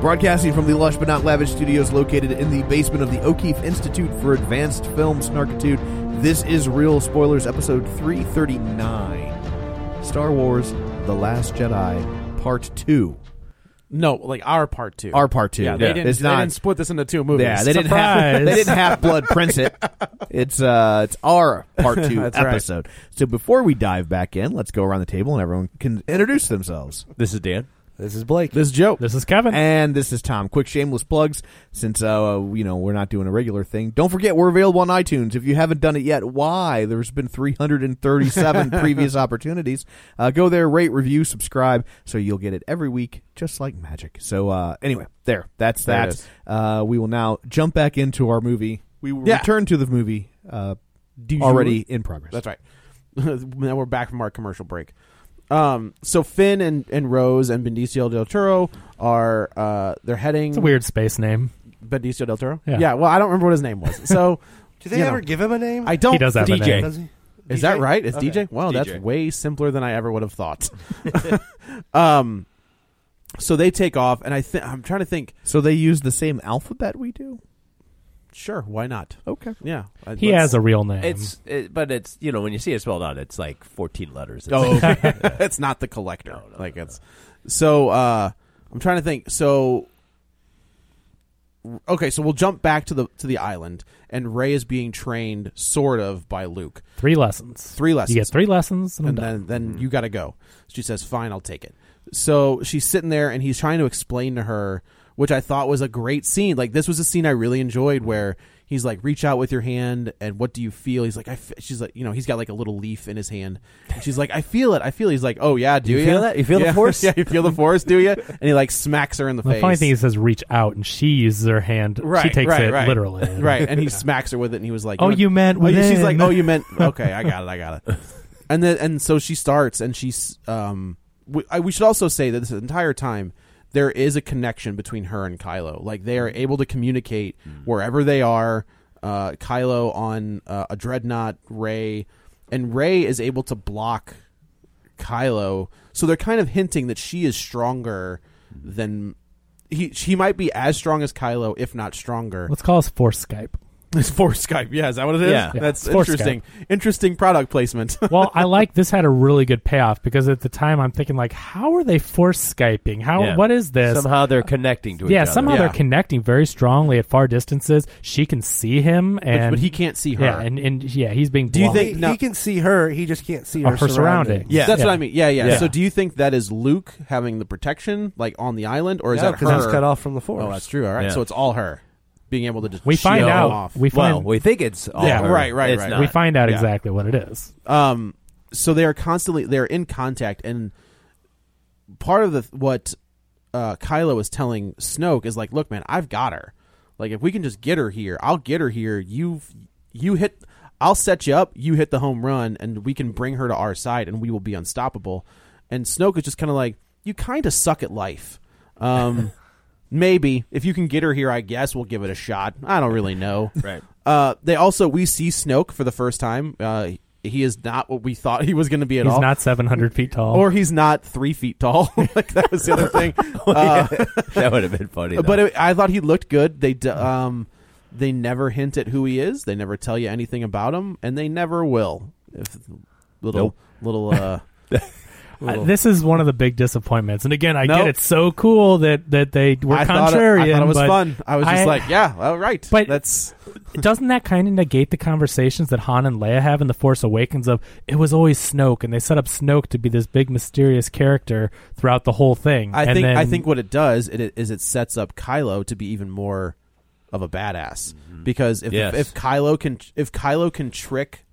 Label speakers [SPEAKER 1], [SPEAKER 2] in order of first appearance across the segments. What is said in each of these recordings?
[SPEAKER 1] Broadcasting from the lush but not lavish studios located in the basement of the O'Keefe Institute for Advanced Film Snarkitude, this is Real Spoilers, episode 339 Star Wars The Last Jedi, Part 2.
[SPEAKER 2] No, like our part two.
[SPEAKER 1] Our part two.
[SPEAKER 2] Yeah, they,
[SPEAKER 1] Yeah.
[SPEAKER 2] didn't,
[SPEAKER 1] It's
[SPEAKER 2] they
[SPEAKER 1] not-
[SPEAKER 2] didn't split this into two movies.
[SPEAKER 1] Yeah, they didn't, have, they didn't have Blood Prince it. It's, uh, it's our Part 2
[SPEAKER 2] That's right.
[SPEAKER 1] episode. So before we dive back in, let's go around the table and everyone can introduce themselves.
[SPEAKER 3] This is Dan.
[SPEAKER 1] This is Blake. This is Joe.
[SPEAKER 3] This is Kevin.
[SPEAKER 1] And this is Tom. Quick shameless plugs since uh you know we're not doing a regular thing. Don't forget we're available on iTunes. If you haven't done it yet, why? There's been 337 previous opportunities. Uh, go there, rate, review, subscribe, so you'll get it every week, just like magic. So uh anyway, there. That's
[SPEAKER 2] There it
[SPEAKER 1] that.
[SPEAKER 2] is.
[SPEAKER 1] Uh, we will now jump back into our movie. We will
[SPEAKER 2] Yeah.
[SPEAKER 1] return to the movie uh,
[SPEAKER 2] Do you-
[SPEAKER 1] already in progress.
[SPEAKER 2] That's right. now we're back from our commercial break. Um, so Finn and, and Rose and Benicio del Toro are uh, they're heading
[SPEAKER 3] It's a weird space name.
[SPEAKER 2] Benicio del Toro.
[SPEAKER 3] Yeah.
[SPEAKER 2] well, I don't remember what his name was. So
[SPEAKER 4] Do they
[SPEAKER 2] you
[SPEAKER 4] ever
[SPEAKER 2] know,
[SPEAKER 4] give him a name?
[SPEAKER 2] I don't.
[SPEAKER 3] He does have a
[SPEAKER 2] DJ.
[SPEAKER 3] name.
[SPEAKER 4] Does he?
[SPEAKER 2] Is
[SPEAKER 4] DJ?
[SPEAKER 2] that right? It's
[SPEAKER 4] Okay.
[SPEAKER 2] DJ. Wow, that's
[SPEAKER 3] DJ.
[SPEAKER 2] way simpler than I ever would have thought. um, so they take off, and I think I'm trying to think.
[SPEAKER 1] So they use the same alphabet we do?
[SPEAKER 2] Sure, why not?
[SPEAKER 1] Okay.
[SPEAKER 2] Yeah, I-
[SPEAKER 3] He
[SPEAKER 2] let's-
[SPEAKER 3] has a real name.
[SPEAKER 5] It's it, but it's you know when you see it spelled out, it's like fourteen letters. It's
[SPEAKER 2] Oh, okay. it's not the collector. like it's so. uh I'm trying to think. So okay, so we'll jump back to the to the island, and Ray is being trained sort of by Luke.
[SPEAKER 3] three lessons.
[SPEAKER 2] Three lessons.
[SPEAKER 3] You get three lessons, and, I'm
[SPEAKER 2] and
[SPEAKER 3] done.
[SPEAKER 2] then
[SPEAKER 5] Mm-hmm.
[SPEAKER 2] then you got to go. She says, "Fine, I'll take it." So she's sitting there, and he's trying to explain to her, which I thought was a great scene. Like this was a scene I really enjoyed, where he's like, "Reach out with your hand, and what do you feel?" He's like, "I." F-, she's like, you know, he's got like a little leaf in his hand. And she's like, "I feel it. I feel." It. He's like, "Oh yeah, do
[SPEAKER 5] you
[SPEAKER 2] ya?
[SPEAKER 5] feel that? You feel the
[SPEAKER 2] Yeah.
[SPEAKER 5] force?
[SPEAKER 2] yeah, you feel the force, do you?" And he like smacks her in the,
[SPEAKER 3] the
[SPEAKER 2] face.
[SPEAKER 3] funny thing is, says reach out, and she uses her hand. she takes it literally.
[SPEAKER 2] Right, and he smacks her with it, and he was like,
[SPEAKER 3] Oh, you meant
[SPEAKER 2] oh, you- She's
[SPEAKER 3] within.
[SPEAKER 2] like, "Oh, you meant okay, I got it, I got it." And then and so she starts, and she's um. We, I, we should also say that this entire time there is a connection between her and Kylo. Like they are able to communicate wherever they are. Uh, Kylo on uh, a dreadnought, Ray, and Ray is able to block Kylo. So they're kind of hinting that she is stronger than he. She might be as strong as Kylo, if not stronger.
[SPEAKER 3] Let's call us Force Skype.
[SPEAKER 2] It's for Skype. Yeah, is that what it is?
[SPEAKER 5] Yeah. Yeah,
[SPEAKER 2] that's
[SPEAKER 3] it's for
[SPEAKER 2] interesting. Interesting product placement.
[SPEAKER 3] Well, I like this had a really good payoff because at the time I'm thinking like, how are they Force Skyping? How
[SPEAKER 5] Yeah.
[SPEAKER 3] what is this?
[SPEAKER 5] Somehow they're connecting to each
[SPEAKER 3] yeah,
[SPEAKER 5] other.
[SPEAKER 3] somehow
[SPEAKER 2] Yeah.
[SPEAKER 3] they're connecting very strongly at far distances. She can see him, and
[SPEAKER 2] but he can't see her.
[SPEAKER 3] Yeah, and, and yeah, he's being.
[SPEAKER 2] Do you
[SPEAKER 3] blocked.
[SPEAKER 2] think-
[SPEAKER 4] He,
[SPEAKER 2] no.
[SPEAKER 4] he can see her. He just can't see
[SPEAKER 3] Oh,
[SPEAKER 4] her,
[SPEAKER 3] her surroundings.
[SPEAKER 2] yeah, that's
[SPEAKER 3] Yeah.
[SPEAKER 2] what I mean. Yeah, yeah,
[SPEAKER 3] Yeah.
[SPEAKER 2] So, do you think that is Luke having the protection, like on the island, or is that
[SPEAKER 4] because
[SPEAKER 2] her?
[SPEAKER 4] he's cut off from the force.
[SPEAKER 2] Oh, that's true. All right,
[SPEAKER 5] Yeah.
[SPEAKER 2] so it's all her being able to just
[SPEAKER 3] we find
[SPEAKER 2] shield
[SPEAKER 3] out?
[SPEAKER 2] Off.
[SPEAKER 3] We
[SPEAKER 5] well,
[SPEAKER 3] find
[SPEAKER 5] we think it's all
[SPEAKER 2] Yeah,
[SPEAKER 5] her.
[SPEAKER 2] right, right,
[SPEAKER 5] It's
[SPEAKER 2] right.
[SPEAKER 5] not.
[SPEAKER 3] we find out
[SPEAKER 2] yeah.
[SPEAKER 3] exactly what it is.
[SPEAKER 2] um, so they are constantly they're in contact, and part of the what uh, Kylo is telling Snoke is like, "Look, man, I've got her. Like, if we can just get her here, I'll get her here. You, you hit, I'll set you up. You hit the home run, and we can bring her to our side, and we will be unstoppable." And Snoke is just kind of like, "You kind of suck at life." Um, Maybe if you can get her here, I guess we'll give it a shot. I don't really know.
[SPEAKER 1] Right.
[SPEAKER 2] Uh, they also we see Snoke for the first time. Uh, he is not what we thought he was going to be at
[SPEAKER 6] He's
[SPEAKER 2] all.
[SPEAKER 6] not 700 feet tall.
[SPEAKER 2] or he's not three feet tall. like that was the other thing.
[SPEAKER 6] Oh,
[SPEAKER 2] Uh,
[SPEAKER 1] yeah. That would've been funny, though.
[SPEAKER 2] But it, I thought he looked good. They d- um, they never hint at who he is. They never tell you anything about him, and they never will. If little
[SPEAKER 6] Nope.
[SPEAKER 2] little uh.
[SPEAKER 6] Uh, this is one of the big disappointments. And again, I
[SPEAKER 2] Nope.
[SPEAKER 6] get it's so cool that that they were
[SPEAKER 2] I thought it-
[SPEAKER 6] contrarian.
[SPEAKER 2] I thought it was
[SPEAKER 6] but
[SPEAKER 2] fun. I was just like, yeah, all right.
[SPEAKER 6] But
[SPEAKER 2] that's
[SPEAKER 6] doesn't that kind of negate the conversations that Han and Leia have in the Force Awakens of it was always Snoke, and they set up Snoke to be this big mysterious character throughout the whole thing.
[SPEAKER 2] I
[SPEAKER 6] And
[SPEAKER 2] think I
[SPEAKER 6] then-
[SPEAKER 2] think what it does it, is it sets up Kylo to be even more of a badass because if
[SPEAKER 1] Yes.
[SPEAKER 2] if Kylo can if Kylo can trick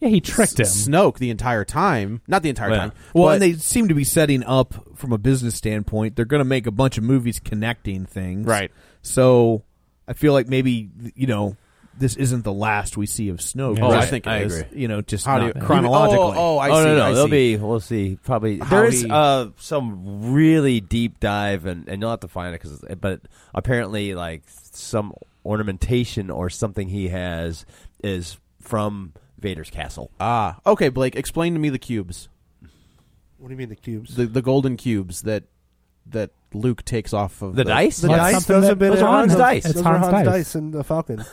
[SPEAKER 6] yeah he tricked
[SPEAKER 2] him Snoke the entire time not the entire time
[SPEAKER 7] Well,
[SPEAKER 2] but-
[SPEAKER 7] and they seem to be setting up from a business standpoint. They're going to make a bunch of movies connecting things,
[SPEAKER 2] Right.
[SPEAKER 7] So I feel like maybe you know this isn't the last we see of Snoke.
[SPEAKER 2] Oh, I
[SPEAKER 7] Right.
[SPEAKER 2] think it
[SPEAKER 7] I
[SPEAKER 2] is.
[SPEAKER 7] agree. You know, just
[SPEAKER 2] How do
[SPEAKER 7] not
[SPEAKER 2] you-
[SPEAKER 7] chronologically.
[SPEAKER 2] Oh, oh, I
[SPEAKER 1] oh
[SPEAKER 2] see,
[SPEAKER 1] no, no,
[SPEAKER 2] I
[SPEAKER 1] there'll be.
[SPEAKER 2] see.
[SPEAKER 1] We'll see. Probably
[SPEAKER 2] How
[SPEAKER 1] there is
[SPEAKER 2] he-
[SPEAKER 1] uh, some really deep dive, and, and you'll have to find it because. But apparently, like some ornamentation or something he has is from Vader's castle.
[SPEAKER 2] ah okay Blake explain to me the cubes
[SPEAKER 8] What do you mean the cubes?
[SPEAKER 2] the the golden cubes that that Luke takes off of
[SPEAKER 1] The dice?
[SPEAKER 8] The
[SPEAKER 1] That's
[SPEAKER 8] dice.
[SPEAKER 1] something
[SPEAKER 8] Those
[SPEAKER 1] that-
[SPEAKER 8] have been
[SPEAKER 1] those
[SPEAKER 8] in
[SPEAKER 1] are Han's
[SPEAKER 8] Those-
[SPEAKER 1] dice.
[SPEAKER 8] Those
[SPEAKER 6] It's
[SPEAKER 8] are
[SPEAKER 6] Han's
[SPEAKER 8] Han's
[SPEAKER 6] dice.
[SPEAKER 8] dice and the Falcon.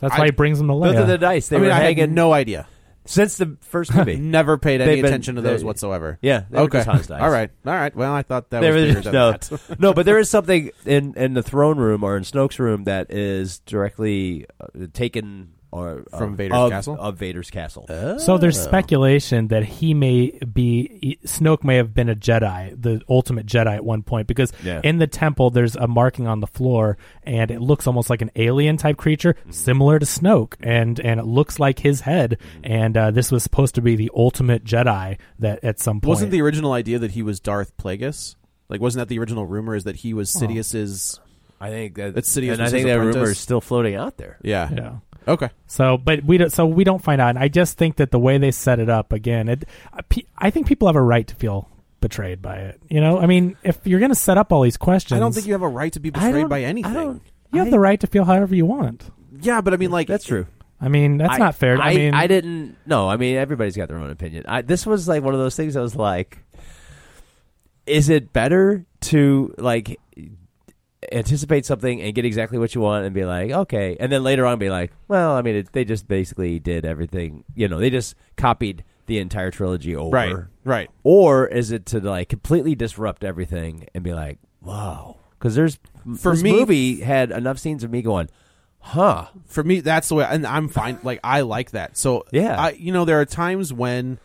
[SPEAKER 6] that's why he brings him to
[SPEAKER 1] Those
[SPEAKER 6] Leia.
[SPEAKER 1] are the dice. They
[SPEAKER 2] I
[SPEAKER 1] were
[SPEAKER 2] mean, I
[SPEAKER 1] hanging
[SPEAKER 2] had no idea.
[SPEAKER 1] since the first movie.
[SPEAKER 2] Never paid any
[SPEAKER 1] They've been-
[SPEAKER 2] attention to those
[SPEAKER 1] they-
[SPEAKER 2] whatsoever.
[SPEAKER 1] Yeah, they were
[SPEAKER 2] okay.
[SPEAKER 1] just Han's dice.
[SPEAKER 2] All right. All right. Well, I thought that
[SPEAKER 1] There
[SPEAKER 2] was
[SPEAKER 1] is-
[SPEAKER 2] bigger than
[SPEAKER 1] no,
[SPEAKER 2] that.
[SPEAKER 1] no, but there is something in in the throne room or in Snoke's room that is directly uh, taken or
[SPEAKER 2] From
[SPEAKER 1] uh,
[SPEAKER 2] Vader's
[SPEAKER 1] of-
[SPEAKER 2] castle? Oh.
[SPEAKER 1] of Vader's castle.
[SPEAKER 6] So there's speculation that he may be Snoke may have been a Jedi, the ultimate Jedi at one point, because
[SPEAKER 1] Yeah.
[SPEAKER 6] in the temple there's a marking on the floor, and it looks almost like an alien type creature,
[SPEAKER 1] Mm-hmm.
[SPEAKER 6] similar to Snoke, and and it looks like his head,
[SPEAKER 1] Mm-hmm.
[SPEAKER 6] and uh, this was supposed to be the ultimate Jedi that at some point
[SPEAKER 2] Wasn't the original idea that he was Darth Plagueis? Like, wasn't that the original rumor? Is that he was Sidious's?
[SPEAKER 1] I think that,
[SPEAKER 2] That's Sidious
[SPEAKER 1] and I
[SPEAKER 2] was
[SPEAKER 1] think
[SPEAKER 2] his
[SPEAKER 1] that rumor
[SPEAKER 2] apprentice.
[SPEAKER 1] is still floating out there.
[SPEAKER 2] Yeah.
[SPEAKER 6] Yeah.
[SPEAKER 2] Okay.
[SPEAKER 6] So, but we don't. So we don't find out. And I just think that the way they set it up again, it. I pe- I think people have a right to feel betrayed by it. You know, I mean, if you're going to set up all these questions,
[SPEAKER 2] I don't think you have a right to be
[SPEAKER 6] I
[SPEAKER 2] betrayed
[SPEAKER 6] don't-
[SPEAKER 2] by
[SPEAKER 6] I
[SPEAKER 2] anything.
[SPEAKER 6] don't- you have the right to feel however you want.
[SPEAKER 2] Yeah, but I mean, like,
[SPEAKER 1] That's true.
[SPEAKER 6] I mean, that's
[SPEAKER 1] I-
[SPEAKER 6] not fair. I, mean,
[SPEAKER 1] I didn't. No, I mean, everybody's got their own opinion. I, this was like one of those things. I was like, is it better to like anticipate something and get exactly what you want and be like, okay, and then later on be like, well, I mean, it, they just basically did everything. You know, they just copied the entire trilogy over.
[SPEAKER 2] Right. Right.
[SPEAKER 1] Or is it to like completely disrupt everything and be like, wow? Because there's
[SPEAKER 2] For
[SPEAKER 1] this
[SPEAKER 2] me-
[SPEAKER 1] movie had enough scenes of me going, huh?
[SPEAKER 2] For me, that's the way, and I'm fine. Like, I like that. So
[SPEAKER 1] Yeah.
[SPEAKER 2] I, you know, there are times when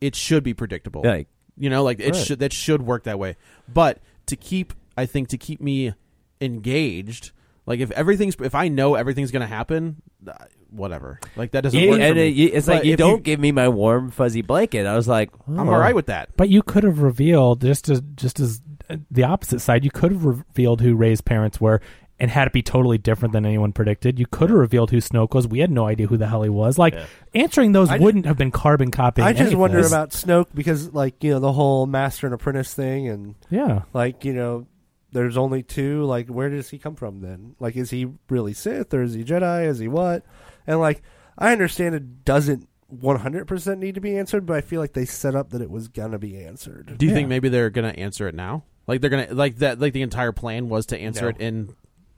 [SPEAKER 2] it should be predictable.
[SPEAKER 1] Like,
[SPEAKER 2] you know, like it
[SPEAKER 1] Right.
[SPEAKER 2] should that should work that way. But to keep, I think, to keep me engaged, like if everything's, if I know everything's going to happen, uh, whatever. Like that doesn't
[SPEAKER 1] Yeah,
[SPEAKER 2] work. for
[SPEAKER 1] and
[SPEAKER 2] me.
[SPEAKER 1] it- you- it's like
[SPEAKER 2] But
[SPEAKER 1] you
[SPEAKER 2] if you-
[SPEAKER 1] don't give me my warm fuzzy blanket. I was like,
[SPEAKER 2] I'm
[SPEAKER 1] oh.
[SPEAKER 2] all right with that.
[SPEAKER 6] but you could have revealed just as just as uh, the opposite side. You could have revealed who Ray's parents were. And had it be totally different than anyone predicted, you could have revealed who Snoke was. We had no idea who the hell he was. Like answering those wouldn't have been carbon copying.
[SPEAKER 8] I just
[SPEAKER 6] anything.
[SPEAKER 8] wonder about Snoke because, like, you know, the whole master and apprentice thing, and
[SPEAKER 6] yeah.
[SPEAKER 8] like, you know, there's only two. Like, where does he come from then? Like, is he really Sith or is he Jedi? Is he what? And like, I understand it doesn't 100 percent need to be answered, but I feel like they set up that it was gonna be answered.
[SPEAKER 2] Do you
[SPEAKER 6] Yeah.
[SPEAKER 2] think maybe they're gonna answer it now? Like they're gonna like that like the entire plan was to answer
[SPEAKER 8] No.
[SPEAKER 2] it in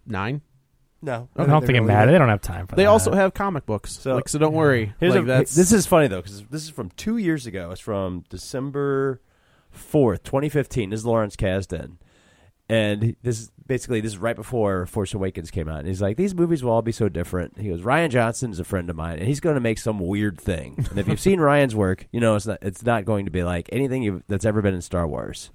[SPEAKER 2] nine.
[SPEAKER 8] No,
[SPEAKER 6] I don't think it matters. They don't have time for that.
[SPEAKER 2] They also have comic books, so, like so don't worry.
[SPEAKER 1] Here's
[SPEAKER 2] like
[SPEAKER 1] a-
[SPEAKER 2] that's
[SPEAKER 1] this is funny though because this is from two years ago. It's from December fourth, 2015. This is Lawrence Kasdan, and this is basically this is right before Force Awakens came out. And he's like, these movies will all be so different. He goes, Ryan Johnson is a friend of mine, and he's going to make some weird thing. And if you've seen Ryan's work, you know it's not it's not going to be like anything you've, that's ever been in Star Wars.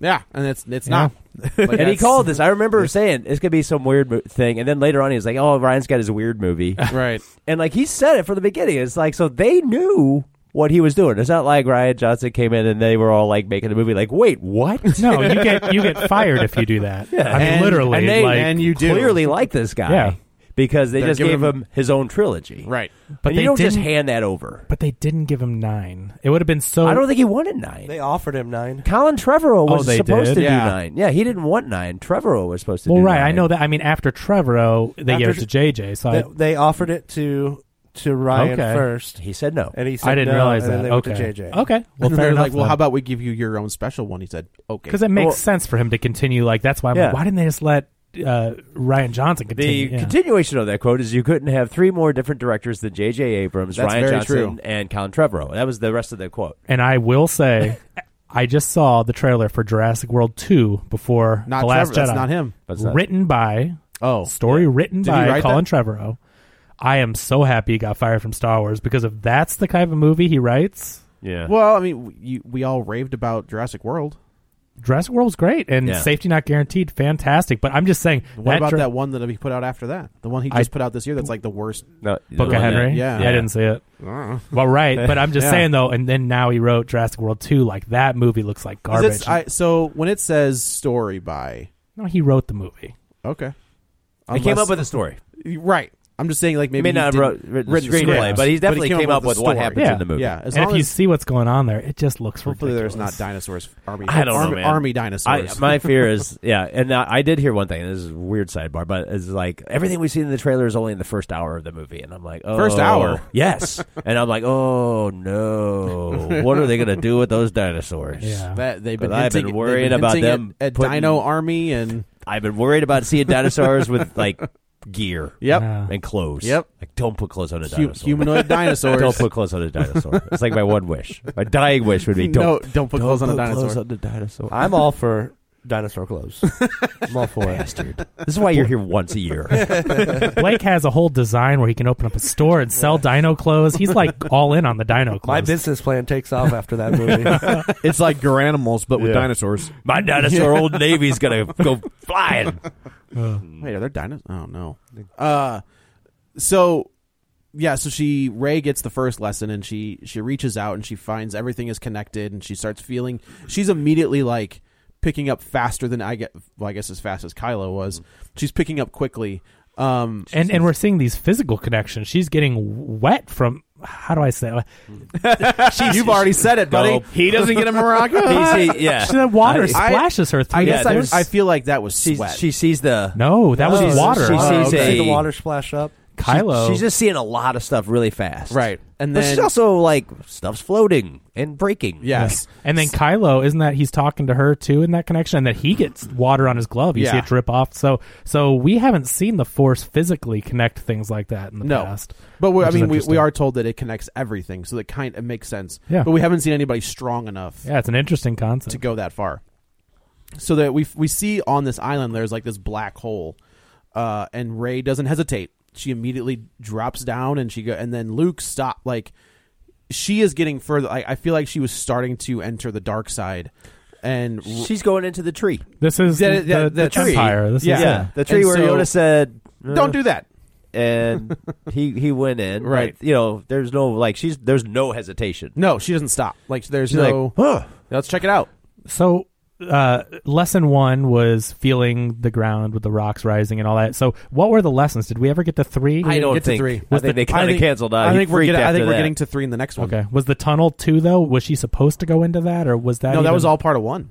[SPEAKER 2] yeah, and it's it's
[SPEAKER 6] Yeah.
[SPEAKER 2] not. Like,
[SPEAKER 1] and he
[SPEAKER 2] that's-
[SPEAKER 1] called this. I remember saying it's gonna be some weird mo- thing, and then later on he was like, "Oh, Ryan's got his weird movie,"
[SPEAKER 2] right.
[SPEAKER 1] and like he said it from the beginning. It's like so they knew what he was doing. It's not like Ryan Johnson came in and they were all like making a movie. Like, wait, what?
[SPEAKER 6] No, you get you get fired if you do that. I mean,
[SPEAKER 2] And-
[SPEAKER 6] literally.
[SPEAKER 1] and they
[SPEAKER 6] like,
[SPEAKER 2] and you do.
[SPEAKER 1] clearly like this guy.
[SPEAKER 6] Yeah.
[SPEAKER 2] because they
[SPEAKER 1] They're
[SPEAKER 2] just
[SPEAKER 1] giving
[SPEAKER 2] gave
[SPEAKER 1] him-
[SPEAKER 2] him his own trilogy.
[SPEAKER 1] Right.
[SPEAKER 7] But
[SPEAKER 2] But
[SPEAKER 7] they
[SPEAKER 2] you don't just
[SPEAKER 7] didn't-
[SPEAKER 2] hand that over.
[SPEAKER 7] But they didn't give him nine. It would have been so.
[SPEAKER 2] I don't think he wanted nine.
[SPEAKER 4] They offered him nine.
[SPEAKER 2] Colin Trevorrow
[SPEAKER 7] Oh,
[SPEAKER 2] was
[SPEAKER 7] they
[SPEAKER 2] supposed
[SPEAKER 7] did?
[SPEAKER 2] to
[SPEAKER 1] Yeah.
[SPEAKER 2] do nine. Yeah, he didn't want nine. Trevorrow was supposed to
[SPEAKER 7] well,
[SPEAKER 2] do
[SPEAKER 7] right.
[SPEAKER 2] nine.
[SPEAKER 7] I know that. I mean, after Trevorrow, they gave
[SPEAKER 4] After-
[SPEAKER 7] it to JJ. So I,
[SPEAKER 4] They, they offered it to to Ryan
[SPEAKER 7] Okay.
[SPEAKER 4] first,
[SPEAKER 2] He said no.
[SPEAKER 4] and he said
[SPEAKER 7] I didn't
[SPEAKER 4] no,
[SPEAKER 7] realize
[SPEAKER 4] and
[SPEAKER 7] that.
[SPEAKER 4] Then they
[SPEAKER 7] okay.
[SPEAKER 4] went to JJ.
[SPEAKER 7] Okay. Well,
[SPEAKER 1] Well,
[SPEAKER 7] fair
[SPEAKER 1] they're
[SPEAKER 7] enough.
[SPEAKER 1] like, well, how about we give you your own special one? He said, okay.
[SPEAKER 7] Because it makes
[SPEAKER 2] Well-
[SPEAKER 7] sense for him to continue like that's why. I'm
[SPEAKER 2] Yeah.
[SPEAKER 7] like, why didn't they just let uh, Ryan Johnson
[SPEAKER 2] The
[SPEAKER 7] continue? Yeah.
[SPEAKER 2] continuation of that quote is you couldn't have three more different directors than J.J. Abrams,
[SPEAKER 1] That's
[SPEAKER 2] Ryan
[SPEAKER 1] very
[SPEAKER 2] Johnson,
[SPEAKER 1] true.
[SPEAKER 2] and Colin Trevorrow. That was the rest of the quote.
[SPEAKER 7] and I will say, I just saw the trailer uh, for Jurassic World Two before
[SPEAKER 1] Not
[SPEAKER 7] the Last
[SPEAKER 1] Trevor. That's
[SPEAKER 7] Jedi.
[SPEAKER 1] not him.
[SPEAKER 2] That's not-
[SPEAKER 7] written by
[SPEAKER 1] Oh.
[SPEAKER 7] story written
[SPEAKER 1] Did he
[SPEAKER 7] by
[SPEAKER 1] write
[SPEAKER 7] Colin
[SPEAKER 1] that?
[SPEAKER 7] Trevorrow. I am so happy he got fired from Star Wars because if that's the kind of movie he writes,
[SPEAKER 2] Yeah.
[SPEAKER 1] Well, I mean, w- you, we all raved about Jurassic World.
[SPEAKER 7] Jurassic World was great and
[SPEAKER 2] Yeah.
[SPEAKER 7] safety not guaranteed, fantastic. But I'm just saying,
[SPEAKER 1] What about
[SPEAKER 7] Jura-
[SPEAKER 1] that one that he put out after that? The one he
[SPEAKER 7] I-
[SPEAKER 1] just put out this year that's like the worst.
[SPEAKER 2] no,
[SPEAKER 7] Book of
[SPEAKER 2] no,
[SPEAKER 7] Henry?
[SPEAKER 1] yeah. Uh-uh.
[SPEAKER 7] I didn't see it. Well, right, but I'm just saying though. And then now he wrote Jurassic World Two. Like that movie looks like
[SPEAKER 1] 'Cause
[SPEAKER 7] garbage.
[SPEAKER 1] it's- I- so when it says story by.
[SPEAKER 7] no, he wrote the movie.
[SPEAKER 1] Okay.
[SPEAKER 2] He came
[SPEAKER 1] Unless-
[SPEAKER 2] up with a story.
[SPEAKER 1] Right. I'm just saying, like,
[SPEAKER 2] He
[SPEAKER 1] maybe.
[SPEAKER 2] may not have
[SPEAKER 1] didn't-
[SPEAKER 2] wrote, written the
[SPEAKER 1] the
[SPEAKER 2] screenplay,
[SPEAKER 1] script,
[SPEAKER 2] but he definitely came, up
[SPEAKER 1] a
[SPEAKER 2] with what
[SPEAKER 1] story.
[SPEAKER 2] happens
[SPEAKER 7] Yeah.
[SPEAKER 2] in the movie.
[SPEAKER 1] Yeah, as
[SPEAKER 7] and
[SPEAKER 1] long
[SPEAKER 7] if you
[SPEAKER 1] as-
[SPEAKER 7] see what's going on there, it just looks
[SPEAKER 1] Hopefully,
[SPEAKER 7] ridiculous.
[SPEAKER 1] there's not dinosaurs. Army.
[SPEAKER 2] I don't know,
[SPEAKER 1] army,
[SPEAKER 2] man.
[SPEAKER 1] Army
[SPEAKER 2] I,
[SPEAKER 1] dinosaurs.
[SPEAKER 2] my fear is, yeah, and uh, I did hear one thing. This is a weird sidebar, but it's like everything we've seen in the trailer is only in the first hour of the movie, and I'm like, oh,
[SPEAKER 1] First hour?
[SPEAKER 2] yes, and I'm like, oh no, what are they gonna do with those dinosaurs?
[SPEAKER 7] Yeah.
[SPEAKER 1] that they've been.
[SPEAKER 2] But I've been
[SPEAKER 1] hinting- they've
[SPEAKER 2] worried about
[SPEAKER 1] hinting
[SPEAKER 2] them
[SPEAKER 1] at, at
[SPEAKER 2] putting-
[SPEAKER 1] Dino Army and
[SPEAKER 2] I've been worried about seeing dinosaurs with like gear,
[SPEAKER 1] Yep.
[SPEAKER 7] Yeah.
[SPEAKER 2] and clothes.
[SPEAKER 1] Yep.
[SPEAKER 2] like don't put clothes on a
[SPEAKER 1] hu-
[SPEAKER 2] dinosaur.
[SPEAKER 1] humanoid dinosaurs.
[SPEAKER 2] Don't put clothes on a dinosaur. It's like my one wish. My dying wish would be don't,
[SPEAKER 1] no, don't put clothes on a dinosaur.
[SPEAKER 2] on the dinosaur.
[SPEAKER 4] I'm all for dinosaur clothes. I'm all for it.
[SPEAKER 2] This is why you're here once a year.
[SPEAKER 7] Blake has a whole design where he can open up a store and sell dino clothes. He's like all in on the dino clothes.
[SPEAKER 4] My business plan takes off after that movie.
[SPEAKER 1] it's like Garanimals, but with dinosaurs.
[SPEAKER 2] My dinosaur old navy's gonna go flying.
[SPEAKER 1] Wait, are there dinosaurs? Oh no. Uh, so yeah, so she Ray gets the first lesson, and she she reaches out and she finds everything is connected, and she starts feeling. She's immediately like picking up faster than I get. Well, I guess as fast as Kylo was.
[SPEAKER 7] Mm-hmm.
[SPEAKER 1] She's picking up quickly. Um,
[SPEAKER 7] and and we're seeing these physical connections. She's getting wet from how do I say? it?
[SPEAKER 1] you've already said it, buddy.
[SPEAKER 2] Nope.
[SPEAKER 1] He doesn't get a
[SPEAKER 2] He
[SPEAKER 1] maraca.
[SPEAKER 2] see- yeah.
[SPEAKER 7] She- the water
[SPEAKER 2] I-
[SPEAKER 7] splashes her through.
[SPEAKER 1] I
[SPEAKER 7] the
[SPEAKER 1] guess
[SPEAKER 7] doors.
[SPEAKER 1] I, I feel like that was
[SPEAKER 2] She,
[SPEAKER 1] sweat.
[SPEAKER 2] she sees the
[SPEAKER 7] no, that
[SPEAKER 4] Oh,
[SPEAKER 7] was
[SPEAKER 2] she's-
[SPEAKER 7] water.
[SPEAKER 2] she
[SPEAKER 4] Wow,
[SPEAKER 2] sees
[SPEAKER 4] you see
[SPEAKER 2] a-
[SPEAKER 4] the water splash up.
[SPEAKER 7] Kylo.
[SPEAKER 2] She's just seeing a lot of stuff really fast,
[SPEAKER 1] right, and
[SPEAKER 2] But
[SPEAKER 1] then
[SPEAKER 2] she's also like stuff's floating and breaking.
[SPEAKER 1] yes,
[SPEAKER 7] and then Kylo, isn't that he's talking to her too in that connection? And that he gets water on his glove. You see
[SPEAKER 1] Yeah.
[SPEAKER 7] it drip off. So so we haven't seen the Force physically connect things like that in the
[SPEAKER 1] no.
[SPEAKER 7] past.
[SPEAKER 1] But we, I
[SPEAKER 7] which is
[SPEAKER 1] mean, we, we
[SPEAKER 7] interesting.
[SPEAKER 1] are told that it connects everything, so that kind of makes sense.
[SPEAKER 7] Yeah.
[SPEAKER 1] But we haven't seen anybody strong enough
[SPEAKER 7] Yeah, it's an interesting concept.
[SPEAKER 1] to go that far. So that we we see on this island, there's like this black hole, uh, and Ray doesn't hesitate. She immediately drops down, and she go, and then Luke stop. Like she is getting further. I, I feel like she was starting to enter the dark side, and
[SPEAKER 2] she's going into the tree.
[SPEAKER 7] This is
[SPEAKER 1] Yeah,
[SPEAKER 7] the,
[SPEAKER 1] yeah,
[SPEAKER 7] the,
[SPEAKER 1] the tree.
[SPEAKER 7] Empire. This
[SPEAKER 1] Yeah.
[SPEAKER 7] is
[SPEAKER 1] Yeah.
[SPEAKER 2] the tree
[SPEAKER 1] And
[SPEAKER 2] where
[SPEAKER 1] so-
[SPEAKER 2] Yoda said,
[SPEAKER 7] uh.
[SPEAKER 1] don't do that.
[SPEAKER 2] and he he went in.
[SPEAKER 1] Right.
[SPEAKER 2] But, you know, there's no like she's there's no hesitation.
[SPEAKER 1] No, she doesn't stop. Like there's
[SPEAKER 2] She's
[SPEAKER 1] no.
[SPEAKER 2] like, huh.
[SPEAKER 1] Let's check it out.
[SPEAKER 7] So, uh, lesson one was feeling the ground with the rocks rising and all that. So, what were the lessons? Did we ever get to three?
[SPEAKER 2] I don't
[SPEAKER 1] get to
[SPEAKER 2] think.
[SPEAKER 1] three.
[SPEAKER 2] I
[SPEAKER 1] Was
[SPEAKER 2] think
[SPEAKER 1] the-
[SPEAKER 2] they kind of
[SPEAKER 1] think-
[SPEAKER 2] canceled out.
[SPEAKER 1] I
[SPEAKER 2] He
[SPEAKER 1] think we're
[SPEAKER 2] freaked
[SPEAKER 1] getting. I think
[SPEAKER 2] after
[SPEAKER 1] we're
[SPEAKER 2] that.
[SPEAKER 1] getting to three in the next one.
[SPEAKER 7] Okay. Was the tunnel two though? Was she supposed to go into that, or was that?
[SPEAKER 1] No, that
[SPEAKER 7] even-
[SPEAKER 1] was all part of one.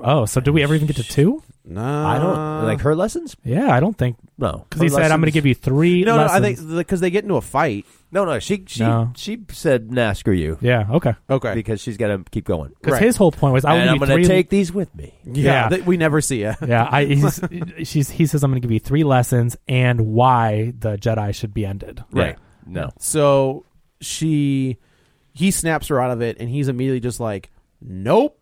[SPEAKER 7] Oh, so did we ever even get to two?
[SPEAKER 1] No,
[SPEAKER 2] I don't like her lessons.
[SPEAKER 7] Uh, Yeah, I don't think
[SPEAKER 2] No,
[SPEAKER 7] because he said I'm going to give you three.
[SPEAKER 1] No, no, I
[SPEAKER 7] lessons."
[SPEAKER 1] think because they get into a fight.
[SPEAKER 2] No, no. She she
[SPEAKER 7] No.
[SPEAKER 2] she said, "Nah, screw you,"
[SPEAKER 7] Yeah. Okay.
[SPEAKER 1] Okay,
[SPEAKER 2] because she's got to keep going.
[SPEAKER 7] Because
[SPEAKER 1] Right.
[SPEAKER 7] his whole point was I
[SPEAKER 2] and
[SPEAKER 7] will
[SPEAKER 2] I'm
[SPEAKER 7] give you
[SPEAKER 2] gonna
[SPEAKER 7] three.
[SPEAKER 2] take these with me.
[SPEAKER 7] Yeah.
[SPEAKER 1] yeah, that we never see it.
[SPEAKER 7] yeah, I, he's, she's, he says I'm going to give you three lessons and why the Jedi should be ended.
[SPEAKER 1] Right.
[SPEAKER 2] Yeah. No.
[SPEAKER 1] So she, he snaps her out of it, and he's immediately just like, "Nope."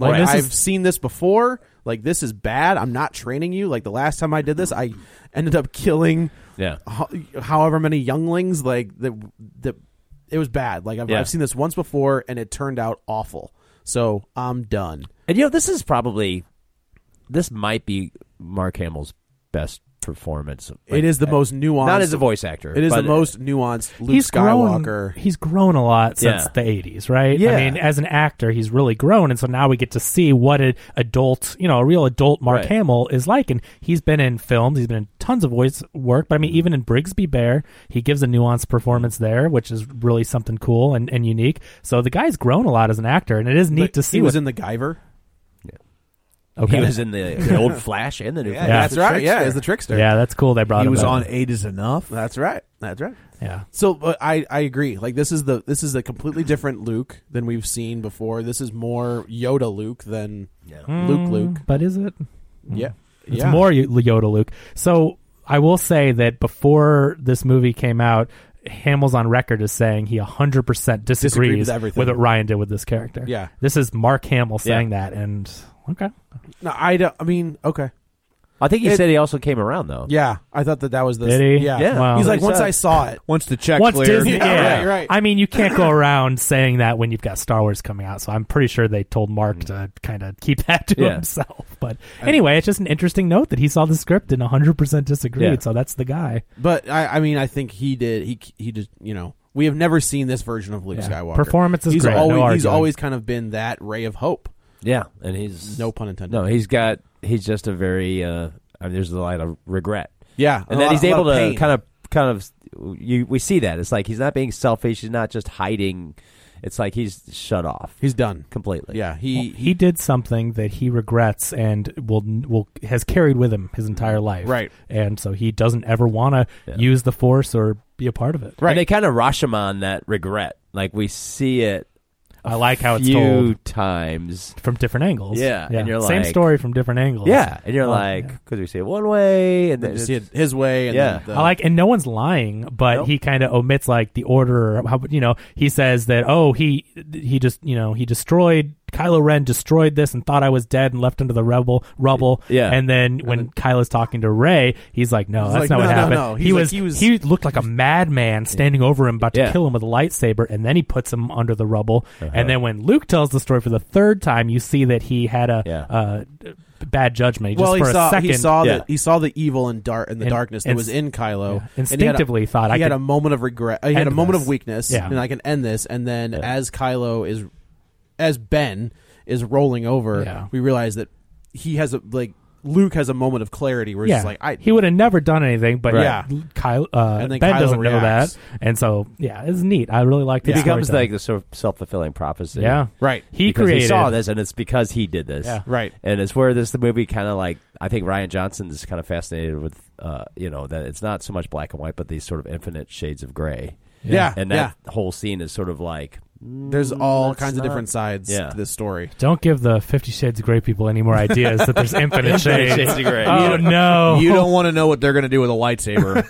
[SPEAKER 1] Like
[SPEAKER 7] Right. This
[SPEAKER 1] I've
[SPEAKER 7] is-
[SPEAKER 1] seen this before. Like this is bad. I'm not training you. Like the last time I did this, I ended up killing
[SPEAKER 2] Yeah.
[SPEAKER 1] ho- however many younglings. Like that, that it was bad. Like I've,
[SPEAKER 2] Yeah.
[SPEAKER 1] I've seen this once before, and it turned out awful. So I'm done.
[SPEAKER 2] And you know, this is probably this might be Mark Hamill's best
[SPEAKER 1] performance.
[SPEAKER 2] it is the most nuanced.
[SPEAKER 1] Not as a voice actor.
[SPEAKER 2] It is the
[SPEAKER 1] but- uh,
[SPEAKER 2] most nuanced Luke
[SPEAKER 6] he's
[SPEAKER 2] Skywalker.
[SPEAKER 6] Grown, he's grown a lot since
[SPEAKER 1] Yeah.
[SPEAKER 6] the 80s, right?
[SPEAKER 1] Yeah.
[SPEAKER 6] I mean, as an actor, he's really grown. And so now we get to see what an adult, you know, a real adult Mark
[SPEAKER 1] Right.
[SPEAKER 6] Hamill is like. And he's been in films, he's been in tons of voice work. But I mean, even in Brigsby Bear, he gives a nuanced performance there, which is really something cool and, and unique. So the guy's grown a lot as an actor. And it is neat
[SPEAKER 2] But
[SPEAKER 6] to see
[SPEAKER 2] he was
[SPEAKER 6] what-
[SPEAKER 2] in the Guyver.
[SPEAKER 6] okay.
[SPEAKER 1] He was in the, the old Flash and the new Flash.
[SPEAKER 2] that's
[SPEAKER 9] the
[SPEAKER 2] right. Yeah,
[SPEAKER 9] trickster.
[SPEAKER 2] as the trickster.
[SPEAKER 6] yeah, that's cool. They brought
[SPEAKER 7] He
[SPEAKER 6] him
[SPEAKER 7] was
[SPEAKER 6] up.
[SPEAKER 7] on Eight is Enough.
[SPEAKER 2] That's right. That's right.
[SPEAKER 6] Yeah.
[SPEAKER 2] So but I I agree. Like this is the this is a completely different Luke than we've seen before. This is more Yoda Luke than Luke
[SPEAKER 7] Hmm,
[SPEAKER 2] Luke.
[SPEAKER 6] But is it?
[SPEAKER 2] Yeah.
[SPEAKER 6] It's
[SPEAKER 2] yeah.
[SPEAKER 6] more Y- Yoda Luke. So I will say that before this movie came out, Hamill's on record as saying he 100%
[SPEAKER 2] Disagreed
[SPEAKER 6] disagrees
[SPEAKER 2] with
[SPEAKER 6] with,
[SPEAKER 2] everything.
[SPEAKER 6] what Ryan did with this character.
[SPEAKER 2] Yeah.
[SPEAKER 6] This is Mark Hamill saying that. And okay.
[SPEAKER 2] No, I don't. I mean, okay.
[SPEAKER 1] I think he
[SPEAKER 2] It-
[SPEAKER 1] said he also came around though.
[SPEAKER 2] Yeah, I thought that that was the.
[SPEAKER 6] Did he?
[SPEAKER 2] Yeah.
[SPEAKER 6] Yeah. Wow.
[SPEAKER 2] He's like
[SPEAKER 1] That's
[SPEAKER 2] once
[SPEAKER 1] sad.
[SPEAKER 2] I saw it.
[SPEAKER 7] Once the check
[SPEAKER 6] Once
[SPEAKER 7] cleared,
[SPEAKER 6] Disney, yeah,
[SPEAKER 2] right, right.
[SPEAKER 6] I mean, you can't go around saying that when you've got Star Wars coming out. So I'm pretty sure they told Mark to kind of keep that to
[SPEAKER 1] Yeah.
[SPEAKER 6] himself. But anyway, it's just an interesting note that he saw the script and 100% disagreed.
[SPEAKER 1] Yeah.
[SPEAKER 6] So that's the guy.
[SPEAKER 2] But I, I mean, I think he did. He he just you know we have never seen this version of Luke
[SPEAKER 6] Yeah.
[SPEAKER 2] Skywalker.
[SPEAKER 6] Performance is
[SPEAKER 2] he's
[SPEAKER 6] great, no
[SPEAKER 2] Always, he's
[SPEAKER 6] arguing.
[SPEAKER 2] always kind of been that ray of hope.
[SPEAKER 1] yeah, and he's
[SPEAKER 2] No pun intended.
[SPEAKER 1] No, he's got he's just a very uh, I mean, there's a lot of regret,
[SPEAKER 2] Yeah,
[SPEAKER 1] and
[SPEAKER 2] a
[SPEAKER 1] then
[SPEAKER 2] lot-
[SPEAKER 1] he's
[SPEAKER 2] a lot
[SPEAKER 1] able to
[SPEAKER 2] pain.
[SPEAKER 1] kind of kind of you we see that it's like he's not being selfish. He's not just hiding. It's like he's shut off.
[SPEAKER 2] he's done.
[SPEAKER 1] completely.
[SPEAKER 2] Yeah, he
[SPEAKER 6] he did something that he regrets and will will has carried with him his entire life.
[SPEAKER 2] Right.
[SPEAKER 6] And so he doesn't ever want to
[SPEAKER 1] Yeah.
[SPEAKER 6] use the force or be a part of it.
[SPEAKER 1] And they kind of Rashomon that regret. Like we see it
[SPEAKER 6] I like how it's
[SPEAKER 1] few
[SPEAKER 6] told
[SPEAKER 1] times.
[SPEAKER 6] from different angles.
[SPEAKER 1] Yeah, and you're
[SPEAKER 6] Same
[SPEAKER 1] like-
[SPEAKER 6] story from different angles.
[SPEAKER 1] Yeah, and you're
[SPEAKER 6] Oh,
[SPEAKER 1] like,
[SPEAKER 6] yeah.
[SPEAKER 1] because we see it one way, and then
[SPEAKER 2] you
[SPEAKER 1] it's-
[SPEAKER 2] see it his way. And
[SPEAKER 1] Yeah.
[SPEAKER 2] then the,
[SPEAKER 6] I like, and no one's lying, but
[SPEAKER 1] Nope.
[SPEAKER 6] he kind of omits like the order. Or how you know he says that oh he he just you know he destroyed Kylo Ren destroyed this and thought I was dead and left under the rebel rubble.
[SPEAKER 1] Yeah.
[SPEAKER 6] and then when Kylo's talking to Ray, he's like, no,
[SPEAKER 2] He's
[SPEAKER 6] that's
[SPEAKER 2] like,
[SPEAKER 6] not
[SPEAKER 2] no,
[SPEAKER 6] what
[SPEAKER 2] no,
[SPEAKER 6] happened.
[SPEAKER 2] no.
[SPEAKER 6] He,
[SPEAKER 2] He's like,
[SPEAKER 6] was,
[SPEAKER 2] he was-
[SPEAKER 6] he looked like a madman standing over him about to
[SPEAKER 1] Yeah. Uh-huh.
[SPEAKER 6] kill him with a lightsaber, and then he puts him under the rubble. And then when Luke tells the story for the third time, you see that he had a.
[SPEAKER 1] Yeah.
[SPEAKER 6] Uh, bad judgment. Just
[SPEAKER 2] well, he
[SPEAKER 6] for
[SPEAKER 2] saw
[SPEAKER 6] a second,
[SPEAKER 2] he saw
[SPEAKER 1] Yeah.
[SPEAKER 2] the he saw the evil and dark and the
[SPEAKER 6] And-
[SPEAKER 2] darkness that
[SPEAKER 6] and-
[SPEAKER 2] was in Kylo.
[SPEAKER 6] yeah.
[SPEAKER 2] and he had a-
[SPEAKER 6] Instinctively thought,
[SPEAKER 2] he
[SPEAKER 6] I
[SPEAKER 2] had
[SPEAKER 6] could
[SPEAKER 2] a moment of regret. He had a
[SPEAKER 6] end
[SPEAKER 2] moment
[SPEAKER 6] this.
[SPEAKER 2] of weakness,
[SPEAKER 6] Yeah.
[SPEAKER 2] and I can end this. And then as Kylo is, as Ben is rolling over,
[SPEAKER 6] Yeah.
[SPEAKER 2] we realize that he has a like Luke has a moment of clarity where he's just like I
[SPEAKER 6] he would have never done anything, but
[SPEAKER 2] Right.
[SPEAKER 6] yeah, Kyle uh,
[SPEAKER 2] And then
[SPEAKER 6] Ben
[SPEAKER 2] Kylo
[SPEAKER 6] doesn't know that,
[SPEAKER 2] reacts.
[SPEAKER 6] and so yeah, it's neat. I really like
[SPEAKER 1] it
[SPEAKER 6] the
[SPEAKER 1] becomes
[SPEAKER 6] storytelling.
[SPEAKER 1] like the sort of self fulfilling prophecy.
[SPEAKER 6] yeah,
[SPEAKER 2] Right.
[SPEAKER 6] He
[SPEAKER 1] because
[SPEAKER 6] created
[SPEAKER 1] he saw this, and it's because he did this.
[SPEAKER 6] Yeah.
[SPEAKER 2] right.
[SPEAKER 1] And it's where this the movie kind of like I think Ryan Johnson is kind of fascinated with uh, you know that it's not so much black and white, but these sort of infinite shades of gray.
[SPEAKER 2] Yeah,
[SPEAKER 1] and that whole scene is sort of like mm,
[SPEAKER 2] There's all
[SPEAKER 1] that's
[SPEAKER 2] kinds of
[SPEAKER 1] not-
[SPEAKER 2] different sides
[SPEAKER 1] Yeah.
[SPEAKER 2] to this story.
[SPEAKER 6] Don't give the Fifty Shades of Grey people any more ideas that there's infinite shades.
[SPEAKER 1] Shades of Grey.
[SPEAKER 6] Oh no!
[SPEAKER 7] you don't want to know what they're going to do with a lightsaber.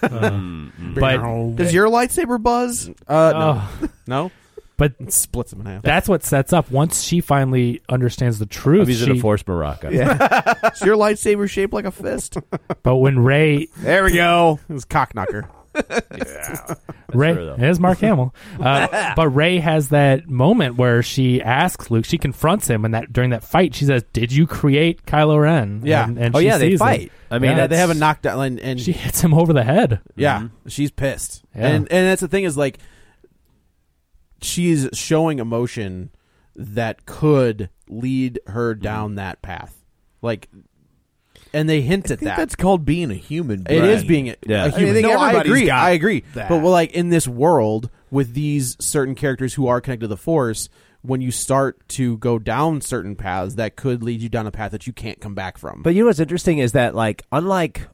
[SPEAKER 6] But
[SPEAKER 7] Does your lightsaber buzz?
[SPEAKER 2] Uh, no,
[SPEAKER 6] oh,
[SPEAKER 2] no,
[SPEAKER 6] but
[SPEAKER 2] splits him in half.
[SPEAKER 6] that's what sets up. Once she finally understands the truth,
[SPEAKER 1] I'm using
[SPEAKER 6] she-
[SPEAKER 1] a force Morocco.
[SPEAKER 7] Is your lightsaber shaped like a fist?
[SPEAKER 6] but when Ray
[SPEAKER 7] There we go.
[SPEAKER 2] It was cock knocker.
[SPEAKER 6] Ray
[SPEAKER 1] her, though.
[SPEAKER 6] it is Mark Hamill, uh, but Ray has that moment where she asks Luke. She confronts him, and that during that fight, she says, "Did you create Kylo Ren?"
[SPEAKER 2] Yeah.
[SPEAKER 6] And, and
[SPEAKER 1] Oh
[SPEAKER 6] she
[SPEAKER 1] yeah, they
[SPEAKER 6] sees it.
[SPEAKER 1] fight. I mean,
[SPEAKER 6] Yeah.
[SPEAKER 2] they have a knockdown, and, and
[SPEAKER 6] She hits him over the head.
[SPEAKER 2] Yeah, she's pissed,
[SPEAKER 6] Yeah.
[SPEAKER 2] and and that's the thing is like she's showing emotion that could lead her
[SPEAKER 6] Mm-hmm.
[SPEAKER 2] down that path, like, and they hint
[SPEAKER 7] I
[SPEAKER 2] at
[SPEAKER 7] think
[SPEAKER 2] that.
[SPEAKER 7] that's called being a human.
[SPEAKER 2] It is being a,
[SPEAKER 1] Yeah.
[SPEAKER 2] a
[SPEAKER 1] I
[SPEAKER 2] human.
[SPEAKER 7] think
[SPEAKER 2] no, I
[SPEAKER 7] everybody's
[SPEAKER 2] agree.
[SPEAKER 7] got
[SPEAKER 2] I agree.
[SPEAKER 7] that.
[SPEAKER 2] But well, like in this world with these certain characters who are connected to the Force, when you start to go down certain paths, that could lead you down a path that you can't come back from.
[SPEAKER 1] But you know what's interesting is that like unlike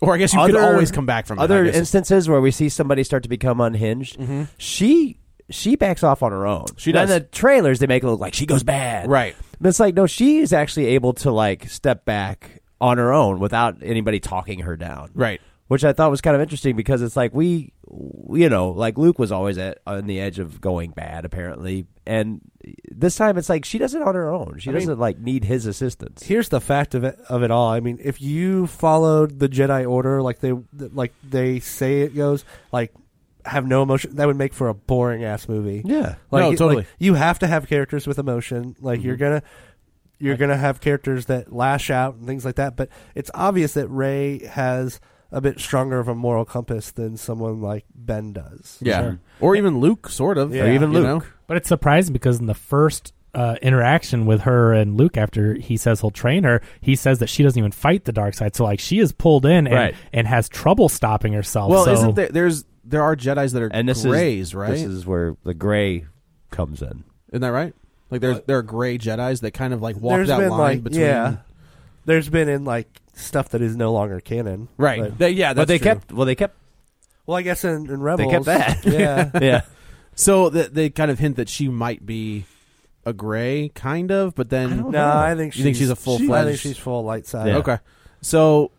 [SPEAKER 2] or I guess you
[SPEAKER 1] other,
[SPEAKER 2] could always come back from it, I
[SPEAKER 1] other
[SPEAKER 2] guess is-
[SPEAKER 1] instances where we see somebody start to become unhinged. She she backs off on her own.
[SPEAKER 2] She
[SPEAKER 1] Now,
[SPEAKER 2] does.
[SPEAKER 1] In the trailers, they make it look like she goes bad,
[SPEAKER 2] Right.
[SPEAKER 1] But it's like no, she is actually able to like step back on her own without anybody talking her down,
[SPEAKER 2] Right.
[SPEAKER 1] Which I thought was kind of interesting because it's like we, you know, like Luke was always at on the edge of going bad apparently, and this time it's like she does it on her own. She
[SPEAKER 9] I mean-
[SPEAKER 1] doesn't like need his assistance.
[SPEAKER 9] Here's the fact of it, of it all. I mean, if you followed the Jedi Order like they like they say it goes, like have no emotion, that would make for a boring ass movie.
[SPEAKER 1] Yeah.
[SPEAKER 9] like,
[SPEAKER 2] No,
[SPEAKER 9] it-
[SPEAKER 2] totally.
[SPEAKER 9] like, you have to have characters with emotion. Like you're gonna you're gonna have characters that lash out and things like that. But it's obvious that Ray has
[SPEAKER 8] a bit stronger of a moral compass than someone like Ben does.
[SPEAKER 2] Yeah. Or even Luke, sort of.
[SPEAKER 8] Yeah. Or even
[SPEAKER 2] you
[SPEAKER 8] Luke.
[SPEAKER 2] know?
[SPEAKER 10] But it's surprising because in the first uh, interaction with her and Luke, after he says he'll train her, he says that she doesn't even fight the dark side. So like she is pulled in and,
[SPEAKER 7] Right.
[SPEAKER 10] and has trouble stopping herself.
[SPEAKER 2] Well,
[SPEAKER 10] so,
[SPEAKER 2] isn't there? There's there are Jedi's that are
[SPEAKER 7] And this
[SPEAKER 2] grays,
[SPEAKER 7] is
[SPEAKER 2] right?
[SPEAKER 7] This is where the gray comes in.
[SPEAKER 2] Isn't that right? Like there's there are gray Jedi's that kind of like walk
[SPEAKER 8] There's
[SPEAKER 2] that
[SPEAKER 8] been
[SPEAKER 2] line
[SPEAKER 8] like
[SPEAKER 2] between.
[SPEAKER 8] yeah, there's been in like stuff that is no longer canon.
[SPEAKER 2] Right.
[SPEAKER 8] But-
[SPEAKER 2] They- yeah. That's
[SPEAKER 7] but they
[SPEAKER 2] true.
[SPEAKER 7] kept. Well, they kept.
[SPEAKER 8] well, I guess in, in Rebels
[SPEAKER 7] kept that.
[SPEAKER 8] Yeah.
[SPEAKER 7] Yeah.
[SPEAKER 2] So th- they kind of hint that she might be a gray, kind of, but then
[SPEAKER 8] No, I think she's,
[SPEAKER 2] You think she's a
[SPEAKER 8] I
[SPEAKER 2] full-fledged-
[SPEAKER 8] think she's full light side.
[SPEAKER 7] Yeah.
[SPEAKER 2] okay. So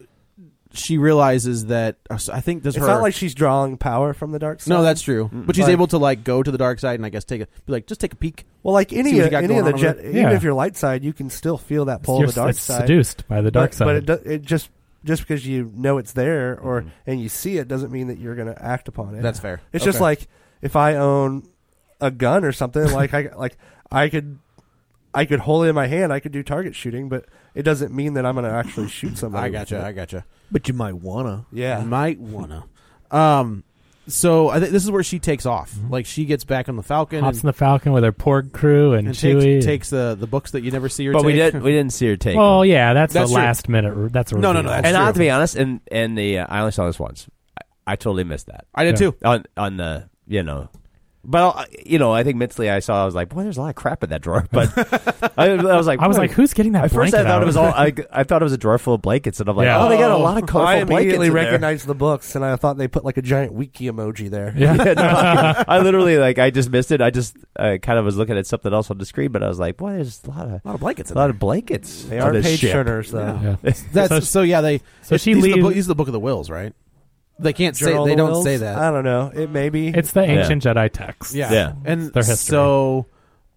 [SPEAKER 2] she realizes that uh, so I think does
[SPEAKER 8] It's
[SPEAKER 2] her.
[SPEAKER 8] not like she's drawing power from the dark side.
[SPEAKER 2] no, that's true. But she's
[SPEAKER 8] Like-
[SPEAKER 2] able to like go to the dark side and I guess take a be like just take a peek.
[SPEAKER 8] well, like
[SPEAKER 2] See
[SPEAKER 8] any
[SPEAKER 2] what you
[SPEAKER 8] of-
[SPEAKER 2] got
[SPEAKER 8] any of the
[SPEAKER 2] going on over
[SPEAKER 8] jet,
[SPEAKER 2] there.
[SPEAKER 8] even
[SPEAKER 10] Yeah.
[SPEAKER 8] if you're light side, you can still feel that pull
[SPEAKER 10] You're-
[SPEAKER 8] of the dark
[SPEAKER 10] it's
[SPEAKER 8] side.
[SPEAKER 10] seduced by the dark
[SPEAKER 8] but,
[SPEAKER 10] side.
[SPEAKER 8] but it do, it just just because you know it's there or and you see it doesn't mean that you're going to act upon it.
[SPEAKER 2] Mm-hmm. That's fair.
[SPEAKER 8] It's just
[SPEAKER 2] Okay.
[SPEAKER 8] like if I own a gun or something, like I like I could I could hold it in my hand, I could do target shooting, but it doesn't mean that I'm going to actually shoot somebody.
[SPEAKER 2] I
[SPEAKER 8] with
[SPEAKER 2] gotcha.
[SPEAKER 8] it.
[SPEAKER 2] I gotcha.
[SPEAKER 1] But you might wanna.
[SPEAKER 8] yeah.
[SPEAKER 2] might wanna. Um, so I think this is where she takes off. Like she gets back on the Falcon
[SPEAKER 10] Hops in
[SPEAKER 2] and,
[SPEAKER 10] the Falcon with her porg crew and,
[SPEAKER 2] and
[SPEAKER 10] Chewie.
[SPEAKER 2] takes,
[SPEAKER 10] and-
[SPEAKER 2] takes the the books that you never see her.
[SPEAKER 7] But we
[SPEAKER 2] take.
[SPEAKER 7] didn't. We didn't see her take.
[SPEAKER 10] well,
[SPEAKER 7] them.
[SPEAKER 10] yeah, that's,
[SPEAKER 2] That's
[SPEAKER 10] a
[SPEAKER 2] true.
[SPEAKER 10] last minute. re- That's a
[SPEAKER 2] No, no,
[SPEAKER 10] reveal.
[SPEAKER 2] no, that's
[SPEAKER 7] And I
[SPEAKER 2] true.
[SPEAKER 7] have to be honest, and and the uh, I only saw this once. I, I totally missed that.
[SPEAKER 2] I did
[SPEAKER 10] Yeah.
[SPEAKER 2] too.
[SPEAKER 7] on on the you know but I'll- you know i think mentally i saw i was like boy there's a lot of crap in that drawer but i, I was like
[SPEAKER 10] I was
[SPEAKER 7] boy.
[SPEAKER 10] like, who's getting that
[SPEAKER 7] at first
[SPEAKER 10] blanket
[SPEAKER 7] i thought
[SPEAKER 10] out?
[SPEAKER 7] it was all I, I thought it was a drawer full of blankets and i'm like
[SPEAKER 10] Yeah.
[SPEAKER 7] oh they got a lot of colorful
[SPEAKER 8] I
[SPEAKER 7] blankets
[SPEAKER 8] immediately
[SPEAKER 7] in there.
[SPEAKER 8] recognized the books, and I thought they put like a giant wiki emoji there.
[SPEAKER 10] yeah.
[SPEAKER 7] i literally like i just missed it i just uh, kind of was looking at something else on the screen but i was like boy there's a lot of
[SPEAKER 2] a lot of blankets.
[SPEAKER 7] a lot of blankets
[SPEAKER 8] They
[SPEAKER 7] on
[SPEAKER 8] are
[SPEAKER 7] this
[SPEAKER 8] page
[SPEAKER 7] ship.
[SPEAKER 8] turners, though.
[SPEAKER 10] Yeah.
[SPEAKER 2] That's so,
[SPEAKER 10] So-
[SPEAKER 2] yeah. They
[SPEAKER 10] so
[SPEAKER 2] it's-
[SPEAKER 10] she
[SPEAKER 2] these are the
[SPEAKER 10] leaves-
[SPEAKER 2] book- these are the book of the wills, right? They can't
[SPEAKER 8] Journal
[SPEAKER 2] say
[SPEAKER 8] of
[SPEAKER 2] they
[SPEAKER 8] the
[SPEAKER 2] don't
[SPEAKER 8] Wills?
[SPEAKER 2] say that.
[SPEAKER 8] I don't know. It may be.
[SPEAKER 10] It's the ancient Jedi text.
[SPEAKER 2] yeah,
[SPEAKER 7] Yeah.
[SPEAKER 2] And
[SPEAKER 10] their history.
[SPEAKER 2] so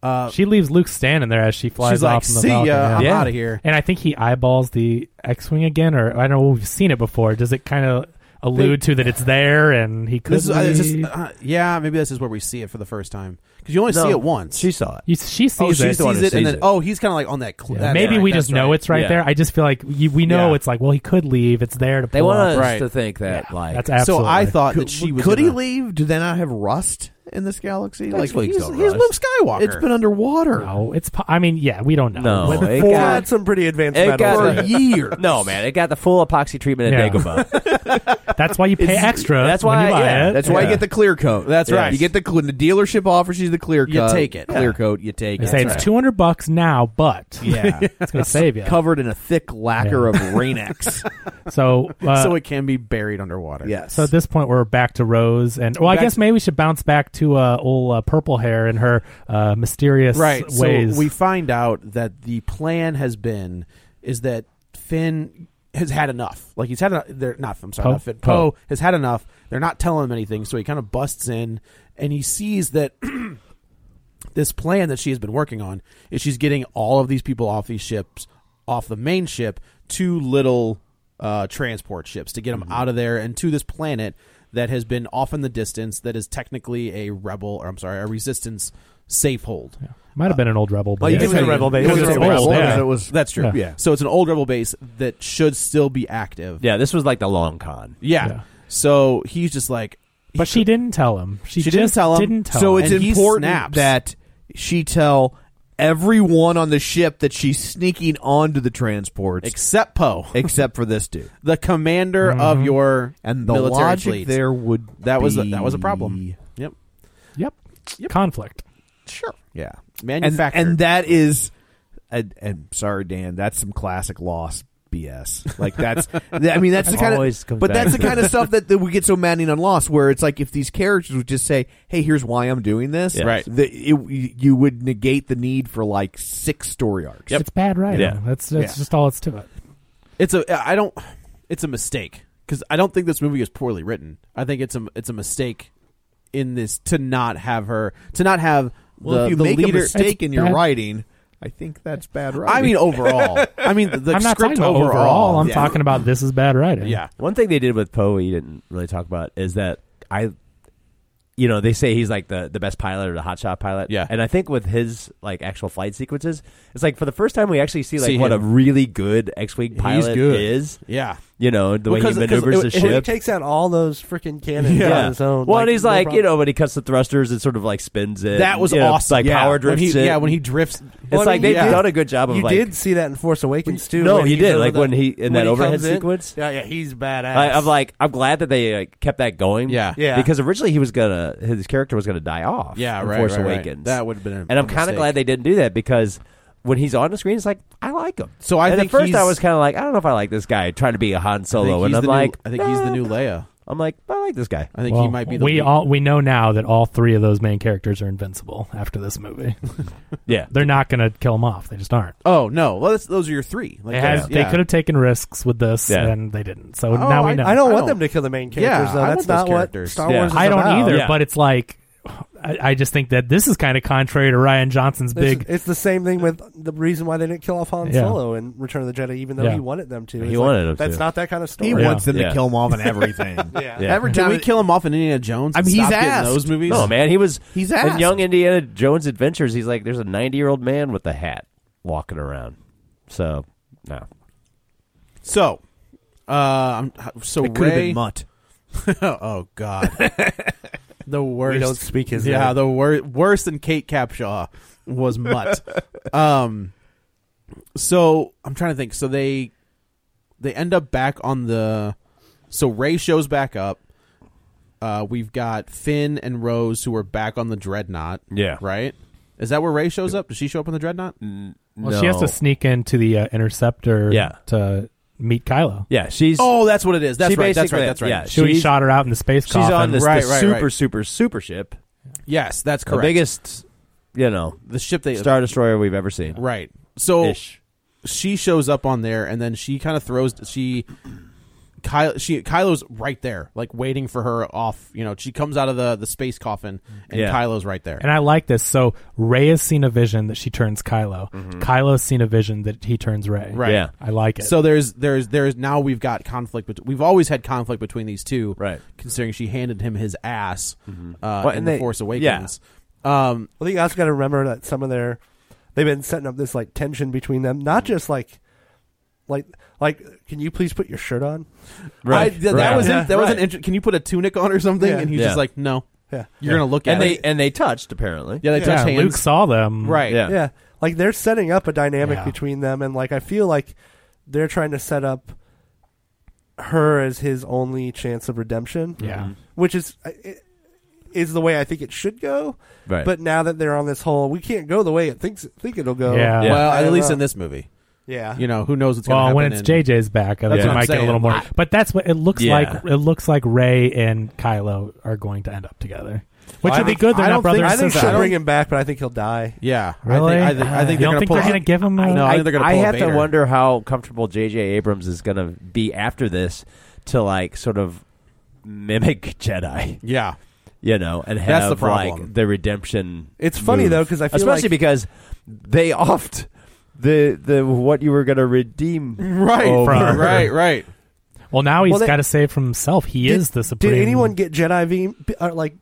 [SPEAKER 2] uh,
[SPEAKER 10] She leaves Luke standing there as she flies
[SPEAKER 2] she's
[SPEAKER 10] off
[SPEAKER 2] like,
[SPEAKER 10] in the
[SPEAKER 2] "See ya,
[SPEAKER 10] Falcon. yeah.
[SPEAKER 2] I'm
[SPEAKER 7] Yeah.
[SPEAKER 2] out of here."
[SPEAKER 10] And I think he eyeballs the X-wing again, or I don't know. We've seen it before. Does it kind of allude to that it's there and he could?
[SPEAKER 2] This is, uh, it's just,
[SPEAKER 10] leave?
[SPEAKER 2] uh, yeah, maybe this is where we see it for the first time because you only see
[SPEAKER 7] No,
[SPEAKER 2] it once.
[SPEAKER 7] she saw it
[SPEAKER 10] You- she sees
[SPEAKER 2] oh, she
[SPEAKER 10] it.
[SPEAKER 2] sees it,
[SPEAKER 7] sees
[SPEAKER 2] and then
[SPEAKER 7] it.
[SPEAKER 2] oh, he's kind of like on that. Cl- that's
[SPEAKER 10] Maybe
[SPEAKER 2] right,
[SPEAKER 10] we
[SPEAKER 2] that's
[SPEAKER 10] just know
[SPEAKER 2] right.
[SPEAKER 10] it's right
[SPEAKER 7] Yeah.
[SPEAKER 10] there. I just feel like you, we know
[SPEAKER 2] Yeah.
[SPEAKER 10] it's like, well, he could leave. It's there to pull up.
[SPEAKER 2] Right. to
[SPEAKER 7] think that like
[SPEAKER 10] That's absolutely.
[SPEAKER 2] So I thought that she
[SPEAKER 1] Could
[SPEAKER 2] was.
[SPEAKER 1] he
[SPEAKER 2] gonna-
[SPEAKER 1] leave? Do they not have rust in this galaxy?
[SPEAKER 7] Next
[SPEAKER 1] like
[SPEAKER 7] week's
[SPEAKER 1] he's,
[SPEAKER 7] don't
[SPEAKER 1] he's
[SPEAKER 7] rust.
[SPEAKER 1] Luke Skywalker. It's been underwater.
[SPEAKER 10] No, it's. po- I mean, yeah, we don't know.
[SPEAKER 7] No,
[SPEAKER 10] Whether-
[SPEAKER 7] it
[SPEAKER 8] Four
[SPEAKER 7] got-
[SPEAKER 8] had some pretty advanced
[SPEAKER 7] it
[SPEAKER 8] metals.
[SPEAKER 7] got-
[SPEAKER 8] in it.
[SPEAKER 1] Years.
[SPEAKER 7] no man it got the full epoxy treatment
[SPEAKER 10] Yeah.
[SPEAKER 7] at Dagobah
[SPEAKER 10] that's why you pay extra.
[SPEAKER 7] that's
[SPEAKER 10] when
[SPEAKER 7] why
[SPEAKER 10] you
[SPEAKER 7] I-
[SPEAKER 10] buy
[SPEAKER 7] yeah,
[SPEAKER 10] it.
[SPEAKER 1] That's why you
[SPEAKER 7] Yeah.
[SPEAKER 1] get the clear coat. That's
[SPEAKER 7] Yeah.
[SPEAKER 1] right. You get the cl- the dealership offers you the clear
[SPEAKER 2] You
[SPEAKER 1] coat.
[SPEAKER 2] take it.
[SPEAKER 1] Clear
[SPEAKER 2] Yeah.
[SPEAKER 1] coat. You take
[SPEAKER 10] They
[SPEAKER 1] it.
[SPEAKER 10] say it's two hundred bucks now, but
[SPEAKER 1] Yeah.
[SPEAKER 10] it's gonna save you.
[SPEAKER 1] covered in a thick lacquer of Rain-X.
[SPEAKER 10] So, uh,
[SPEAKER 2] so it can be buried underwater.
[SPEAKER 1] yes.
[SPEAKER 10] So at this point, we're back to Rose, and well, I
[SPEAKER 2] Back
[SPEAKER 10] guess
[SPEAKER 2] to-
[SPEAKER 10] maybe we should bounce back to uh, old uh, purple hair and her uh, mysterious
[SPEAKER 2] right.
[SPEAKER 10] ways.
[SPEAKER 2] So we find out that the plan has been is that Finn has had enough. Like he's had enough. They're not. I'm sorry.
[SPEAKER 10] Poe?
[SPEAKER 2] Not Finn. Poe
[SPEAKER 10] Poe.
[SPEAKER 2] has had enough. They're not telling him anything. So he kind of busts in and he sees that. This plan that she has been working on is she's getting all of these people off these ships, off the main ship, to little uh, transport ships to get them out of there and to this planet that has been off in the distance that is technically a rebel, or I'm sorry, a resistance safe hold. Oh,
[SPEAKER 10] might have been an old rebel, but
[SPEAKER 8] Well, you
[SPEAKER 10] yeah.
[SPEAKER 8] do have a rebel base.
[SPEAKER 2] It was
[SPEAKER 8] It's
[SPEAKER 2] an
[SPEAKER 8] a
[SPEAKER 2] old
[SPEAKER 8] rebel,
[SPEAKER 2] rebel,
[SPEAKER 8] yeah.
[SPEAKER 2] yeah.
[SPEAKER 1] It was-
[SPEAKER 2] that's true.
[SPEAKER 10] Yeah.
[SPEAKER 2] Yeah. So it's an old rebel base that should still be active.
[SPEAKER 7] yeah this was like the long con
[SPEAKER 2] Yeah.
[SPEAKER 10] Yeah.
[SPEAKER 2] So he's just like,
[SPEAKER 10] but she didn't tell him. She,
[SPEAKER 2] She
[SPEAKER 10] just
[SPEAKER 2] didn't tell him,
[SPEAKER 10] Didn't tell
[SPEAKER 1] so
[SPEAKER 10] him.
[SPEAKER 1] it's
[SPEAKER 2] And he
[SPEAKER 1] important
[SPEAKER 2] snaps.
[SPEAKER 1] that she tell everyone on the ship that she's sneaking onto the transports,
[SPEAKER 2] except Poe,
[SPEAKER 1] except for this dude. Mm-hmm.
[SPEAKER 2] the commander of your
[SPEAKER 1] And the
[SPEAKER 2] military
[SPEAKER 1] logic
[SPEAKER 2] fleet.
[SPEAKER 1] there would
[SPEAKER 2] that was a,
[SPEAKER 1] be-
[SPEAKER 2] that was a problem. Yep.
[SPEAKER 10] yep. conflict.
[SPEAKER 2] Sure.
[SPEAKER 1] Yeah, and
[SPEAKER 2] Manufactured.
[SPEAKER 1] and that is, and, and sorry, Dan, that's some classic loss BS. Like that's, I mean, that's the kind
[SPEAKER 7] Always
[SPEAKER 1] of,
[SPEAKER 7] comes
[SPEAKER 1] but
[SPEAKER 7] back
[SPEAKER 1] that's the
[SPEAKER 7] to
[SPEAKER 1] kind of stuff that, that we get so maddening on Lost, where it's like if these characters would just say, "Hey, here's why I'm doing this,"
[SPEAKER 7] Yeah. Right.
[SPEAKER 1] The, it, you would negate the need for like six story arcs.
[SPEAKER 10] It's bad writing.
[SPEAKER 7] Yeah.
[SPEAKER 10] That's that's
[SPEAKER 1] Yeah.
[SPEAKER 10] just all it's to it.
[SPEAKER 2] it's a I don't it's a mistake because I don't think this movie is poorly written. I think it's a it's a mistake in this to not have her to not have
[SPEAKER 1] Well,
[SPEAKER 2] the,
[SPEAKER 1] if you
[SPEAKER 2] the
[SPEAKER 1] make
[SPEAKER 2] leader.
[SPEAKER 1] a mistake
[SPEAKER 10] It's
[SPEAKER 1] in your
[SPEAKER 10] bad-
[SPEAKER 1] writing, I think that's bad writing.
[SPEAKER 2] I mean overall. I mean the
[SPEAKER 10] I'm not
[SPEAKER 2] script
[SPEAKER 10] talking about overall. I'm
[SPEAKER 2] yeah.
[SPEAKER 10] talking about this is bad writing.
[SPEAKER 2] yeah.
[SPEAKER 7] One thing they did with Poe we didn't really talk about is that I, you know, they say he's like the, the best pilot or the hotshot pilot.
[SPEAKER 2] Yeah.
[SPEAKER 7] And I think with his like actual flight sequences, it's like for the first time we actually see like
[SPEAKER 2] See
[SPEAKER 7] what
[SPEAKER 2] him.
[SPEAKER 7] a really good X-wing pilot
[SPEAKER 2] good.
[SPEAKER 7] is.
[SPEAKER 2] Yeah.
[SPEAKER 1] You know the
[SPEAKER 8] Well,
[SPEAKER 1] way
[SPEAKER 8] 'cause-
[SPEAKER 1] he
[SPEAKER 8] 'cause
[SPEAKER 1] maneuvers
[SPEAKER 8] it-
[SPEAKER 1] the
[SPEAKER 8] it-
[SPEAKER 1] ship.
[SPEAKER 8] He takes out all those freaking cannons on his own.
[SPEAKER 1] Well, and he's
[SPEAKER 8] no
[SPEAKER 1] like, you
[SPEAKER 8] problem.
[SPEAKER 1] know, when he cuts the thrusters, it sort of like spins it.
[SPEAKER 8] That was
[SPEAKER 1] You know,
[SPEAKER 8] awesome.
[SPEAKER 1] Like
[SPEAKER 8] Yeah,
[SPEAKER 1] power
[SPEAKER 8] when
[SPEAKER 1] drifts.
[SPEAKER 8] he-
[SPEAKER 1] it.
[SPEAKER 8] yeah, when he
[SPEAKER 2] drifts.
[SPEAKER 1] It's
[SPEAKER 8] Well, I
[SPEAKER 1] like
[SPEAKER 8] mean,
[SPEAKER 1] they've
[SPEAKER 8] yeah.
[SPEAKER 1] done a good job of
[SPEAKER 8] You
[SPEAKER 1] like.
[SPEAKER 8] did see that in Force Awakens too.
[SPEAKER 1] No,
[SPEAKER 8] when
[SPEAKER 1] you
[SPEAKER 8] he's
[SPEAKER 1] did,
[SPEAKER 8] over
[SPEAKER 1] like,
[SPEAKER 8] the-
[SPEAKER 1] when he- in that
[SPEAKER 8] he
[SPEAKER 1] overhead
[SPEAKER 8] comes
[SPEAKER 1] sequence?
[SPEAKER 8] Yeah, yeah, he's badass.
[SPEAKER 1] I, I'm like, I'm glad that they like, kept that going.
[SPEAKER 8] Yeah. Yeah.
[SPEAKER 1] Because originally he was gonna, his character was gonna die off.
[SPEAKER 2] Yeah,
[SPEAKER 1] in
[SPEAKER 2] right,
[SPEAKER 1] Force
[SPEAKER 2] right, right.
[SPEAKER 1] Awakens.
[SPEAKER 2] That would've been a
[SPEAKER 1] And I'm kind of
[SPEAKER 2] mistake.
[SPEAKER 1] glad they didn't do that because when he's on the screen, it's like I like him.
[SPEAKER 2] So I
[SPEAKER 1] and
[SPEAKER 2] think
[SPEAKER 1] at first I
[SPEAKER 2] he's-
[SPEAKER 1] was kind of like, I don't know if I like this guy trying to be a Han
[SPEAKER 2] I think
[SPEAKER 1] Solo, and
[SPEAKER 2] he's
[SPEAKER 1] I'm
[SPEAKER 2] the new-
[SPEAKER 1] like,
[SPEAKER 2] I think he's the new Leia.
[SPEAKER 1] I'm like, I like this guy.
[SPEAKER 2] I think he
[SPEAKER 7] Well,
[SPEAKER 2] might be the
[SPEAKER 7] we
[SPEAKER 2] lead.
[SPEAKER 7] all we know now that all three of those main characters are invincible after this movie.
[SPEAKER 1] yeah,
[SPEAKER 7] they're not going to kill them off. They just aren't.
[SPEAKER 2] Oh no! Well, that's, those are your three. Like,
[SPEAKER 7] It has-
[SPEAKER 2] that's-
[SPEAKER 7] They
[SPEAKER 2] yeah.
[SPEAKER 7] could have taken risks with this,
[SPEAKER 2] Yeah.
[SPEAKER 7] and they didn't. So
[SPEAKER 2] Oh,
[SPEAKER 7] now we
[SPEAKER 2] I-
[SPEAKER 7] know.
[SPEAKER 8] I don't want them to kill the main characters
[SPEAKER 2] Yeah,
[SPEAKER 8] though.
[SPEAKER 2] I
[SPEAKER 8] That's
[SPEAKER 2] want those
[SPEAKER 8] not what
[SPEAKER 2] characters.
[SPEAKER 8] Star
[SPEAKER 2] Yeah.
[SPEAKER 8] Wars. Is
[SPEAKER 7] I don't
[SPEAKER 8] about.
[SPEAKER 7] either.
[SPEAKER 8] Yeah.
[SPEAKER 7] But it's like I, I just think that this is kind of contrary to Ryan Johnson's
[SPEAKER 8] This is-
[SPEAKER 7] big.
[SPEAKER 8] It's, the same thing with the reason why they didn't kill off Han
[SPEAKER 7] Yeah.
[SPEAKER 8] Solo in Return of the Jedi, even though
[SPEAKER 7] Yeah.
[SPEAKER 8] he wanted them to.
[SPEAKER 1] He
[SPEAKER 8] It's
[SPEAKER 1] wanted
[SPEAKER 8] like,
[SPEAKER 1] them
[SPEAKER 8] That's
[SPEAKER 1] to.
[SPEAKER 8] not that kind of story.
[SPEAKER 11] He wants them
[SPEAKER 1] Yeah.
[SPEAKER 11] to kill him off in everything.
[SPEAKER 8] Yeah.
[SPEAKER 1] Yeah.
[SPEAKER 11] Every
[SPEAKER 2] Did
[SPEAKER 11] time
[SPEAKER 2] we kill him off in Indiana Jones?
[SPEAKER 11] I
[SPEAKER 2] and
[SPEAKER 11] mean, he's
[SPEAKER 2] stop getting
[SPEAKER 11] asked.
[SPEAKER 2] those movies.
[SPEAKER 1] No, man, he was.
[SPEAKER 11] He's
[SPEAKER 1] in
[SPEAKER 11] asked.
[SPEAKER 1] Young Indiana Jones Adventures. He's like, there's a 90 year old man with a hat walking around. So no,
[SPEAKER 2] So, uh, I'm, so
[SPEAKER 11] It could have
[SPEAKER 2] Ray.
[SPEAKER 11] been Mutt.
[SPEAKER 2] oh God, the worst.
[SPEAKER 8] We don't speak his
[SPEAKER 2] yeah,
[SPEAKER 8] name.
[SPEAKER 2] the wor- worse than Kate Capshaw was Mutt. um, so I'm trying to think. So they they end up back on the. So Ray shows back up. Uh, we've got Finn and Rose who are back on the dreadnought.
[SPEAKER 1] Yeah.
[SPEAKER 2] right. Is that where Ray shows up? Does she show up on the dreadnought?
[SPEAKER 7] well, she has to sneak into the uh, interceptor
[SPEAKER 1] Yeah.
[SPEAKER 7] to meet Kylo.
[SPEAKER 1] Yeah, she's.
[SPEAKER 2] Oh, that's what it is. That's
[SPEAKER 1] She
[SPEAKER 2] right. That's
[SPEAKER 1] basically-
[SPEAKER 2] right. That's right.
[SPEAKER 1] yeah,
[SPEAKER 7] She
[SPEAKER 1] she's-
[SPEAKER 7] shot her out in the space
[SPEAKER 1] she's
[SPEAKER 7] coffin.
[SPEAKER 1] on this,
[SPEAKER 2] Right,
[SPEAKER 1] this
[SPEAKER 2] right,
[SPEAKER 1] super
[SPEAKER 2] right.
[SPEAKER 1] super super ship.
[SPEAKER 2] Yes, that's
[SPEAKER 1] The
[SPEAKER 2] correct.
[SPEAKER 1] biggest, you know,
[SPEAKER 2] the ship they
[SPEAKER 1] star destroyer we've ever seen.
[SPEAKER 2] Right. So
[SPEAKER 1] Ish.
[SPEAKER 2] she shows up on there, and then she kind of throws she. Kylo, she Kylo's right there, like waiting for her off. You know, she comes out of the the space coffin, and
[SPEAKER 1] Yeah.
[SPEAKER 2] Kylo's right there.
[SPEAKER 7] And I like this. So Ray has seen a vision that she turns Kylo. Kylo's seen a vision that he turns Ray.
[SPEAKER 2] Right.
[SPEAKER 1] Yeah.
[SPEAKER 7] I like it.
[SPEAKER 2] so there's there's there's now we've got conflict. But we've always had conflict between these two,
[SPEAKER 1] Right. Mm-hmm.
[SPEAKER 2] Considering she handed him his ass uh,
[SPEAKER 1] Well,
[SPEAKER 2] in
[SPEAKER 1] and
[SPEAKER 2] the
[SPEAKER 1] they-
[SPEAKER 2] Force
[SPEAKER 1] yeah.
[SPEAKER 2] Awakens. Um,
[SPEAKER 8] I think you also got to remember that some of their they've been setting up this like tension between them, not just like like like can you please put your shirt on?
[SPEAKER 2] I, th- that
[SPEAKER 1] Right.
[SPEAKER 2] was in-
[SPEAKER 1] Yeah.
[SPEAKER 2] that was an
[SPEAKER 1] Right.
[SPEAKER 2] inter- Can you put a tunic on or something?
[SPEAKER 8] Yeah.
[SPEAKER 2] And he's
[SPEAKER 1] Yeah.
[SPEAKER 2] just like, no,
[SPEAKER 8] Yeah.
[SPEAKER 2] you're gonna look at
[SPEAKER 1] and they
[SPEAKER 2] it.
[SPEAKER 1] and they touched apparently.
[SPEAKER 2] yeah, they touch
[SPEAKER 7] yeah,
[SPEAKER 2] hands.
[SPEAKER 7] Luke saw them.
[SPEAKER 2] right.
[SPEAKER 1] Yeah.
[SPEAKER 8] Yeah. Like they're setting up a dynamic
[SPEAKER 7] Yeah.
[SPEAKER 8] between them and like I feel like they're trying to set up her as his only chance of redemption.
[SPEAKER 7] Yeah.
[SPEAKER 1] Mm-hmm.
[SPEAKER 7] Mhm.
[SPEAKER 8] Which is I- it- is the way I think it should go.
[SPEAKER 1] Right.
[SPEAKER 8] But now that they're on this whole we can't go the way it thinks think it'll go.
[SPEAKER 7] Yeah.
[SPEAKER 2] Well,
[SPEAKER 8] I
[SPEAKER 2] at
[SPEAKER 8] don't
[SPEAKER 2] least
[SPEAKER 8] know.
[SPEAKER 2] in this movie,
[SPEAKER 8] Yeah.
[SPEAKER 2] you know, who knows what's going to
[SPEAKER 7] Well,
[SPEAKER 2] happen.
[SPEAKER 7] when it's
[SPEAKER 2] in-
[SPEAKER 7] JJ's back, I think
[SPEAKER 2] That's
[SPEAKER 7] it
[SPEAKER 2] what I'm
[SPEAKER 7] might get a little
[SPEAKER 2] saying.
[SPEAKER 7] more.
[SPEAKER 2] I-
[SPEAKER 7] But that's what it looks
[SPEAKER 1] Yeah.
[SPEAKER 7] like. It looks like Ray and Kylo are going to end up together, which
[SPEAKER 2] I
[SPEAKER 7] would be
[SPEAKER 2] don't-
[SPEAKER 7] good. They're
[SPEAKER 2] I
[SPEAKER 7] not
[SPEAKER 2] don't
[SPEAKER 7] brother
[SPEAKER 2] think-
[SPEAKER 8] I
[SPEAKER 7] and
[SPEAKER 8] think
[SPEAKER 7] sister.
[SPEAKER 8] she'll bring him back, but I think he'll die.
[SPEAKER 2] Yeah,
[SPEAKER 7] Really?
[SPEAKER 2] I think I think, I
[SPEAKER 7] Uh,
[SPEAKER 2] think
[SPEAKER 7] you
[SPEAKER 2] they're
[SPEAKER 7] don't
[SPEAKER 2] going to
[SPEAKER 7] think
[SPEAKER 2] pull.
[SPEAKER 7] they're gonna
[SPEAKER 2] a-
[SPEAKER 7] give him a-
[SPEAKER 2] No, I, think they're going to
[SPEAKER 1] I
[SPEAKER 2] pull. a
[SPEAKER 1] have to
[SPEAKER 2] Vader.
[SPEAKER 1] wonder how comfortable J.J. Abrams is going to be after this to like sort of mimic Jedi,
[SPEAKER 2] Yeah,
[SPEAKER 1] you know, and have
[SPEAKER 2] That's the problem.
[SPEAKER 1] like the redemption.
[SPEAKER 8] It's funny,
[SPEAKER 1] move.
[SPEAKER 8] though, 'cause I feel
[SPEAKER 1] especially
[SPEAKER 8] like-
[SPEAKER 1] because they offed the the what you were going to redeem
[SPEAKER 2] right,
[SPEAKER 1] over.
[SPEAKER 7] From-
[SPEAKER 2] Oh, right, right.
[SPEAKER 7] Well, now he's
[SPEAKER 8] Well, they-
[SPEAKER 7] got to save from himself. He is the supreme.
[SPEAKER 8] Did anyone get Jedi v- or like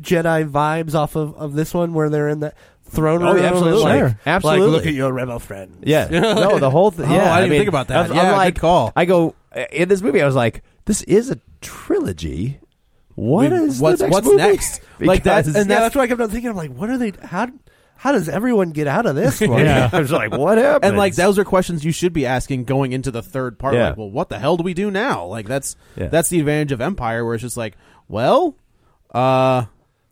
[SPEAKER 8] Jedi vibes off of, of this one where they're in the throne
[SPEAKER 1] Oh,
[SPEAKER 8] room?
[SPEAKER 1] absolutely.
[SPEAKER 8] Like,
[SPEAKER 1] Sure.
[SPEAKER 8] like,
[SPEAKER 1] Absolutely.
[SPEAKER 8] look at your rebel friend.
[SPEAKER 1] Yeah, no, the whole thing.
[SPEAKER 2] Oh,
[SPEAKER 1] Yeah,
[SPEAKER 2] I didn't
[SPEAKER 1] mean,
[SPEAKER 2] think about that.
[SPEAKER 1] I'm,
[SPEAKER 2] Yeah,
[SPEAKER 1] I'm
[SPEAKER 2] good
[SPEAKER 1] like,
[SPEAKER 2] call.
[SPEAKER 1] I go eh, in this movie. I was like, this is a trilogy. What
[SPEAKER 2] We-
[SPEAKER 1] is
[SPEAKER 2] what's-
[SPEAKER 1] the next
[SPEAKER 2] what's
[SPEAKER 1] movie?
[SPEAKER 2] next? Like that-
[SPEAKER 1] Because-
[SPEAKER 8] And that's why I kept on thinking, I'm like, what are they? How how does everyone get out of this one?
[SPEAKER 7] Yeah.
[SPEAKER 1] I was like, what happened?
[SPEAKER 2] And like those are questions you should be asking going into the third part.
[SPEAKER 1] Yeah.
[SPEAKER 2] Like, well, what the hell do we do now? Like that's
[SPEAKER 1] Yeah.
[SPEAKER 2] that's the advantage of Empire, where it's just like, well, uh,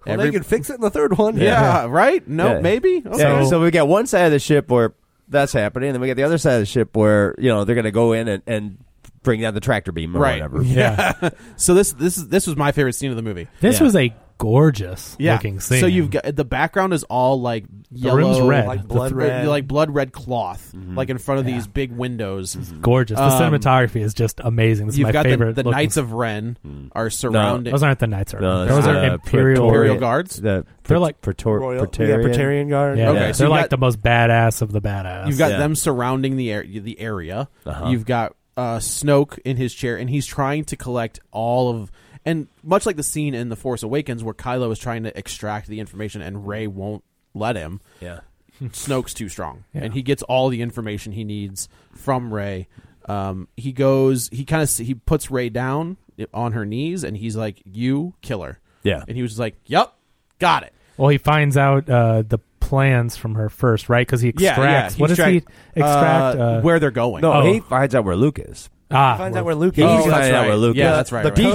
[SPEAKER 8] Well,
[SPEAKER 2] every-
[SPEAKER 8] they can fix it in the third one.
[SPEAKER 2] yeah, right? No,
[SPEAKER 1] Yeah.
[SPEAKER 2] maybe. Okay.
[SPEAKER 1] Yeah, so, we got one side of the ship where that's happening, and then we got the other side of the ship where you know they're going to go in and, and bring down the tractor beam or
[SPEAKER 2] Right.
[SPEAKER 1] whatever.
[SPEAKER 7] Yeah,
[SPEAKER 2] So this this is this was my favorite scene of the movie.
[SPEAKER 7] this
[SPEAKER 1] Yeah.
[SPEAKER 7] was a gorgeous
[SPEAKER 2] yeah.
[SPEAKER 7] looking scene.
[SPEAKER 2] So you've got the background is all like yellow,
[SPEAKER 7] room's red.
[SPEAKER 8] Like blood
[SPEAKER 2] the th-
[SPEAKER 8] red.
[SPEAKER 2] like blood red cloth, like in front of these big windows.
[SPEAKER 7] gorgeous. The
[SPEAKER 2] um,
[SPEAKER 7] cinematography is just amazing. This is
[SPEAKER 2] You've
[SPEAKER 7] my
[SPEAKER 2] got
[SPEAKER 7] favorite.
[SPEAKER 2] the, the
[SPEAKER 7] looking-
[SPEAKER 2] Knights of Ren
[SPEAKER 1] Hmm.
[SPEAKER 2] are surrounding.
[SPEAKER 7] Those aren't the knights. Are
[SPEAKER 1] No,
[SPEAKER 7] those
[SPEAKER 1] that's
[SPEAKER 7] are
[SPEAKER 1] the
[SPEAKER 7] imperial.
[SPEAKER 2] Imperial Guards?
[SPEAKER 1] The
[SPEAKER 7] They're like
[SPEAKER 1] Praetor-
[SPEAKER 8] Royal,
[SPEAKER 1] Praetorian.
[SPEAKER 8] yeah, Praeterian guard.
[SPEAKER 7] Yeah,
[SPEAKER 2] Okay,
[SPEAKER 7] they're
[SPEAKER 2] so you've
[SPEAKER 7] like
[SPEAKER 2] got-
[SPEAKER 7] the most badass of the badass.
[SPEAKER 2] You've got
[SPEAKER 1] Yeah.
[SPEAKER 2] them surrounding the area. The area.
[SPEAKER 1] Uh-huh.
[SPEAKER 2] You've got uh, Snoke in his chair, and he's trying to collect all of. And much like the scene in The Force Awakens, where Kylo is trying to extract the information, and Ray won't let him.
[SPEAKER 1] Yeah.
[SPEAKER 2] Snoke's too strong,
[SPEAKER 7] Yeah.
[SPEAKER 2] and he gets all the information he needs from Ray. Um, he goes, he kind of he puts Ray down on her knees, and he's like, "You kill her."
[SPEAKER 1] Yeah.
[SPEAKER 2] and he was just like, "Yep, got it."
[SPEAKER 7] Well, he finds out uh, the plans from her first, right? Because he extracts. What does
[SPEAKER 2] extract-
[SPEAKER 7] he extract?
[SPEAKER 2] uh, where they're going?
[SPEAKER 1] No,
[SPEAKER 7] Oh.
[SPEAKER 1] he finds out where Luke is.
[SPEAKER 7] ah,
[SPEAKER 12] finds
[SPEAKER 7] well,
[SPEAKER 12] out where Luke
[SPEAKER 1] He
[SPEAKER 12] is.
[SPEAKER 2] Oh,
[SPEAKER 1] finds
[SPEAKER 2] that's
[SPEAKER 1] out
[SPEAKER 2] right.
[SPEAKER 1] where Luke
[SPEAKER 2] Yeah,
[SPEAKER 1] is.
[SPEAKER 2] that's right,
[SPEAKER 1] The
[SPEAKER 2] right,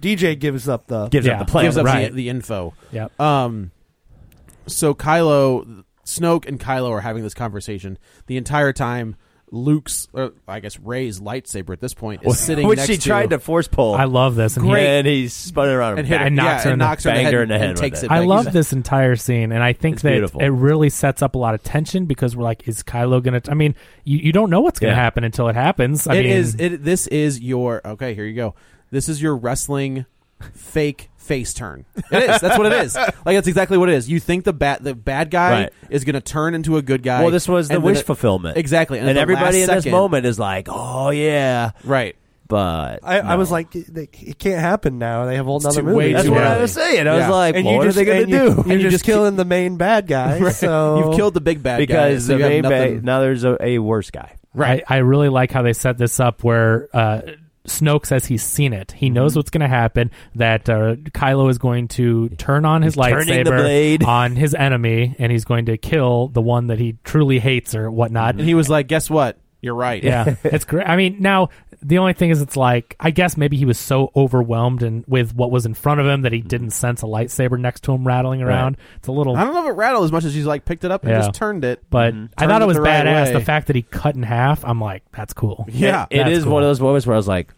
[SPEAKER 1] DJ
[SPEAKER 12] DJ gives up the
[SPEAKER 1] gives
[SPEAKER 7] Yeah.
[SPEAKER 1] up the plan.
[SPEAKER 2] gives up
[SPEAKER 7] Right.
[SPEAKER 2] the, the info.
[SPEAKER 7] Yep.
[SPEAKER 2] Um. So Kylo, Snoke, and Kylo are having this conversation the entire time. Luke's, or I guess Ray's lightsaber at this point is sitting
[SPEAKER 1] which
[SPEAKER 2] next
[SPEAKER 1] she tried to force pull.
[SPEAKER 7] I love this. And he-
[SPEAKER 1] And he spun it around. her
[SPEAKER 2] and hit
[SPEAKER 1] back.
[SPEAKER 2] her,
[SPEAKER 7] And knocks
[SPEAKER 2] yeah,
[SPEAKER 7] her in
[SPEAKER 2] and
[SPEAKER 7] the-
[SPEAKER 2] knocks her in the
[SPEAKER 1] Banged
[SPEAKER 2] head,
[SPEAKER 1] her in the head
[SPEAKER 2] and
[SPEAKER 1] with
[SPEAKER 2] takes
[SPEAKER 1] it.
[SPEAKER 2] it.
[SPEAKER 7] I
[SPEAKER 2] back.
[SPEAKER 7] love
[SPEAKER 2] He's-
[SPEAKER 7] this entire scene, and I think
[SPEAKER 1] It's
[SPEAKER 7] that
[SPEAKER 1] beautiful.
[SPEAKER 7] it really sets up a lot of tension because we're like, is Kylo gonna? I mean, you, you don't know what's gonna
[SPEAKER 1] Yeah.
[SPEAKER 7] happen until it happens. I
[SPEAKER 2] It
[SPEAKER 7] mean,
[SPEAKER 2] is- It, this is your okay. Here you go. This is your wrestling fake face turn. It is. That's what it is. Like that's exactly what it is. You think the bad the bad guy
[SPEAKER 1] Right.
[SPEAKER 2] is going to turn into a good guy.
[SPEAKER 1] Well, this was the
[SPEAKER 2] and then
[SPEAKER 1] wish
[SPEAKER 2] it-
[SPEAKER 1] fulfillment.
[SPEAKER 2] Exactly.
[SPEAKER 1] And,
[SPEAKER 2] at the last
[SPEAKER 1] everybody in this
[SPEAKER 2] second-
[SPEAKER 1] moment is like, oh, yeah.
[SPEAKER 2] right?
[SPEAKER 1] But.
[SPEAKER 12] I, I
[SPEAKER 1] no.
[SPEAKER 12] was like, it it can't happen now. They have whole nother
[SPEAKER 2] too-
[SPEAKER 12] movie.
[SPEAKER 2] way
[SPEAKER 1] that's
[SPEAKER 2] too
[SPEAKER 1] what
[SPEAKER 2] early.
[SPEAKER 1] I was saying. I
[SPEAKER 2] Yeah.
[SPEAKER 1] was like,
[SPEAKER 12] and
[SPEAKER 1] what
[SPEAKER 12] you
[SPEAKER 1] are
[SPEAKER 12] just,
[SPEAKER 1] they going
[SPEAKER 12] and
[SPEAKER 1] to
[SPEAKER 12] you-
[SPEAKER 1] do?
[SPEAKER 12] You're
[SPEAKER 2] you
[SPEAKER 12] just,
[SPEAKER 2] just ki-
[SPEAKER 12] killing the main bad guy. So
[SPEAKER 2] You've killed the big bad guy,
[SPEAKER 1] because
[SPEAKER 2] so
[SPEAKER 1] the
[SPEAKER 2] you have
[SPEAKER 1] main
[SPEAKER 2] nothing-
[SPEAKER 1] ba- now there's a, a worse guy.
[SPEAKER 7] right. I, I really like how they set this up where uh, Snoke says he's seen it. He knows what's going to happen. That uh, Kylo is going to turn on his
[SPEAKER 1] He's turning the
[SPEAKER 7] lightsaber
[SPEAKER 1] blade.
[SPEAKER 7] on his enemy, and he's going to kill the one that he truly hates or whatnot.
[SPEAKER 2] And he was like, "Guess what? You're right."
[SPEAKER 7] yeah, it's great. I mean, now the only thing is, it's like I guess maybe he was so overwhelmed and with what was in front of him that he didn't sense a lightsaber next to him rattling around. It's a little,
[SPEAKER 2] I don't know if it rattled as much as she's like picked it up and
[SPEAKER 7] Yeah.
[SPEAKER 2] just turned it.
[SPEAKER 7] but I
[SPEAKER 2] Turned
[SPEAKER 7] thought it was
[SPEAKER 2] the right
[SPEAKER 7] badass.
[SPEAKER 2] way.
[SPEAKER 7] The fact that he cut in half, I'm like, that's cool.
[SPEAKER 2] yeah,
[SPEAKER 1] It
[SPEAKER 7] That's
[SPEAKER 1] is
[SPEAKER 7] cool.
[SPEAKER 1] one of those moments where I was like,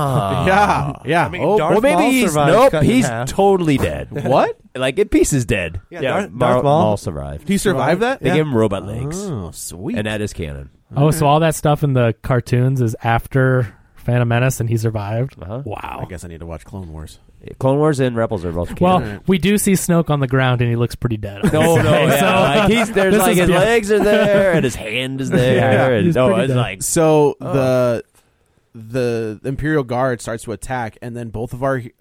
[SPEAKER 2] yeah, yeah. oh,
[SPEAKER 12] Darth
[SPEAKER 1] well, maybe
[SPEAKER 12] Maul
[SPEAKER 1] he's
[SPEAKER 12] survived
[SPEAKER 1] nope.
[SPEAKER 12] cut in
[SPEAKER 1] He's
[SPEAKER 12] half.
[SPEAKER 1] totally dead. what? Like in pieces dead. Yeah,
[SPEAKER 12] Darth- Darth Maul-
[SPEAKER 1] survived.
[SPEAKER 2] he survived that.
[SPEAKER 1] They
[SPEAKER 2] Yeah.
[SPEAKER 1] gave him robot legs,
[SPEAKER 2] Oh, sweet.
[SPEAKER 1] and that is canon.
[SPEAKER 7] Oh, so all that stuff in the cartoons is after Phantom Menace and he survived?
[SPEAKER 1] Uh-huh.
[SPEAKER 7] Wow.
[SPEAKER 2] I guess I need to watch Clone Wars.
[SPEAKER 1] Clone Wars and Rebels are both
[SPEAKER 7] Well,
[SPEAKER 1] canon.
[SPEAKER 7] we do see Snoke on the ground and he looks pretty dead.
[SPEAKER 1] no, no, yeah.
[SPEAKER 7] So-
[SPEAKER 1] like he's there's
[SPEAKER 7] This
[SPEAKER 1] like
[SPEAKER 7] is
[SPEAKER 1] his
[SPEAKER 7] beautiful.
[SPEAKER 1] legs are there and his hand is there,
[SPEAKER 7] Yeah,
[SPEAKER 1] and
[SPEAKER 7] he's
[SPEAKER 1] no,
[SPEAKER 7] pretty
[SPEAKER 1] it's
[SPEAKER 7] dead.
[SPEAKER 1] like uh.
[SPEAKER 2] So the the Imperial Guard starts to attack, and then both of our he-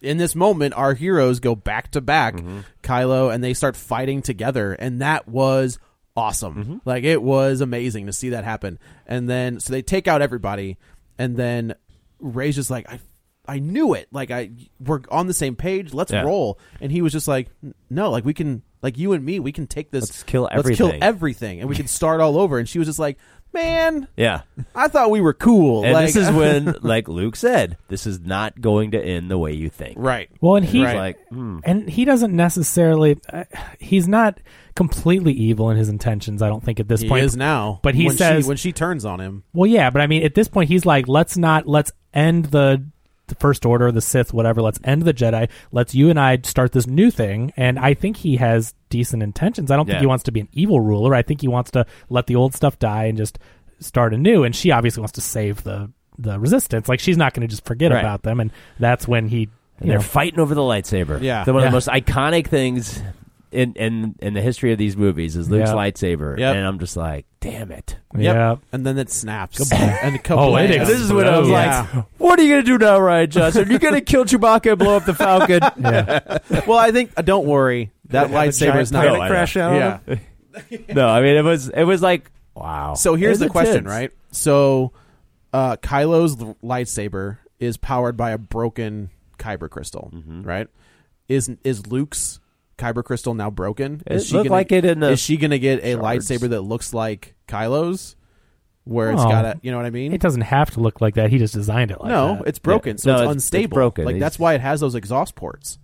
[SPEAKER 2] in this moment our heroes go back to back,
[SPEAKER 1] Mm-hmm.
[SPEAKER 2] Kylo, and they start fighting together, and that was awesome.
[SPEAKER 1] Mm-hmm.
[SPEAKER 2] Like it was amazing to see that happen. And then so they take out everybody, and then Ray's just like I. I knew it. Like I, we're on the same page. Let's
[SPEAKER 1] Yeah.
[SPEAKER 2] roll. And he was just like, "No, like we can, like you and me, we can take this.
[SPEAKER 1] Let's kill
[SPEAKER 2] Let's kill
[SPEAKER 1] everything."
[SPEAKER 2] everything, and we can start all over." And she was just like, "Man,
[SPEAKER 1] yeah.
[SPEAKER 2] I thought we were cool.
[SPEAKER 1] And
[SPEAKER 2] like,
[SPEAKER 1] this is when, like Luke said, this is not going to end the way you think.
[SPEAKER 2] right.
[SPEAKER 7] Well, and he
[SPEAKER 1] It's like hmm,
[SPEAKER 7] and he doesn't necessarily uh, he's not completely evil in his intentions. I don't think at this
[SPEAKER 2] He
[SPEAKER 7] point
[SPEAKER 2] is now,
[SPEAKER 7] But he
[SPEAKER 2] when
[SPEAKER 7] says-
[SPEAKER 2] she, when she turns on him,
[SPEAKER 7] Well, yeah, but I mean, at this point, he's like, let's not, let's end the, the First Order, the Sith, whatever. Let's end the Jedi. Let's you and I start this new thing. And I think he has decent intentions. I don't think
[SPEAKER 1] Yeah.
[SPEAKER 7] he wants to be an evil ruler. I think he wants to let the old stuff die and just start anew. And she obviously wants to save the the resistance. Like she's not going to just forget
[SPEAKER 1] Right.
[SPEAKER 7] about them. And that's when he,
[SPEAKER 1] and
[SPEAKER 7] you
[SPEAKER 1] they're
[SPEAKER 7] know,
[SPEAKER 1] fighting over the lightsaber.
[SPEAKER 2] Yeah.
[SPEAKER 1] the one
[SPEAKER 7] Yeah.
[SPEAKER 1] of the most iconic things in in in the history of these movies is Luke's
[SPEAKER 7] Yeah.
[SPEAKER 1] lightsaber.
[SPEAKER 2] Yep.
[SPEAKER 1] and I'm just like, damn it.
[SPEAKER 2] Yep.
[SPEAKER 7] yeah.
[SPEAKER 2] and then it snaps, and a couple.
[SPEAKER 7] Oh, it
[SPEAKER 2] lands.
[SPEAKER 7] is.
[SPEAKER 1] This is when I was
[SPEAKER 2] Yeah.
[SPEAKER 1] like, "What are you gonna do now, Ryan Johnson? You're gonna kill Chewbacca and blow up the Falcon?"
[SPEAKER 2] well, I think. Uh, don't worry, that lightsaber is not.
[SPEAKER 1] planet No, I know.
[SPEAKER 12] crash out on
[SPEAKER 2] Yeah.
[SPEAKER 1] no, I mean it was it was like wow.
[SPEAKER 2] So here's
[SPEAKER 1] It was
[SPEAKER 2] the question,
[SPEAKER 1] intense.
[SPEAKER 2] right? So, uh, Kylo's l- lightsaber is powered by a broken kyber crystal, right? Is is Luke's kyber crystal now broken?
[SPEAKER 1] It
[SPEAKER 2] is
[SPEAKER 1] looked
[SPEAKER 2] gonna,
[SPEAKER 1] like it in the
[SPEAKER 2] Is she going to get a
[SPEAKER 1] shards.
[SPEAKER 2] lightsaber that looks like Kylo's, where it's
[SPEAKER 7] Oh.
[SPEAKER 2] got a? You know what I mean?
[SPEAKER 7] it doesn't have to look like that. He just designed it like
[SPEAKER 2] no,
[SPEAKER 7] that.
[SPEAKER 2] it's broken,
[SPEAKER 1] Yeah.
[SPEAKER 2] so
[SPEAKER 1] No,
[SPEAKER 2] it's,
[SPEAKER 1] it's- it's
[SPEAKER 2] unstable.
[SPEAKER 1] broken.
[SPEAKER 2] Like
[SPEAKER 1] He's-
[SPEAKER 2] that's why it has those exhaust ports.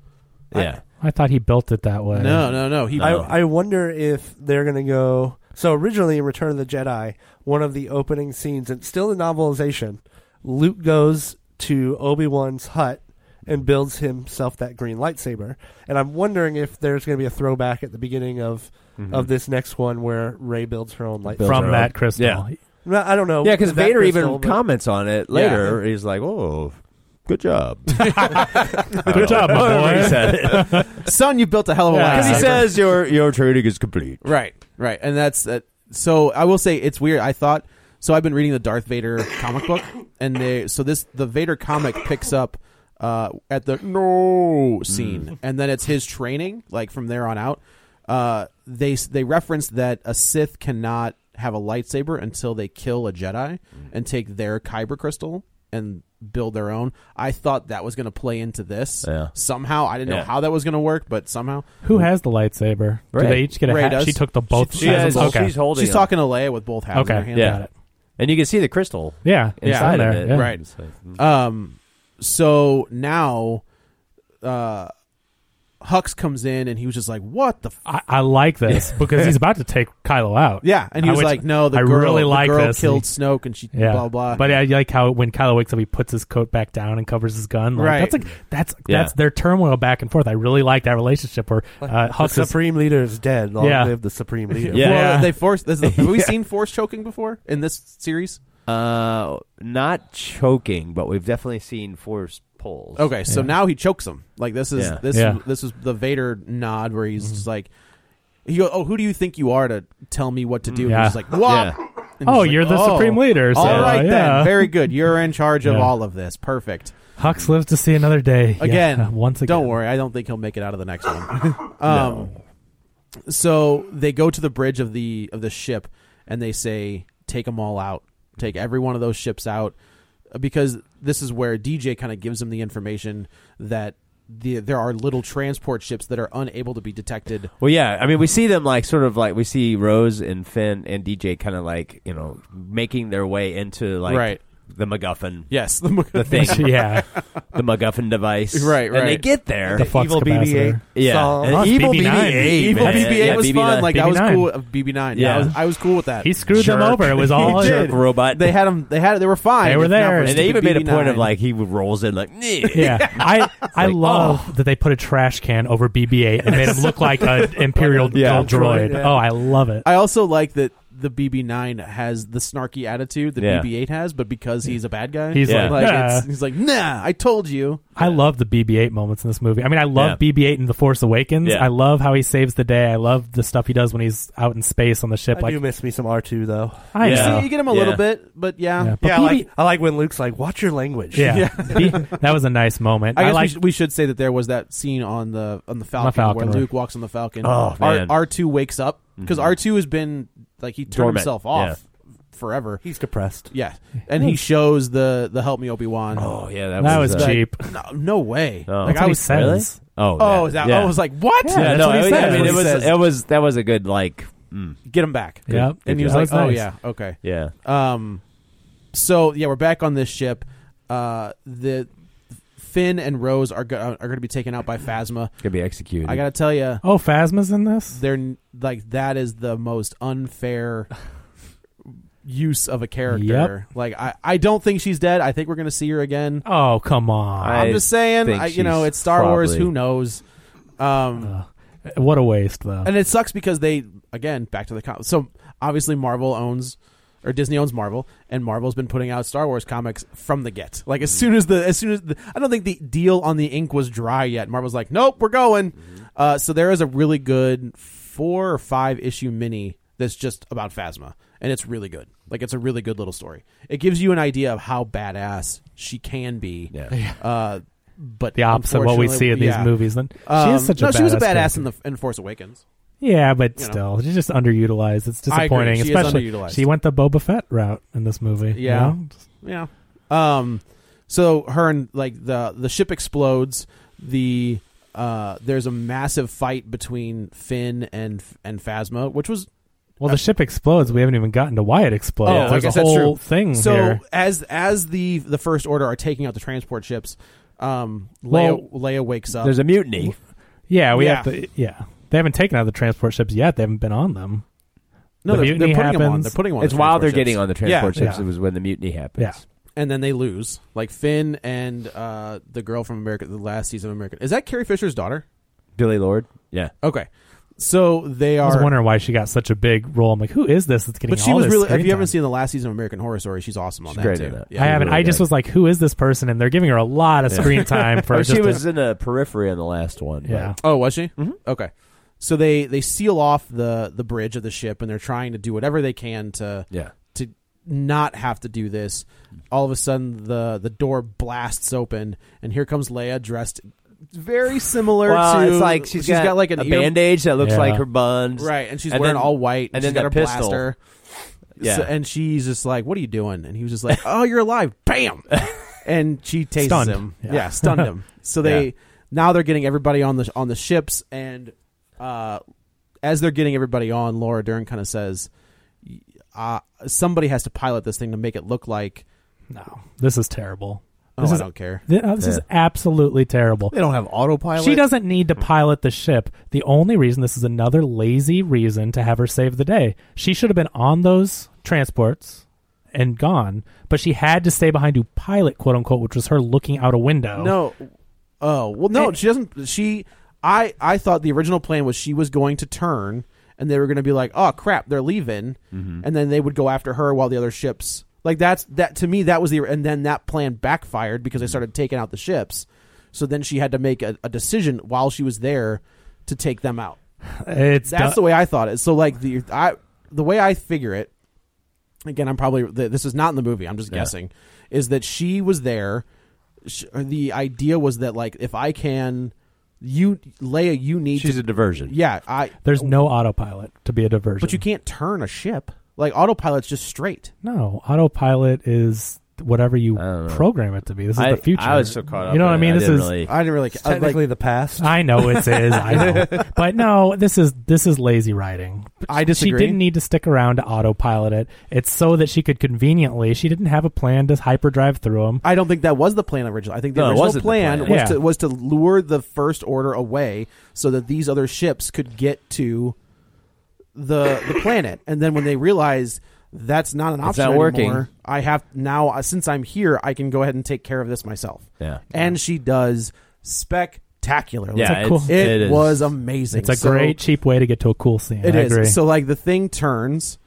[SPEAKER 1] Yeah,
[SPEAKER 7] I thought he built it that way.
[SPEAKER 2] No, no, no. He
[SPEAKER 1] Oh.
[SPEAKER 12] I, I wonder if they're going to go. So originally in Return of the Jedi, one of the opening scenes, and still the novelization, Luke goes to Obi Wan's hut and builds himself that green lightsaber. And I'm wondering if there's going to be a throwback at the beginning of
[SPEAKER 1] Mm-hmm.
[SPEAKER 12] of this next one where Ray builds her own lightsaber.
[SPEAKER 7] From that crystal.
[SPEAKER 1] Yeah.
[SPEAKER 12] No, I don't know.
[SPEAKER 1] yeah, because
[SPEAKER 12] that
[SPEAKER 1] Vader
[SPEAKER 12] crystal,
[SPEAKER 1] even
[SPEAKER 12] but-
[SPEAKER 1] comments on it later. He's like, "Oh, good job,
[SPEAKER 7] Good job, my boy.
[SPEAKER 2] son, you built a hell of a
[SPEAKER 7] Yeah.
[SPEAKER 1] Because
[SPEAKER 2] lightsaber.
[SPEAKER 1] he says your your training is complete.
[SPEAKER 2] right, right, and that's that. So I will say it's weird. I thought so. I've been reading the Darth Vader comic book, and they so this the Vader comic picks up uh, at the no scene,
[SPEAKER 1] Mm.
[SPEAKER 2] and then it's his training. Like from there on out, uh, they they reference that a Sith cannot have a lightsaber until they kill a Jedi
[SPEAKER 1] Mm.
[SPEAKER 2] and take their kyber crystal and build their own. I thought that was going to play into this
[SPEAKER 1] Yeah.
[SPEAKER 2] somehow. I didn't know
[SPEAKER 1] Yeah.
[SPEAKER 2] how that was going to work, but somehow
[SPEAKER 7] Who has the lightsaber? Do
[SPEAKER 1] Ray.
[SPEAKER 7] they each get a
[SPEAKER 2] Ray
[SPEAKER 7] hat?
[SPEAKER 2] does.
[SPEAKER 7] She took the both.
[SPEAKER 1] She
[SPEAKER 7] sides.
[SPEAKER 1] has,
[SPEAKER 7] okay.
[SPEAKER 1] She's holding.
[SPEAKER 2] she's
[SPEAKER 1] it.
[SPEAKER 2] talking to Leia with both hands.
[SPEAKER 7] Okay.
[SPEAKER 2] in her hand.
[SPEAKER 7] Yeah.
[SPEAKER 1] Yeah, and you can see the crystal
[SPEAKER 7] yeah, it's
[SPEAKER 1] inside
[SPEAKER 7] on
[SPEAKER 1] of
[SPEAKER 7] there.
[SPEAKER 1] it.
[SPEAKER 7] yeah.
[SPEAKER 2] Right.
[SPEAKER 1] It's like,
[SPEAKER 2] Um, so now, uh, Hux comes in and he was just like, "What the." F-?
[SPEAKER 7] I, I like this because he's about to take Kylo out.
[SPEAKER 2] Yeah, and he
[SPEAKER 7] I
[SPEAKER 2] was
[SPEAKER 7] would-
[SPEAKER 2] like, "No, the
[SPEAKER 7] I
[SPEAKER 2] girl,
[SPEAKER 7] really
[SPEAKER 2] the
[SPEAKER 7] like
[SPEAKER 2] girl
[SPEAKER 7] this.
[SPEAKER 2] killed Snoke, and she
[SPEAKER 7] Yeah.
[SPEAKER 2] blah blah."
[SPEAKER 7] But I like how when Kylo wakes up, he puts his coat back down and covers his gun. Like,
[SPEAKER 2] Right.
[SPEAKER 7] That's like that's
[SPEAKER 1] Yeah.
[SPEAKER 7] that's their turmoil back and forth. I really like that relationship where uh,
[SPEAKER 13] The
[SPEAKER 7] Hux is.
[SPEAKER 13] supreme leader is dead. Long
[SPEAKER 7] Yeah.
[SPEAKER 13] live the supreme leader.
[SPEAKER 1] Yeah.
[SPEAKER 2] Well, they force. This is, have we seen force choking before in this series?
[SPEAKER 1] uh, not choking, but we've definitely seen force pulls.
[SPEAKER 2] Okay, so now he chokes him. Like this is
[SPEAKER 1] Yeah. Mm-hmm.
[SPEAKER 2] this
[SPEAKER 7] Yeah.
[SPEAKER 2] this is the Vader nod where he's just like, he goes, "Oh, who do you think you are to tell me what to do?" And
[SPEAKER 7] Yeah.
[SPEAKER 2] he's like, "Wah."
[SPEAKER 1] Yeah.
[SPEAKER 2] And
[SPEAKER 7] Oh,
[SPEAKER 2] he's like,
[SPEAKER 7] you're the
[SPEAKER 2] "Oh,
[SPEAKER 7] supreme leader. So,
[SPEAKER 2] all right
[SPEAKER 7] yeah.
[SPEAKER 2] then, very good. You're in charge of
[SPEAKER 7] Yeah.
[SPEAKER 2] all of this. Perfect.
[SPEAKER 7] Hux lives to see another day. Yeah,
[SPEAKER 2] Again,
[SPEAKER 7] once again.
[SPEAKER 2] Don't worry, I don't think he'll make it out of the next one. um, So they go to the bridge of the of the ship, and they say, "Take them all out. Take every one of those ships out," Uh, because this is where DJ kind of gives them the information that the there are little transport ships that are unable to be detected.
[SPEAKER 1] Well, yeah. I mean, we see them like sort of like we see Rose and Finn and DJ kind of like you know making their way into like
[SPEAKER 2] Right.
[SPEAKER 1] the MacGuffin,
[SPEAKER 2] Yes,
[SPEAKER 1] the thing,
[SPEAKER 7] yeah,
[SPEAKER 1] the MacGuffin device,
[SPEAKER 2] Right,
[SPEAKER 1] And they
[SPEAKER 2] right.
[SPEAKER 1] get there.
[SPEAKER 7] the flux
[SPEAKER 13] Evil
[SPEAKER 7] capacitor.
[SPEAKER 13] BB-8.
[SPEAKER 1] yeah,
[SPEAKER 13] Saw-
[SPEAKER 1] And
[SPEAKER 7] Oh, it's
[SPEAKER 1] evil
[SPEAKER 7] BB-9.
[SPEAKER 1] evil
[SPEAKER 2] Evil
[SPEAKER 7] Yeah,
[SPEAKER 2] BB8
[SPEAKER 1] yeah,
[SPEAKER 2] was fun.
[SPEAKER 1] BB-9.
[SPEAKER 2] Like I was
[SPEAKER 7] BB-9.
[SPEAKER 2] cool. of BB9. Yeah,
[SPEAKER 1] Yeah.
[SPEAKER 2] I was, I was cool with that.
[SPEAKER 7] He screwed them
[SPEAKER 1] Jerk.
[SPEAKER 7] over. It was all.
[SPEAKER 1] He did. robot.
[SPEAKER 2] They had them. They had. They were fine.
[SPEAKER 7] They were
[SPEAKER 2] if not for
[SPEAKER 7] there.
[SPEAKER 1] and they even
[SPEAKER 2] stupid
[SPEAKER 1] made a point of
[SPEAKER 2] BB-9.
[SPEAKER 1] like he rolls in like, "Nyeh."
[SPEAKER 7] Yeah, I I love that they put a trash can over BB-8 and made him look like an Imperial
[SPEAKER 2] Yeah.
[SPEAKER 7] droid.
[SPEAKER 13] Yeah.
[SPEAKER 7] Oh, I love it.
[SPEAKER 2] I also like that the BB9 has the snarky attitude that
[SPEAKER 1] Yeah.
[SPEAKER 2] BB8 has, but because he's a bad guy,
[SPEAKER 7] He's
[SPEAKER 1] Yeah.
[SPEAKER 7] like, nah.
[SPEAKER 2] it's, he's like, nah, I told you.
[SPEAKER 7] I love the BB-8 moments in this movie. I mean, I love
[SPEAKER 1] Yeah.
[SPEAKER 7] BB-8 in The Force Awakens.
[SPEAKER 1] Yeah.
[SPEAKER 7] I love how he saves the day. I love the stuff he does when he's out in space on the ship.
[SPEAKER 13] I
[SPEAKER 7] like
[SPEAKER 13] do miss me some R two though.
[SPEAKER 7] I
[SPEAKER 1] Yeah.
[SPEAKER 7] know.
[SPEAKER 2] You get him a
[SPEAKER 1] Yeah.
[SPEAKER 2] little bit, but yeah,
[SPEAKER 7] Yeah, but
[SPEAKER 13] Yeah, I
[SPEAKER 7] BB
[SPEAKER 13] like, I like when Luke's like, "Watch your language."
[SPEAKER 7] yeah, B- that was a nice moment.
[SPEAKER 2] I
[SPEAKER 7] I,
[SPEAKER 2] guess we,
[SPEAKER 7] like.
[SPEAKER 2] should, we should say that there was that scene on the on the Falcon,
[SPEAKER 7] Falcon,
[SPEAKER 2] where
[SPEAKER 7] right.
[SPEAKER 2] Luke walks on the Falcon.
[SPEAKER 1] Oh, man. Mm-hmm.
[SPEAKER 2] R two wakes up because R two has been like he turned
[SPEAKER 1] Dormant,
[SPEAKER 2] himself off forever.
[SPEAKER 13] he's depressed.
[SPEAKER 2] Yeah, and he shows the the help me Obi Wan.
[SPEAKER 1] Oh yeah, that,
[SPEAKER 7] that
[SPEAKER 1] was,
[SPEAKER 7] was
[SPEAKER 1] uh,
[SPEAKER 7] cheap.
[SPEAKER 2] no, no way!
[SPEAKER 1] Oh.
[SPEAKER 2] Like
[SPEAKER 7] That's what
[SPEAKER 2] I
[SPEAKER 7] he
[SPEAKER 2] was
[SPEAKER 7] said.
[SPEAKER 1] Really?
[SPEAKER 7] Says.
[SPEAKER 1] Oh,
[SPEAKER 2] Oh, is that
[SPEAKER 1] yeah.
[SPEAKER 2] I was like, what?
[SPEAKER 7] Yeah, that's
[SPEAKER 1] no,
[SPEAKER 7] what he
[SPEAKER 1] I-
[SPEAKER 7] said.
[SPEAKER 1] I mean, it
[SPEAKER 7] That's what
[SPEAKER 1] was
[SPEAKER 7] he
[SPEAKER 1] it was that was a good like, mm,
[SPEAKER 2] get him back.
[SPEAKER 7] Yep.
[SPEAKER 2] And
[SPEAKER 7] Good
[SPEAKER 2] he was
[SPEAKER 7] job.
[SPEAKER 2] like,
[SPEAKER 7] That was
[SPEAKER 2] oh
[SPEAKER 7] nice.
[SPEAKER 2] yeah, okay.
[SPEAKER 1] yeah,
[SPEAKER 2] Um, so yeah, we're back on this ship. Uh, the Finn and Rose are go- are going to be taken out by Phasma.
[SPEAKER 1] could be executed.
[SPEAKER 2] I got to tell you,
[SPEAKER 7] Oh, Phasma's in this.
[SPEAKER 2] they're n- like that is the most unfair use of a character. Like I, I don't think she's dead. I think we're going to see her again.
[SPEAKER 7] Oh, come on!
[SPEAKER 1] I-
[SPEAKER 2] I'm just saying,
[SPEAKER 1] think
[SPEAKER 2] I, you know,
[SPEAKER 1] she's
[SPEAKER 2] it's Star Wars.
[SPEAKER 1] probably-
[SPEAKER 2] Who knows? Um,
[SPEAKER 7] what a waste, though.
[SPEAKER 2] and it sucks because they again back to the com- so obviously Marvel owns or Disney owns Marvel and Marvel's been putting out Star Wars comics from the get. Like as soon as the as soon as the, I don't think the deal on the ink was dry yet. Marvel's like, "Nope, we're going." Uh, so there is a really good 4 or 5 issue mini that's just about Phasma and it's really good. Like it's a really good little story. It gives you an idea of how badass she can be.
[SPEAKER 1] Yeah.
[SPEAKER 2] Uh but
[SPEAKER 7] the opposite of what we see in these
[SPEAKER 2] yeah.
[SPEAKER 7] movies. Then she
[SPEAKER 2] Um,
[SPEAKER 7] is such
[SPEAKER 2] no,
[SPEAKER 7] a badass
[SPEAKER 2] she was a badass
[SPEAKER 7] character.
[SPEAKER 2] in the in Force Awakens.
[SPEAKER 7] Yeah, but
[SPEAKER 2] You know.
[SPEAKER 7] still, she's just underutilized. It's
[SPEAKER 2] I agree.
[SPEAKER 7] disappointing,
[SPEAKER 2] She is
[SPEAKER 7] especially
[SPEAKER 2] underutilized.
[SPEAKER 7] she went the Boba Fett route in this movie. you
[SPEAKER 2] Yeah.
[SPEAKER 7] know?
[SPEAKER 2] Yeah. Um. So her and like the the ship explodes. The uh, there's a massive fight between Finn and and Phasma, which was
[SPEAKER 7] Well, the ship explodes. We haven't even gotten to why it explodes.
[SPEAKER 2] Uh, I
[SPEAKER 7] There's
[SPEAKER 2] guess
[SPEAKER 7] a
[SPEAKER 2] oh, that's
[SPEAKER 7] whole
[SPEAKER 2] true.
[SPEAKER 7] thing
[SPEAKER 2] So
[SPEAKER 7] here.
[SPEAKER 2] as as the the first order are taking out the transport ships, um, Leia Leia wakes up.
[SPEAKER 1] There's a mutiny.
[SPEAKER 7] Yeah, we
[SPEAKER 2] Yeah.
[SPEAKER 7] have to. Yeah, they haven't taken out the transport ships yet. They haven't been on them.
[SPEAKER 2] no,
[SPEAKER 7] the
[SPEAKER 2] they're, they're
[SPEAKER 7] mutiny
[SPEAKER 2] putting them on.
[SPEAKER 7] happens.
[SPEAKER 2] They're putting them on.
[SPEAKER 1] It's
[SPEAKER 2] the
[SPEAKER 1] while they're
[SPEAKER 2] transport
[SPEAKER 1] getting
[SPEAKER 2] ships.
[SPEAKER 1] on the transport
[SPEAKER 7] Yeah.
[SPEAKER 1] ships. It was when the mutiny happens.
[SPEAKER 7] Yeah.
[SPEAKER 2] and then they lose. Like Finn and uh, the girl from America, the last season of America. Is that Carrie Fisher's daughter?
[SPEAKER 1] Billy Lord. Yeah,
[SPEAKER 2] Okay, so they
[SPEAKER 7] I
[SPEAKER 2] are.
[SPEAKER 7] was wondering why she got such a big role. I'm like, who is this? That's getting.
[SPEAKER 2] But she
[SPEAKER 7] all
[SPEAKER 2] was
[SPEAKER 7] this
[SPEAKER 2] really.
[SPEAKER 7] screen
[SPEAKER 2] If you haven't
[SPEAKER 7] time?
[SPEAKER 2] seen the last season of American Horror Story, she's awesome on
[SPEAKER 1] She's
[SPEAKER 2] that
[SPEAKER 1] great
[SPEAKER 2] too.
[SPEAKER 1] at that.
[SPEAKER 2] Yeah.
[SPEAKER 7] I haven't.
[SPEAKER 1] really
[SPEAKER 7] I just
[SPEAKER 1] good.
[SPEAKER 7] was like, who is this person? And they're giving her a lot of screen time for.
[SPEAKER 1] Or she
[SPEAKER 7] just a-
[SPEAKER 1] was in a periphery in the last one. but-
[SPEAKER 7] yeah.
[SPEAKER 2] Oh, was she? Mm-hmm. Okay. So they they seal off the the bridge of the ship, and they're trying to do whatever they can to
[SPEAKER 1] yeah.
[SPEAKER 2] to not have to do this. All of a sudden, the the door blasts open, and here comes Leia dressed very similar to.
[SPEAKER 14] it's like she's got,
[SPEAKER 2] got like an
[SPEAKER 14] a
[SPEAKER 2] ear-
[SPEAKER 14] bandage that looks
[SPEAKER 7] Yeah.
[SPEAKER 14] like her buns,
[SPEAKER 2] Right, and she's wearing
[SPEAKER 14] then-
[SPEAKER 2] all white,
[SPEAKER 14] and
[SPEAKER 2] and,
[SPEAKER 14] then
[SPEAKER 2] she's got
[SPEAKER 14] that
[SPEAKER 2] her
[SPEAKER 14] pistol.
[SPEAKER 2] blaster.
[SPEAKER 14] Yeah.
[SPEAKER 2] So- and she's just like, "What are you doing?" And he was just like, "Oh, you're alive!" Bam, and she tases
[SPEAKER 7] Stunned.
[SPEAKER 2] him.
[SPEAKER 7] Yeah.
[SPEAKER 2] Yeah. stunned him. So they
[SPEAKER 14] Yeah.
[SPEAKER 2] now they're getting everybody on the on the ships, and uh, as they're getting everybody on, Laura Dern kind of says, y- uh, "Somebody has to pilot this thing to make it look like."
[SPEAKER 7] No, this is terrible.
[SPEAKER 2] Oh,
[SPEAKER 7] This
[SPEAKER 2] I
[SPEAKER 7] is
[SPEAKER 2] don't care.
[SPEAKER 7] Th- oh, This is absolutely terrible.
[SPEAKER 1] They don't have autopilot.
[SPEAKER 7] She doesn't need to pilot the ship. The only reason this is another lazy reason to have her save the day. She should have been on those transports and gone, but she had to stay behind to pilot, quote unquote, which was her looking out a window.
[SPEAKER 2] No. Oh well, no,
[SPEAKER 7] Eh.
[SPEAKER 2] she doesn't. She, I, I thought the original plan was she was going to turn, and they were going to be like, "Oh crap, they're leaving," and then they would go after her while the other ships. Like that's that to me that was the and then that plan backfired because they started taking out the ships, so then she had to make a, a decision while she was there to take them out.
[SPEAKER 7] it's
[SPEAKER 2] That's
[SPEAKER 7] du-
[SPEAKER 2] the way I thought it. So like the I the way I figure it, again, I'm probably th- this is not in the movie. I'm just guessing. Is that she was there? Sh- or the idea was that like if I can, you Leia, you need.
[SPEAKER 14] She's
[SPEAKER 2] to,
[SPEAKER 14] a diversion.
[SPEAKER 2] yeah, I.
[SPEAKER 7] there's no autopilot to be a diversion.
[SPEAKER 2] But you can't turn a ship. Like autopilot's just straight.
[SPEAKER 7] No, autopilot is whatever you
[SPEAKER 14] don't know.
[SPEAKER 7] program it to be. This is
[SPEAKER 14] I-
[SPEAKER 7] the future.
[SPEAKER 14] I was so caught up.
[SPEAKER 7] You know
[SPEAKER 14] in
[SPEAKER 7] what I
[SPEAKER 14] it,
[SPEAKER 7] mean? this
[SPEAKER 14] didn't
[SPEAKER 7] is.
[SPEAKER 14] really,
[SPEAKER 2] I didn't really.
[SPEAKER 8] It's
[SPEAKER 2] I, like,
[SPEAKER 8] technically the past.
[SPEAKER 7] I know it is. I know, but no, this is this is lazy writing.
[SPEAKER 2] I disagree.
[SPEAKER 7] She didn't need to stick around to autopilot it. It's so that she could conveniently. She didn't have a plan to hyperdrive through them.
[SPEAKER 2] I don't think that was the plan originally. I think the
[SPEAKER 14] No, it
[SPEAKER 2] original
[SPEAKER 14] wasn't the
[SPEAKER 2] plan,
[SPEAKER 14] plan.
[SPEAKER 2] was
[SPEAKER 7] Yeah.
[SPEAKER 2] to was to lure the first order away so that these other ships could get to the the planet. And then when they realize that's not an
[SPEAKER 14] It's
[SPEAKER 2] option
[SPEAKER 14] not working.
[SPEAKER 2] anymore, I have now uh, since I'm here, I can go ahead and take care of this myself.
[SPEAKER 14] Yeah.
[SPEAKER 2] And she does spectacularly.
[SPEAKER 14] yeah,
[SPEAKER 7] It's a cool-
[SPEAKER 14] it's-
[SPEAKER 2] It,
[SPEAKER 14] is.
[SPEAKER 2] was amazing.
[SPEAKER 7] It's a
[SPEAKER 2] So-
[SPEAKER 7] great cheap way to get to a cool scene.
[SPEAKER 2] it
[SPEAKER 7] I
[SPEAKER 2] is.
[SPEAKER 7] agree.
[SPEAKER 2] So like the thing turns,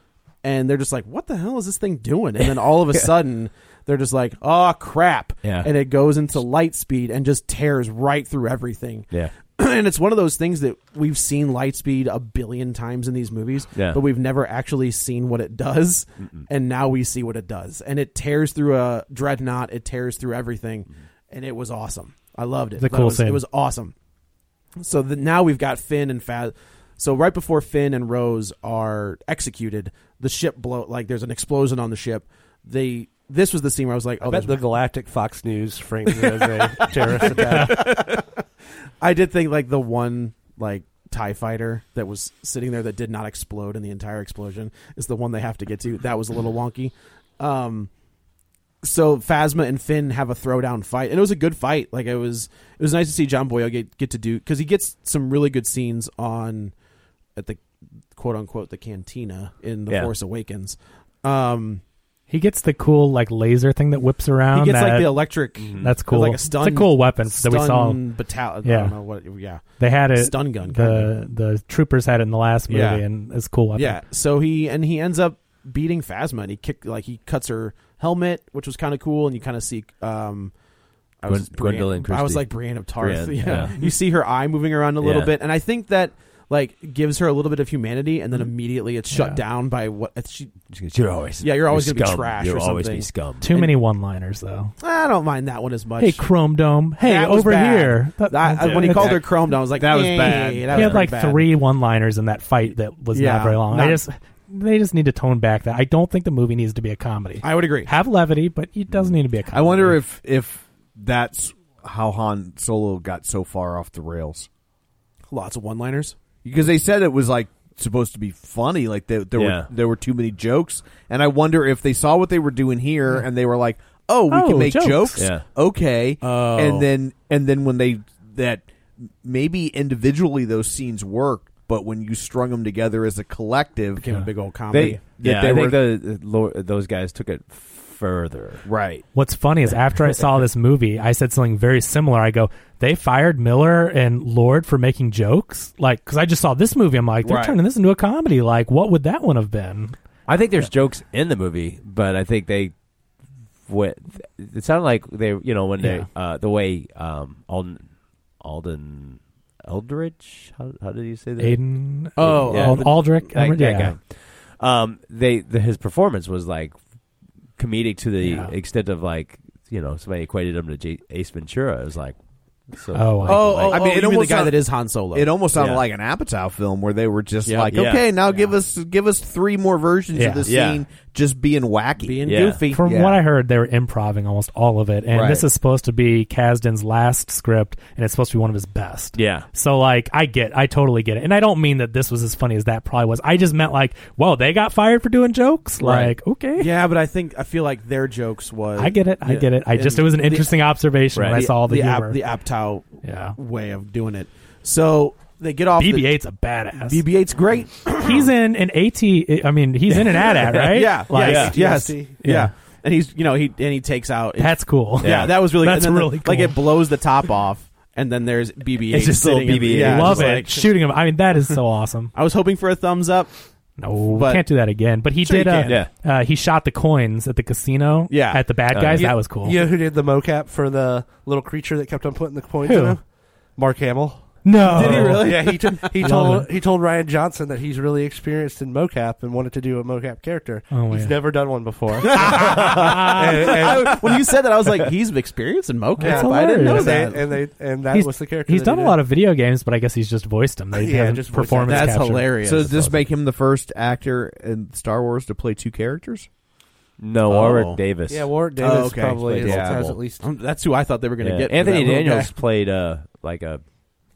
[SPEAKER 2] and they're just like, "What the hell is this thing doing?" And then all of a sudden, they're just like, "Oh crap!"
[SPEAKER 14] Yeah.
[SPEAKER 2] And it goes into light speed and just tears right through everything.
[SPEAKER 14] Yeah.
[SPEAKER 2] and it's one of those things that we've seen light speed a billion times in these movies,
[SPEAKER 14] Yeah.
[SPEAKER 2] but we've never actually seen what it does. And now we see what it does, and it tears through a dreadnought. It tears through everything,
[SPEAKER 14] Mm-hmm.
[SPEAKER 2] and it was awesome. I loved it.
[SPEAKER 7] It's a
[SPEAKER 2] That
[SPEAKER 7] cool
[SPEAKER 2] was-
[SPEAKER 7] scene.
[SPEAKER 2] It was awesome. So the, now we've got Finn and Faz. So right before Finn and Rose are executed, the ship blow like there's an explosion on the ship. They this was the scene where I was like,
[SPEAKER 8] I
[SPEAKER 2] oh,
[SPEAKER 8] bet the
[SPEAKER 2] there's-
[SPEAKER 8] Galactic Fox News framed it as a terrorist attack.
[SPEAKER 2] I did think like the one like Tie fighter that was sitting there that did not explode in the entire explosion is the one they have to get to. That was a little wonky. Um, so Phasma and Finn have a throwdown fight, and it was a good fight. Like it was, it was nice to see John Boyle get get to do because he gets some really good scenes on at the quote unquote the cantina in the
[SPEAKER 14] Yeah.
[SPEAKER 2] Force Awakens. Um,
[SPEAKER 7] he gets the cool like laser thing that whips around.
[SPEAKER 2] he gets
[SPEAKER 7] that,
[SPEAKER 2] like the electric.
[SPEAKER 7] that's cool.
[SPEAKER 2] like a stun.
[SPEAKER 7] it's a cool weapon that we saw.
[SPEAKER 2] Battalion. I
[SPEAKER 7] Yeah.
[SPEAKER 2] don't know what. Yeah,
[SPEAKER 7] They had it.
[SPEAKER 2] stun gun. kinda.
[SPEAKER 7] The the troopers had it in the last movie,
[SPEAKER 2] Yeah.
[SPEAKER 7] and it's a cool weapon.
[SPEAKER 2] Yeah. So he and he ends up beating Phasma, and he kick like he cuts her helmet, which was kind of cool, and you kind of see. Um, I was
[SPEAKER 14] Gwen- Gwendolyn
[SPEAKER 2] Brienne- I was
[SPEAKER 14] Christie.
[SPEAKER 2] like Brienne of Tarth.
[SPEAKER 14] Brienne,
[SPEAKER 2] yeah.
[SPEAKER 14] yeah.
[SPEAKER 2] You see her eye moving around a little
[SPEAKER 14] Yeah.
[SPEAKER 2] bit, and I think that like gives her a little bit of humanity, and then
[SPEAKER 14] Mm-hmm.
[SPEAKER 2] immediately it's shut
[SPEAKER 7] Yeah.
[SPEAKER 2] down by what if she.
[SPEAKER 14] You're always
[SPEAKER 2] Yeah, you're always gonna be
[SPEAKER 14] scum.
[SPEAKER 2] trash
[SPEAKER 14] You'll
[SPEAKER 2] or
[SPEAKER 14] always
[SPEAKER 2] something.
[SPEAKER 14] be scum.
[SPEAKER 7] Too many one liners though.
[SPEAKER 2] I don't mind that one as much.
[SPEAKER 7] Hey, Chrome Dome. Hey,
[SPEAKER 2] That was
[SPEAKER 7] over
[SPEAKER 2] bad.
[SPEAKER 7] here. That-
[SPEAKER 2] That- uh,
[SPEAKER 7] that's
[SPEAKER 2] when he
[SPEAKER 7] it.
[SPEAKER 2] called her chromed, I was like,
[SPEAKER 1] That was
[SPEAKER 2] "Hey,
[SPEAKER 1] bad.
[SPEAKER 2] That
[SPEAKER 7] he
[SPEAKER 2] was
[SPEAKER 7] had like
[SPEAKER 2] bad."
[SPEAKER 7] three one-liners in that fight that was
[SPEAKER 2] Yeah,
[SPEAKER 7] not very long. I
[SPEAKER 2] not-
[SPEAKER 7] just they just need to tone back that. I don't think the movie needs to be a comedy.
[SPEAKER 2] I would agree.
[SPEAKER 7] Have levity, but it doesn't need to be a comedy.
[SPEAKER 1] I wonder if if that's how Han Solo got so far off the rails
[SPEAKER 2] Lots of one-liners.
[SPEAKER 1] because they said it was like supposed to be funny, like there there
[SPEAKER 14] Yeah.
[SPEAKER 1] were there were too many jokes, and I wonder if they saw what they were doing here and they were like, oh, we
[SPEAKER 7] Oh,
[SPEAKER 1] can make
[SPEAKER 7] jokes.
[SPEAKER 1] jokes,
[SPEAKER 14] Yeah.
[SPEAKER 1] okay,
[SPEAKER 2] Oh.
[SPEAKER 1] and then and then when they that maybe individually those scenes work, but when you strung them together as a collective,
[SPEAKER 2] Became a big old
[SPEAKER 14] They,
[SPEAKER 2] comedy.
[SPEAKER 1] That
[SPEAKER 14] yeah,
[SPEAKER 1] they
[SPEAKER 14] I think the, the, lo- those guys took it further.
[SPEAKER 1] right.
[SPEAKER 7] What's funny is after I saw this movie, I said something very similar. I go, they fired Miller and Lord for making jokes, like because I just saw this movie. I'm like, they're
[SPEAKER 1] Right.
[SPEAKER 7] turning this into a comedy. Like, what would that one have been?
[SPEAKER 14] I think there's jokes in the movie, but I think they what it sounded like they you know when they
[SPEAKER 7] Yeah.
[SPEAKER 14] uh, the way um, Alden Alden Eldridge how, how did you say that
[SPEAKER 7] Aiden,
[SPEAKER 14] Oh,
[SPEAKER 7] Al-
[SPEAKER 14] Alden-
[SPEAKER 7] Aldrich,
[SPEAKER 14] That-
[SPEAKER 7] Elmer-
[SPEAKER 14] that
[SPEAKER 7] yeah.
[SPEAKER 14] guy. Um, they the, his performance was like comedic to the
[SPEAKER 7] Yeah.
[SPEAKER 14] extent of like you know somebody equated him to J- Ace Ventura. It was like
[SPEAKER 7] Oh,
[SPEAKER 2] So, like-
[SPEAKER 6] Oh,
[SPEAKER 2] like-
[SPEAKER 6] oh,
[SPEAKER 1] I mean,
[SPEAKER 6] oh,
[SPEAKER 1] it
[SPEAKER 6] you mean
[SPEAKER 1] almost
[SPEAKER 6] the guy
[SPEAKER 1] sound-
[SPEAKER 6] that is Han Solo.
[SPEAKER 1] It almost sounded
[SPEAKER 6] Yeah.
[SPEAKER 1] like
[SPEAKER 6] an Apatow film where they were just like okay, now give us give us three more versions
[SPEAKER 7] Yeah.
[SPEAKER 6] of this
[SPEAKER 7] Yeah.
[SPEAKER 6] scene, just being wacky, being
[SPEAKER 7] From what I heard, they were improvising almost all of it, and
[SPEAKER 6] Right.
[SPEAKER 7] this is supposed to be Kasdan's last script, and it's supposed to be one of his best.
[SPEAKER 2] Yeah.
[SPEAKER 7] So like, I get, I totally get it, and I don't mean that this was as funny as that probably was. I just meant like, whoa, they got fired for doing jokes. Like, okay,
[SPEAKER 1] Yeah, but I think I feel like their jokes was.
[SPEAKER 7] I get it, I get it. I just- it was an interesting observation when I saw all the
[SPEAKER 1] ap-
[SPEAKER 7] humor.
[SPEAKER 1] the Aptow
[SPEAKER 7] Yeah.
[SPEAKER 1] way of doing it. So they get off.
[SPEAKER 7] BB-8's
[SPEAKER 1] the,
[SPEAKER 7] a badass.
[SPEAKER 1] BB-8's great.
[SPEAKER 7] he's in an AT. I mean, he's in an ad ad, right?
[SPEAKER 1] yeah,
[SPEAKER 7] Like,
[SPEAKER 1] yes, yes, yeah. And he's you know he and he takes out.
[SPEAKER 7] That's cool.
[SPEAKER 1] Yeah,
[SPEAKER 7] Yeah.
[SPEAKER 1] that was really.
[SPEAKER 7] That's
[SPEAKER 1] and then
[SPEAKER 7] really
[SPEAKER 1] Like
[SPEAKER 7] cool.
[SPEAKER 1] it blows the top off, and then there's BB-8.
[SPEAKER 7] It's just
[SPEAKER 1] sitting
[SPEAKER 7] little
[SPEAKER 1] in-
[SPEAKER 7] BB-8.
[SPEAKER 1] Yeah,
[SPEAKER 7] Love
[SPEAKER 1] just
[SPEAKER 7] it.
[SPEAKER 1] like-
[SPEAKER 7] Shooting him. I mean, that is so awesome.
[SPEAKER 1] I was hoping for a thumbs up.
[SPEAKER 7] No,
[SPEAKER 1] But-
[SPEAKER 7] we can't do that again. But he
[SPEAKER 1] Sure
[SPEAKER 7] did.
[SPEAKER 1] you
[SPEAKER 7] Uh,
[SPEAKER 1] can. Yeah.
[SPEAKER 7] uh, he shot the coins at the casino.
[SPEAKER 1] Yeah.
[SPEAKER 7] at the bad
[SPEAKER 1] Uh,
[SPEAKER 7] guys.
[SPEAKER 1] you-
[SPEAKER 7] that was cool.
[SPEAKER 4] You know who did the mocap for the little creature that kept on putting the coins
[SPEAKER 7] Who?
[SPEAKER 4] in him? Mark Hamill. Uh,
[SPEAKER 7] No.
[SPEAKER 1] Did he really?
[SPEAKER 4] Yeah, he, t- he
[SPEAKER 7] Love
[SPEAKER 4] told
[SPEAKER 7] it.
[SPEAKER 4] he told Ryan Johnson that he's really experienced in mocap and wanted to do a mocap character.
[SPEAKER 7] Oh,
[SPEAKER 4] he's
[SPEAKER 7] yeah.
[SPEAKER 4] never done one before.
[SPEAKER 7] Uh,
[SPEAKER 1] I- when you said that, I was like, he's experienced in mocap.
[SPEAKER 7] That's
[SPEAKER 1] I didn't know
[SPEAKER 7] hilarious.
[SPEAKER 4] and, they, and
[SPEAKER 1] that.
[SPEAKER 4] they and that
[SPEAKER 7] He's-
[SPEAKER 4] was the character.
[SPEAKER 7] He's
[SPEAKER 4] that he
[SPEAKER 7] done a
[SPEAKER 4] did.
[SPEAKER 7] lot of video games, but I guess he's just voiced them. They
[SPEAKER 4] Yeah,
[SPEAKER 7] haven't
[SPEAKER 4] just voiced them.
[SPEAKER 7] performance.
[SPEAKER 1] That's
[SPEAKER 7] capture.
[SPEAKER 1] hilarious.
[SPEAKER 6] So does this make him the first actor in Star Wars to play two characters?
[SPEAKER 2] no,
[SPEAKER 1] Oh.
[SPEAKER 2] Warwick Davis.
[SPEAKER 4] Yeah, Warwick Davis
[SPEAKER 1] okay.
[SPEAKER 4] probably is,
[SPEAKER 1] Yeah.
[SPEAKER 4] has at least.
[SPEAKER 1] Um, that's who I thought they were going to
[SPEAKER 2] Yeah.
[SPEAKER 1] get. for
[SPEAKER 2] Anthony
[SPEAKER 1] that little
[SPEAKER 2] Daniels
[SPEAKER 1] guy.
[SPEAKER 2] played uh, like a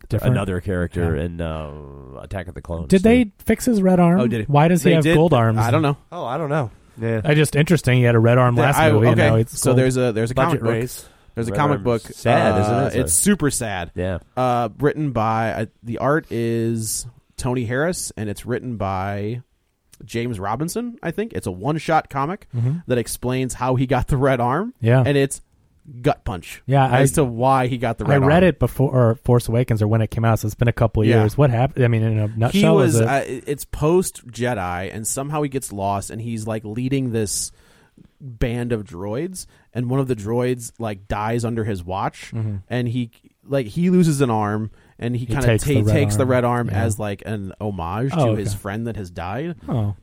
[SPEAKER 7] Different.
[SPEAKER 2] another character in uh, Attack of the Clones.
[SPEAKER 7] Did they fix his red arm?
[SPEAKER 1] Oh, did it?
[SPEAKER 7] Why does he
[SPEAKER 1] They
[SPEAKER 7] have
[SPEAKER 1] did-
[SPEAKER 7] gold arms?
[SPEAKER 1] I don't know.
[SPEAKER 4] Oh, I don't know.
[SPEAKER 2] Yeah.
[SPEAKER 7] I just interesting. He had a red arm last
[SPEAKER 1] I-
[SPEAKER 7] movie. and
[SPEAKER 1] okay,
[SPEAKER 7] now it's
[SPEAKER 1] so
[SPEAKER 7] gold.
[SPEAKER 1] there's a there's a
[SPEAKER 4] Budget
[SPEAKER 1] comic book.
[SPEAKER 4] raise.
[SPEAKER 1] There's a
[SPEAKER 2] Red
[SPEAKER 1] comic
[SPEAKER 2] Arm's
[SPEAKER 1] book.
[SPEAKER 2] sad,
[SPEAKER 1] uh,
[SPEAKER 2] isn't it? It's a-
[SPEAKER 1] It's super sad.
[SPEAKER 2] Yeah.
[SPEAKER 1] Uh, written by uh, the art is Tony Harris, and it's written by James Robinson. I think it's a one shot comic that explains how he got the red arm.
[SPEAKER 7] Mm-hmm. Yeah.
[SPEAKER 1] and it's gut punch.
[SPEAKER 7] Yeah, I-
[SPEAKER 1] as to why he got the
[SPEAKER 7] I
[SPEAKER 1] red.
[SPEAKER 7] read
[SPEAKER 1] arm.
[SPEAKER 7] it before or Force Awakens or when it came out. So it's been a couple
[SPEAKER 1] Yeah.
[SPEAKER 7] years. What happened? I mean, in a
[SPEAKER 1] he
[SPEAKER 7] nutshell,
[SPEAKER 1] was
[SPEAKER 7] is it-
[SPEAKER 1] uh, it's post jedi and somehow he gets lost and he's like leading this band of droids and one of the droids like dies under his watch
[SPEAKER 7] Mm-hmm.
[SPEAKER 1] and he like he loses an arm and he, kind of
[SPEAKER 7] takes
[SPEAKER 1] ta-
[SPEAKER 7] the red
[SPEAKER 1] takes the
[SPEAKER 7] arm.
[SPEAKER 1] red arm
[SPEAKER 7] Yeah.
[SPEAKER 1] as like an homage to
[SPEAKER 7] Oh,
[SPEAKER 1] his
[SPEAKER 7] okay.
[SPEAKER 1] friend that has died
[SPEAKER 7] oh,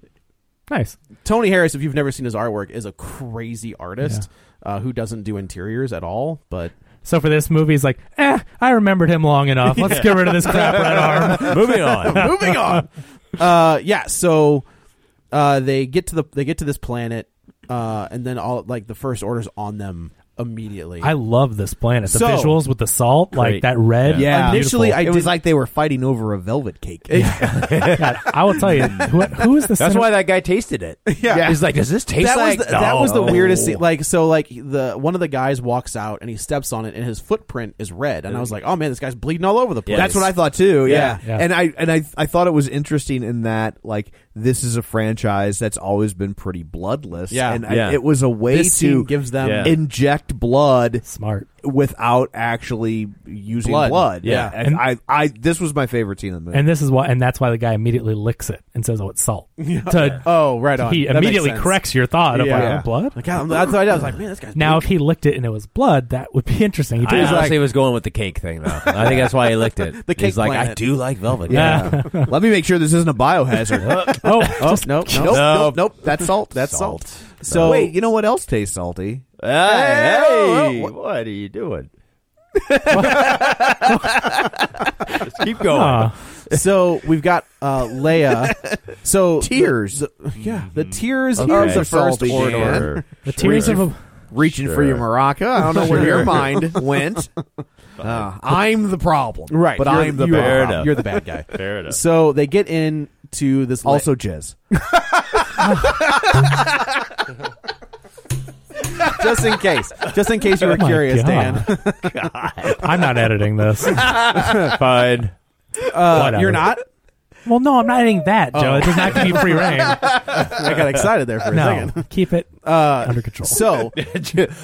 [SPEAKER 7] nice.
[SPEAKER 1] tony harris if you've never seen his artwork is a crazy artist uh, who doesn't do interiors at all but
[SPEAKER 7] So for this movie, he's like, eh, I remembered him long enough. Let's get rid of this crap red arm.
[SPEAKER 2] Moving
[SPEAKER 1] Oh,
[SPEAKER 2] on.
[SPEAKER 1] moving on. Uh, yeah. So uh, they get to the they get to this planet, uh, and then all like the first orders on them immediately.
[SPEAKER 7] I love this planet. The
[SPEAKER 1] So-
[SPEAKER 7] visuals with the salt, like
[SPEAKER 2] Great.
[SPEAKER 7] that red.
[SPEAKER 1] Yeah.
[SPEAKER 7] beautiful.
[SPEAKER 1] Initially, I
[SPEAKER 6] it was
[SPEAKER 1] did-
[SPEAKER 6] like they were fighting over a velvet cake.
[SPEAKER 7] God, I will tell you, who, who is the
[SPEAKER 2] That's
[SPEAKER 7] cine-
[SPEAKER 2] why that guy tasted it.
[SPEAKER 1] Yeah.
[SPEAKER 2] He's like, does this taste
[SPEAKER 1] that
[SPEAKER 2] like
[SPEAKER 1] was the, that was the
[SPEAKER 2] No.
[SPEAKER 1] weirdest scene. Like so, like the one of the guys walks out and he steps on it, and his footprint is red. And I was like, oh man, this guy's bleeding all over the place.
[SPEAKER 6] That's what I thought too. Yeah.
[SPEAKER 7] Yeah. Yeah.
[SPEAKER 6] And I and I I thought it was interesting in that like this is a franchise that's always been pretty bloodless.
[SPEAKER 1] Yeah.
[SPEAKER 6] And
[SPEAKER 2] Yeah.
[SPEAKER 6] I, it was a way
[SPEAKER 1] This
[SPEAKER 6] to
[SPEAKER 1] scene gives them-
[SPEAKER 2] Yeah.
[SPEAKER 6] inject blood
[SPEAKER 7] Smart.
[SPEAKER 6] without actually using
[SPEAKER 1] Blood.
[SPEAKER 6] blood.
[SPEAKER 1] Yeah.
[SPEAKER 6] And, I I this was my favorite scene in the movie.
[SPEAKER 7] And this is why, and that's why the guy immediately licks it and says, "Oh, it's salt." To-
[SPEAKER 1] Oh, right on.
[SPEAKER 7] He
[SPEAKER 1] That makes
[SPEAKER 7] immediately
[SPEAKER 1] sense.
[SPEAKER 7] corrects your thought of like,
[SPEAKER 1] Yeah.
[SPEAKER 7] "Oh, blood.
[SPEAKER 1] Like, God, I'm- that's what I did. I was like, man, this guy's
[SPEAKER 7] Now, if he licked it and it was blood, that would be interesting. He
[SPEAKER 2] I
[SPEAKER 7] did-
[SPEAKER 2] honestly was going with the cake thing though. I think that's why he licked it.
[SPEAKER 1] The cake
[SPEAKER 2] He's like, I
[SPEAKER 1] planet.
[SPEAKER 2] do like velvet.
[SPEAKER 7] Yeah.
[SPEAKER 6] Let me make sure this isn't a biohazard.
[SPEAKER 7] Uh, oh,
[SPEAKER 1] Oh, no, no,
[SPEAKER 6] nope,
[SPEAKER 2] No.
[SPEAKER 6] nope, nope. That's salt. That's
[SPEAKER 2] Salt.
[SPEAKER 6] salt.
[SPEAKER 1] So-
[SPEAKER 6] wait, you know what else tastes salty?
[SPEAKER 2] Hey, hey,
[SPEAKER 6] oh,
[SPEAKER 2] what,
[SPEAKER 6] what-
[SPEAKER 2] are you doing? Just keep going.
[SPEAKER 7] Aw.
[SPEAKER 1] so we've got uh, Leia. So
[SPEAKER 6] Tears.
[SPEAKER 1] the- the- yeah, the tears
[SPEAKER 2] Okay.
[SPEAKER 1] are the
[SPEAKER 6] Tears are
[SPEAKER 1] first
[SPEAKER 6] salty,
[SPEAKER 1] order.
[SPEAKER 6] Dan.
[SPEAKER 7] the tears of a
[SPEAKER 6] Reaching for
[SPEAKER 2] Sure.
[SPEAKER 6] your maraca. I don't know where your mind went. Uh, I'm the problem.
[SPEAKER 1] Right,
[SPEAKER 6] But
[SPEAKER 1] you're-
[SPEAKER 6] I'm the
[SPEAKER 1] you are-
[SPEAKER 2] Fair
[SPEAKER 6] problem.
[SPEAKER 2] enough.
[SPEAKER 1] You're the bad guy.
[SPEAKER 2] Fair enough.
[SPEAKER 1] So they get in to this. la-
[SPEAKER 6] Also, jizz.
[SPEAKER 1] just in case, just in case you were
[SPEAKER 7] oh my
[SPEAKER 1] curious, Dan.
[SPEAKER 7] God. I'm not editing this.
[SPEAKER 2] Fine. Uh,
[SPEAKER 7] Whatever.
[SPEAKER 1] You're not.
[SPEAKER 7] Well, no, I'm not editing that, Joe. It does not give you free reign.
[SPEAKER 1] I got excited there for Oh. a
[SPEAKER 7] No,
[SPEAKER 1] second. Uh,
[SPEAKER 7] keep it under control.
[SPEAKER 1] So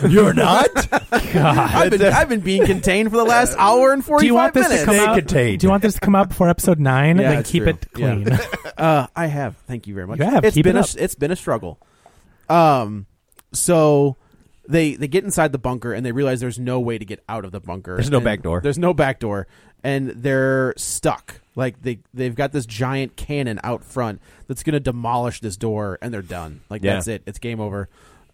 [SPEAKER 2] You're not.
[SPEAKER 1] I've been I've been being contained for the last hour and forty
[SPEAKER 7] do you want
[SPEAKER 1] five
[SPEAKER 7] this
[SPEAKER 1] minutes.
[SPEAKER 7] to come out?
[SPEAKER 2] contain.
[SPEAKER 7] Do you want this to come out before episode nine?
[SPEAKER 1] Yeah,
[SPEAKER 7] then
[SPEAKER 1] it's
[SPEAKER 7] keep
[SPEAKER 1] true.
[SPEAKER 7] it clean.
[SPEAKER 1] Uh, I have. Thank you very much.
[SPEAKER 7] You have.
[SPEAKER 1] It's
[SPEAKER 7] Keep
[SPEAKER 1] been
[SPEAKER 7] it
[SPEAKER 1] a,
[SPEAKER 7] up.
[SPEAKER 1] it's been a struggle. Um, so they they get inside the bunker and they realize there's no way to get out of the bunker.
[SPEAKER 2] There's no
[SPEAKER 1] And
[SPEAKER 2] back door.
[SPEAKER 1] There's no back door, and they're stuck. Like they they've got this giant cannon out front that's gonna demolish this door, and they're done. Like
[SPEAKER 2] Yeah.
[SPEAKER 1] that's it. It's game over.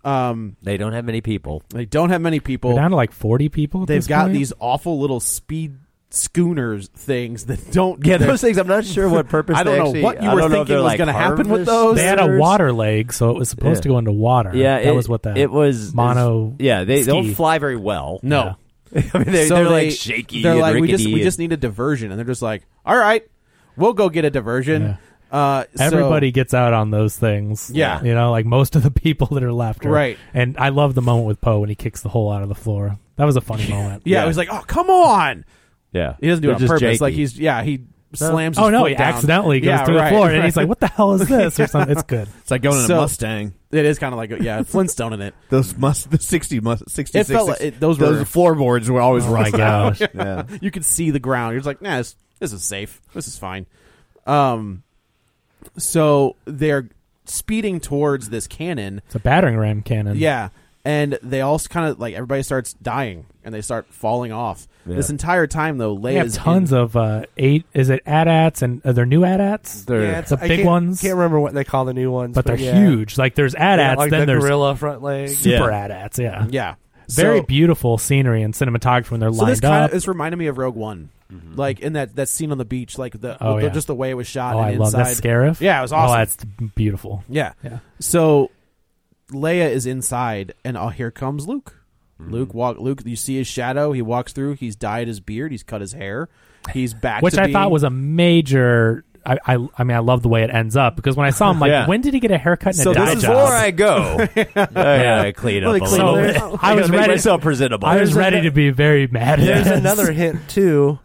[SPEAKER 1] Um,
[SPEAKER 2] they don't have many people.
[SPEAKER 1] They don't have many people.
[SPEAKER 7] We're down to like 40 people. at
[SPEAKER 1] They've
[SPEAKER 7] this
[SPEAKER 1] got
[SPEAKER 7] point?
[SPEAKER 1] these awful little speed schooners things that don't.
[SPEAKER 2] Yeah,
[SPEAKER 1] they're-
[SPEAKER 2] those things. I'm not sure what purpose.
[SPEAKER 1] I don't
[SPEAKER 2] they
[SPEAKER 1] know
[SPEAKER 2] actually-
[SPEAKER 1] what you
[SPEAKER 2] I
[SPEAKER 1] were
[SPEAKER 2] don't know if
[SPEAKER 1] thinking
[SPEAKER 2] they're,
[SPEAKER 1] was
[SPEAKER 2] like
[SPEAKER 1] going to happen with
[SPEAKER 2] harvest-
[SPEAKER 1] those.
[SPEAKER 7] They had a
[SPEAKER 2] scissors.
[SPEAKER 7] water leg, so it was supposed
[SPEAKER 2] Yeah.
[SPEAKER 7] to go into water.
[SPEAKER 2] Yeah,
[SPEAKER 7] that
[SPEAKER 2] it,
[SPEAKER 7] was what that.
[SPEAKER 2] it was.
[SPEAKER 7] mono
[SPEAKER 2] Yeah, they, they don't
[SPEAKER 7] ski.
[SPEAKER 2] fly very well.
[SPEAKER 1] No.
[SPEAKER 2] I mean, they,
[SPEAKER 1] So
[SPEAKER 2] they're
[SPEAKER 1] they-
[SPEAKER 2] like shaky.
[SPEAKER 1] They're
[SPEAKER 2] and
[SPEAKER 1] like, we just
[SPEAKER 2] rickety
[SPEAKER 1] we
[SPEAKER 2] and-
[SPEAKER 1] just need a diversion, and they're just like, all right, we'll go get a diversion. Uh, so-
[SPEAKER 7] Everybody gets out on those things.
[SPEAKER 1] Yeah.
[SPEAKER 7] you know, like most of the people that are left. Are,
[SPEAKER 1] Right.
[SPEAKER 7] and I love the moment with Poe when he kicks the hole out of the floor. That was a funny moment.
[SPEAKER 1] yeah,
[SPEAKER 2] Yeah.
[SPEAKER 1] it was like, oh come on.
[SPEAKER 2] yeah.
[SPEAKER 1] He doesn't do
[SPEAKER 2] They're
[SPEAKER 1] it on
[SPEAKER 2] just
[SPEAKER 1] purpose.
[SPEAKER 2] janky.
[SPEAKER 1] Like he's yeah he slams.
[SPEAKER 7] Oh
[SPEAKER 1] his
[SPEAKER 7] no!
[SPEAKER 1] foot
[SPEAKER 7] He
[SPEAKER 1] down.
[SPEAKER 7] accidentally goes
[SPEAKER 1] Yeah,
[SPEAKER 7] through
[SPEAKER 1] right,
[SPEAKER 7] the floor, and he's
[SPEAKER 1] right.
[SPEAKER 7] like, "What the hell is this?" Or something. It's good.
[SPEAKER 6] It's like going in
[SPEAKER 1] So-
[SPEAKER 6] a Mustang.
[SPEAKER 1] It is kind of like yeah, Flintstone in it.
[SPEAKER 6] Those must the sixty must sixty
[SPEAKER 1] It
[SPEAKER 6] six.
[SPEAKER 1] felt like it- those were-
[SPEAKER 6] floorboards were always
[SPEAKER 7] Oh my
[SPEAKER 6] right.
[SPEAKER 7] gosh!
[SPEAKER 6] Yeah.
[SPEAKER 1] you could see the ground. You're just like, nah, this, this is safe. This is fine. Um, so they're speeding towards this cannon.
[SPEAKER 7] It's a battering ram cannon.
[SPEAKER 1] Yeah, and they all kind of like everybody starts dying and they start falling off. This entire time though, Leia
[SPEAKER 7] They have
[SPEAKER 1] is
[SPEAKER 7] tons of uh, eight. Is it AT-ATs and are there new AT-ATs?
[SPEAKER 2] They're-
[SPEAKER 4] Yeah,
[SPEAKER 7] the
[SPEAKER 4] I
[SPEAKER 7] big
[SPEAKER 4] can't-
[SPEAKER 7] ones,
[SPEAKER 4] Can't remember what they call the new ones,
[SPEAKER 7] but they're
[SPEAKER 4] yeah.
[SPEAKER 7] huge. Like there's AT-ATs,
[SPEAKER 4] Yeah, like
[SPEAKER 7] then
[SPEAKER 4] the
[SPEAKER 7] there's
[SPEAKER 4] gorilla front leg.
[SPEAKER 7] super
[SPEAKER 2] Yeah.
[SPEAKER 7] AT-ATs. Yeah,
[SPEAKER 1] yeah.
[SPEAKER 7] very
[SPEAKER 1] So-
[SPEAKER 7] beautiful scenery and cinematography when they're
[SPEAKER 1] So
[SPEAKER 7] lined
[SPEAKER 1] this kind
[SPEAKER 7] up.
[SPEAKER 1] of this reminded me of Rogue One, like in that that scene on the beach, like the,
[SPEAKER 7] Oh,
[SPEAKER 1] the-
[SPEAKER 7] yeah.
[SPEAKER 1] just the way it was shot.
[SPEAKER 7] oh, I
[SPEAKER 1] and
[SPEAKER 7] love
[SPEAKER 1] inside.
[SPEAKER 7] that scarif.
[SPEAKER 1] Yeah, it was
[SPEAKER 7] Oh,
[SPEAKER 1] awesome.
[SPEAKER 7] that's beautiful.
[SPEAKER 1] Yeah.
[SPEAKER 7] Yeah.
[SPEAKER 1] So Leia is inside, and oh, here comes Luke. Luke walk. Luke, you see his shadow. He walks through. He's dyed his beard. He's cut his hair. He's back.
[SPEAKER 7] Which
[SPEAKER 1] to
[SPEAKER 7] I
[SPEAKER 1] being-
[SPEAKER 7] thought was a major. I, I I mean I love the way it ends up because when I saw him like
[SPEAKER 2] Yeah.
[SPEAKER 7] when did he get a haircut and
[SPEAKER 1] So
[SPEAKER 7] a dye
[SPEAKER 1] this is
[SPEAKER 7] job?
[SPEAKER 2] Before I go, I gotta clean up
[SPEAKER 4] Really
[SPEAKER 2] a
[SPEAKER 4] clean
[SPEAKER 2] little
[SPEAKER 4] up.
[SPEAKER 2] bit.
[SPEAKER 4] So,
[SPEAKER 7] I
[SPEAKER 2] gotta
[SPEAKER 7] was
[SPEAKER 2] make
[SPEAKER 7] ready-
[SPEAKER 2] myself presentable.
[SPEAKER 7] I was
[SPEAKER 4] There's
[SPEAKER 7] ready
[SPEAKER 4] ano-
[SPEAKER 7] to be very mad. At
[SPEAKER 4] There's
[SPEAKER 7] this.
[SPEAKER 4] another hint too.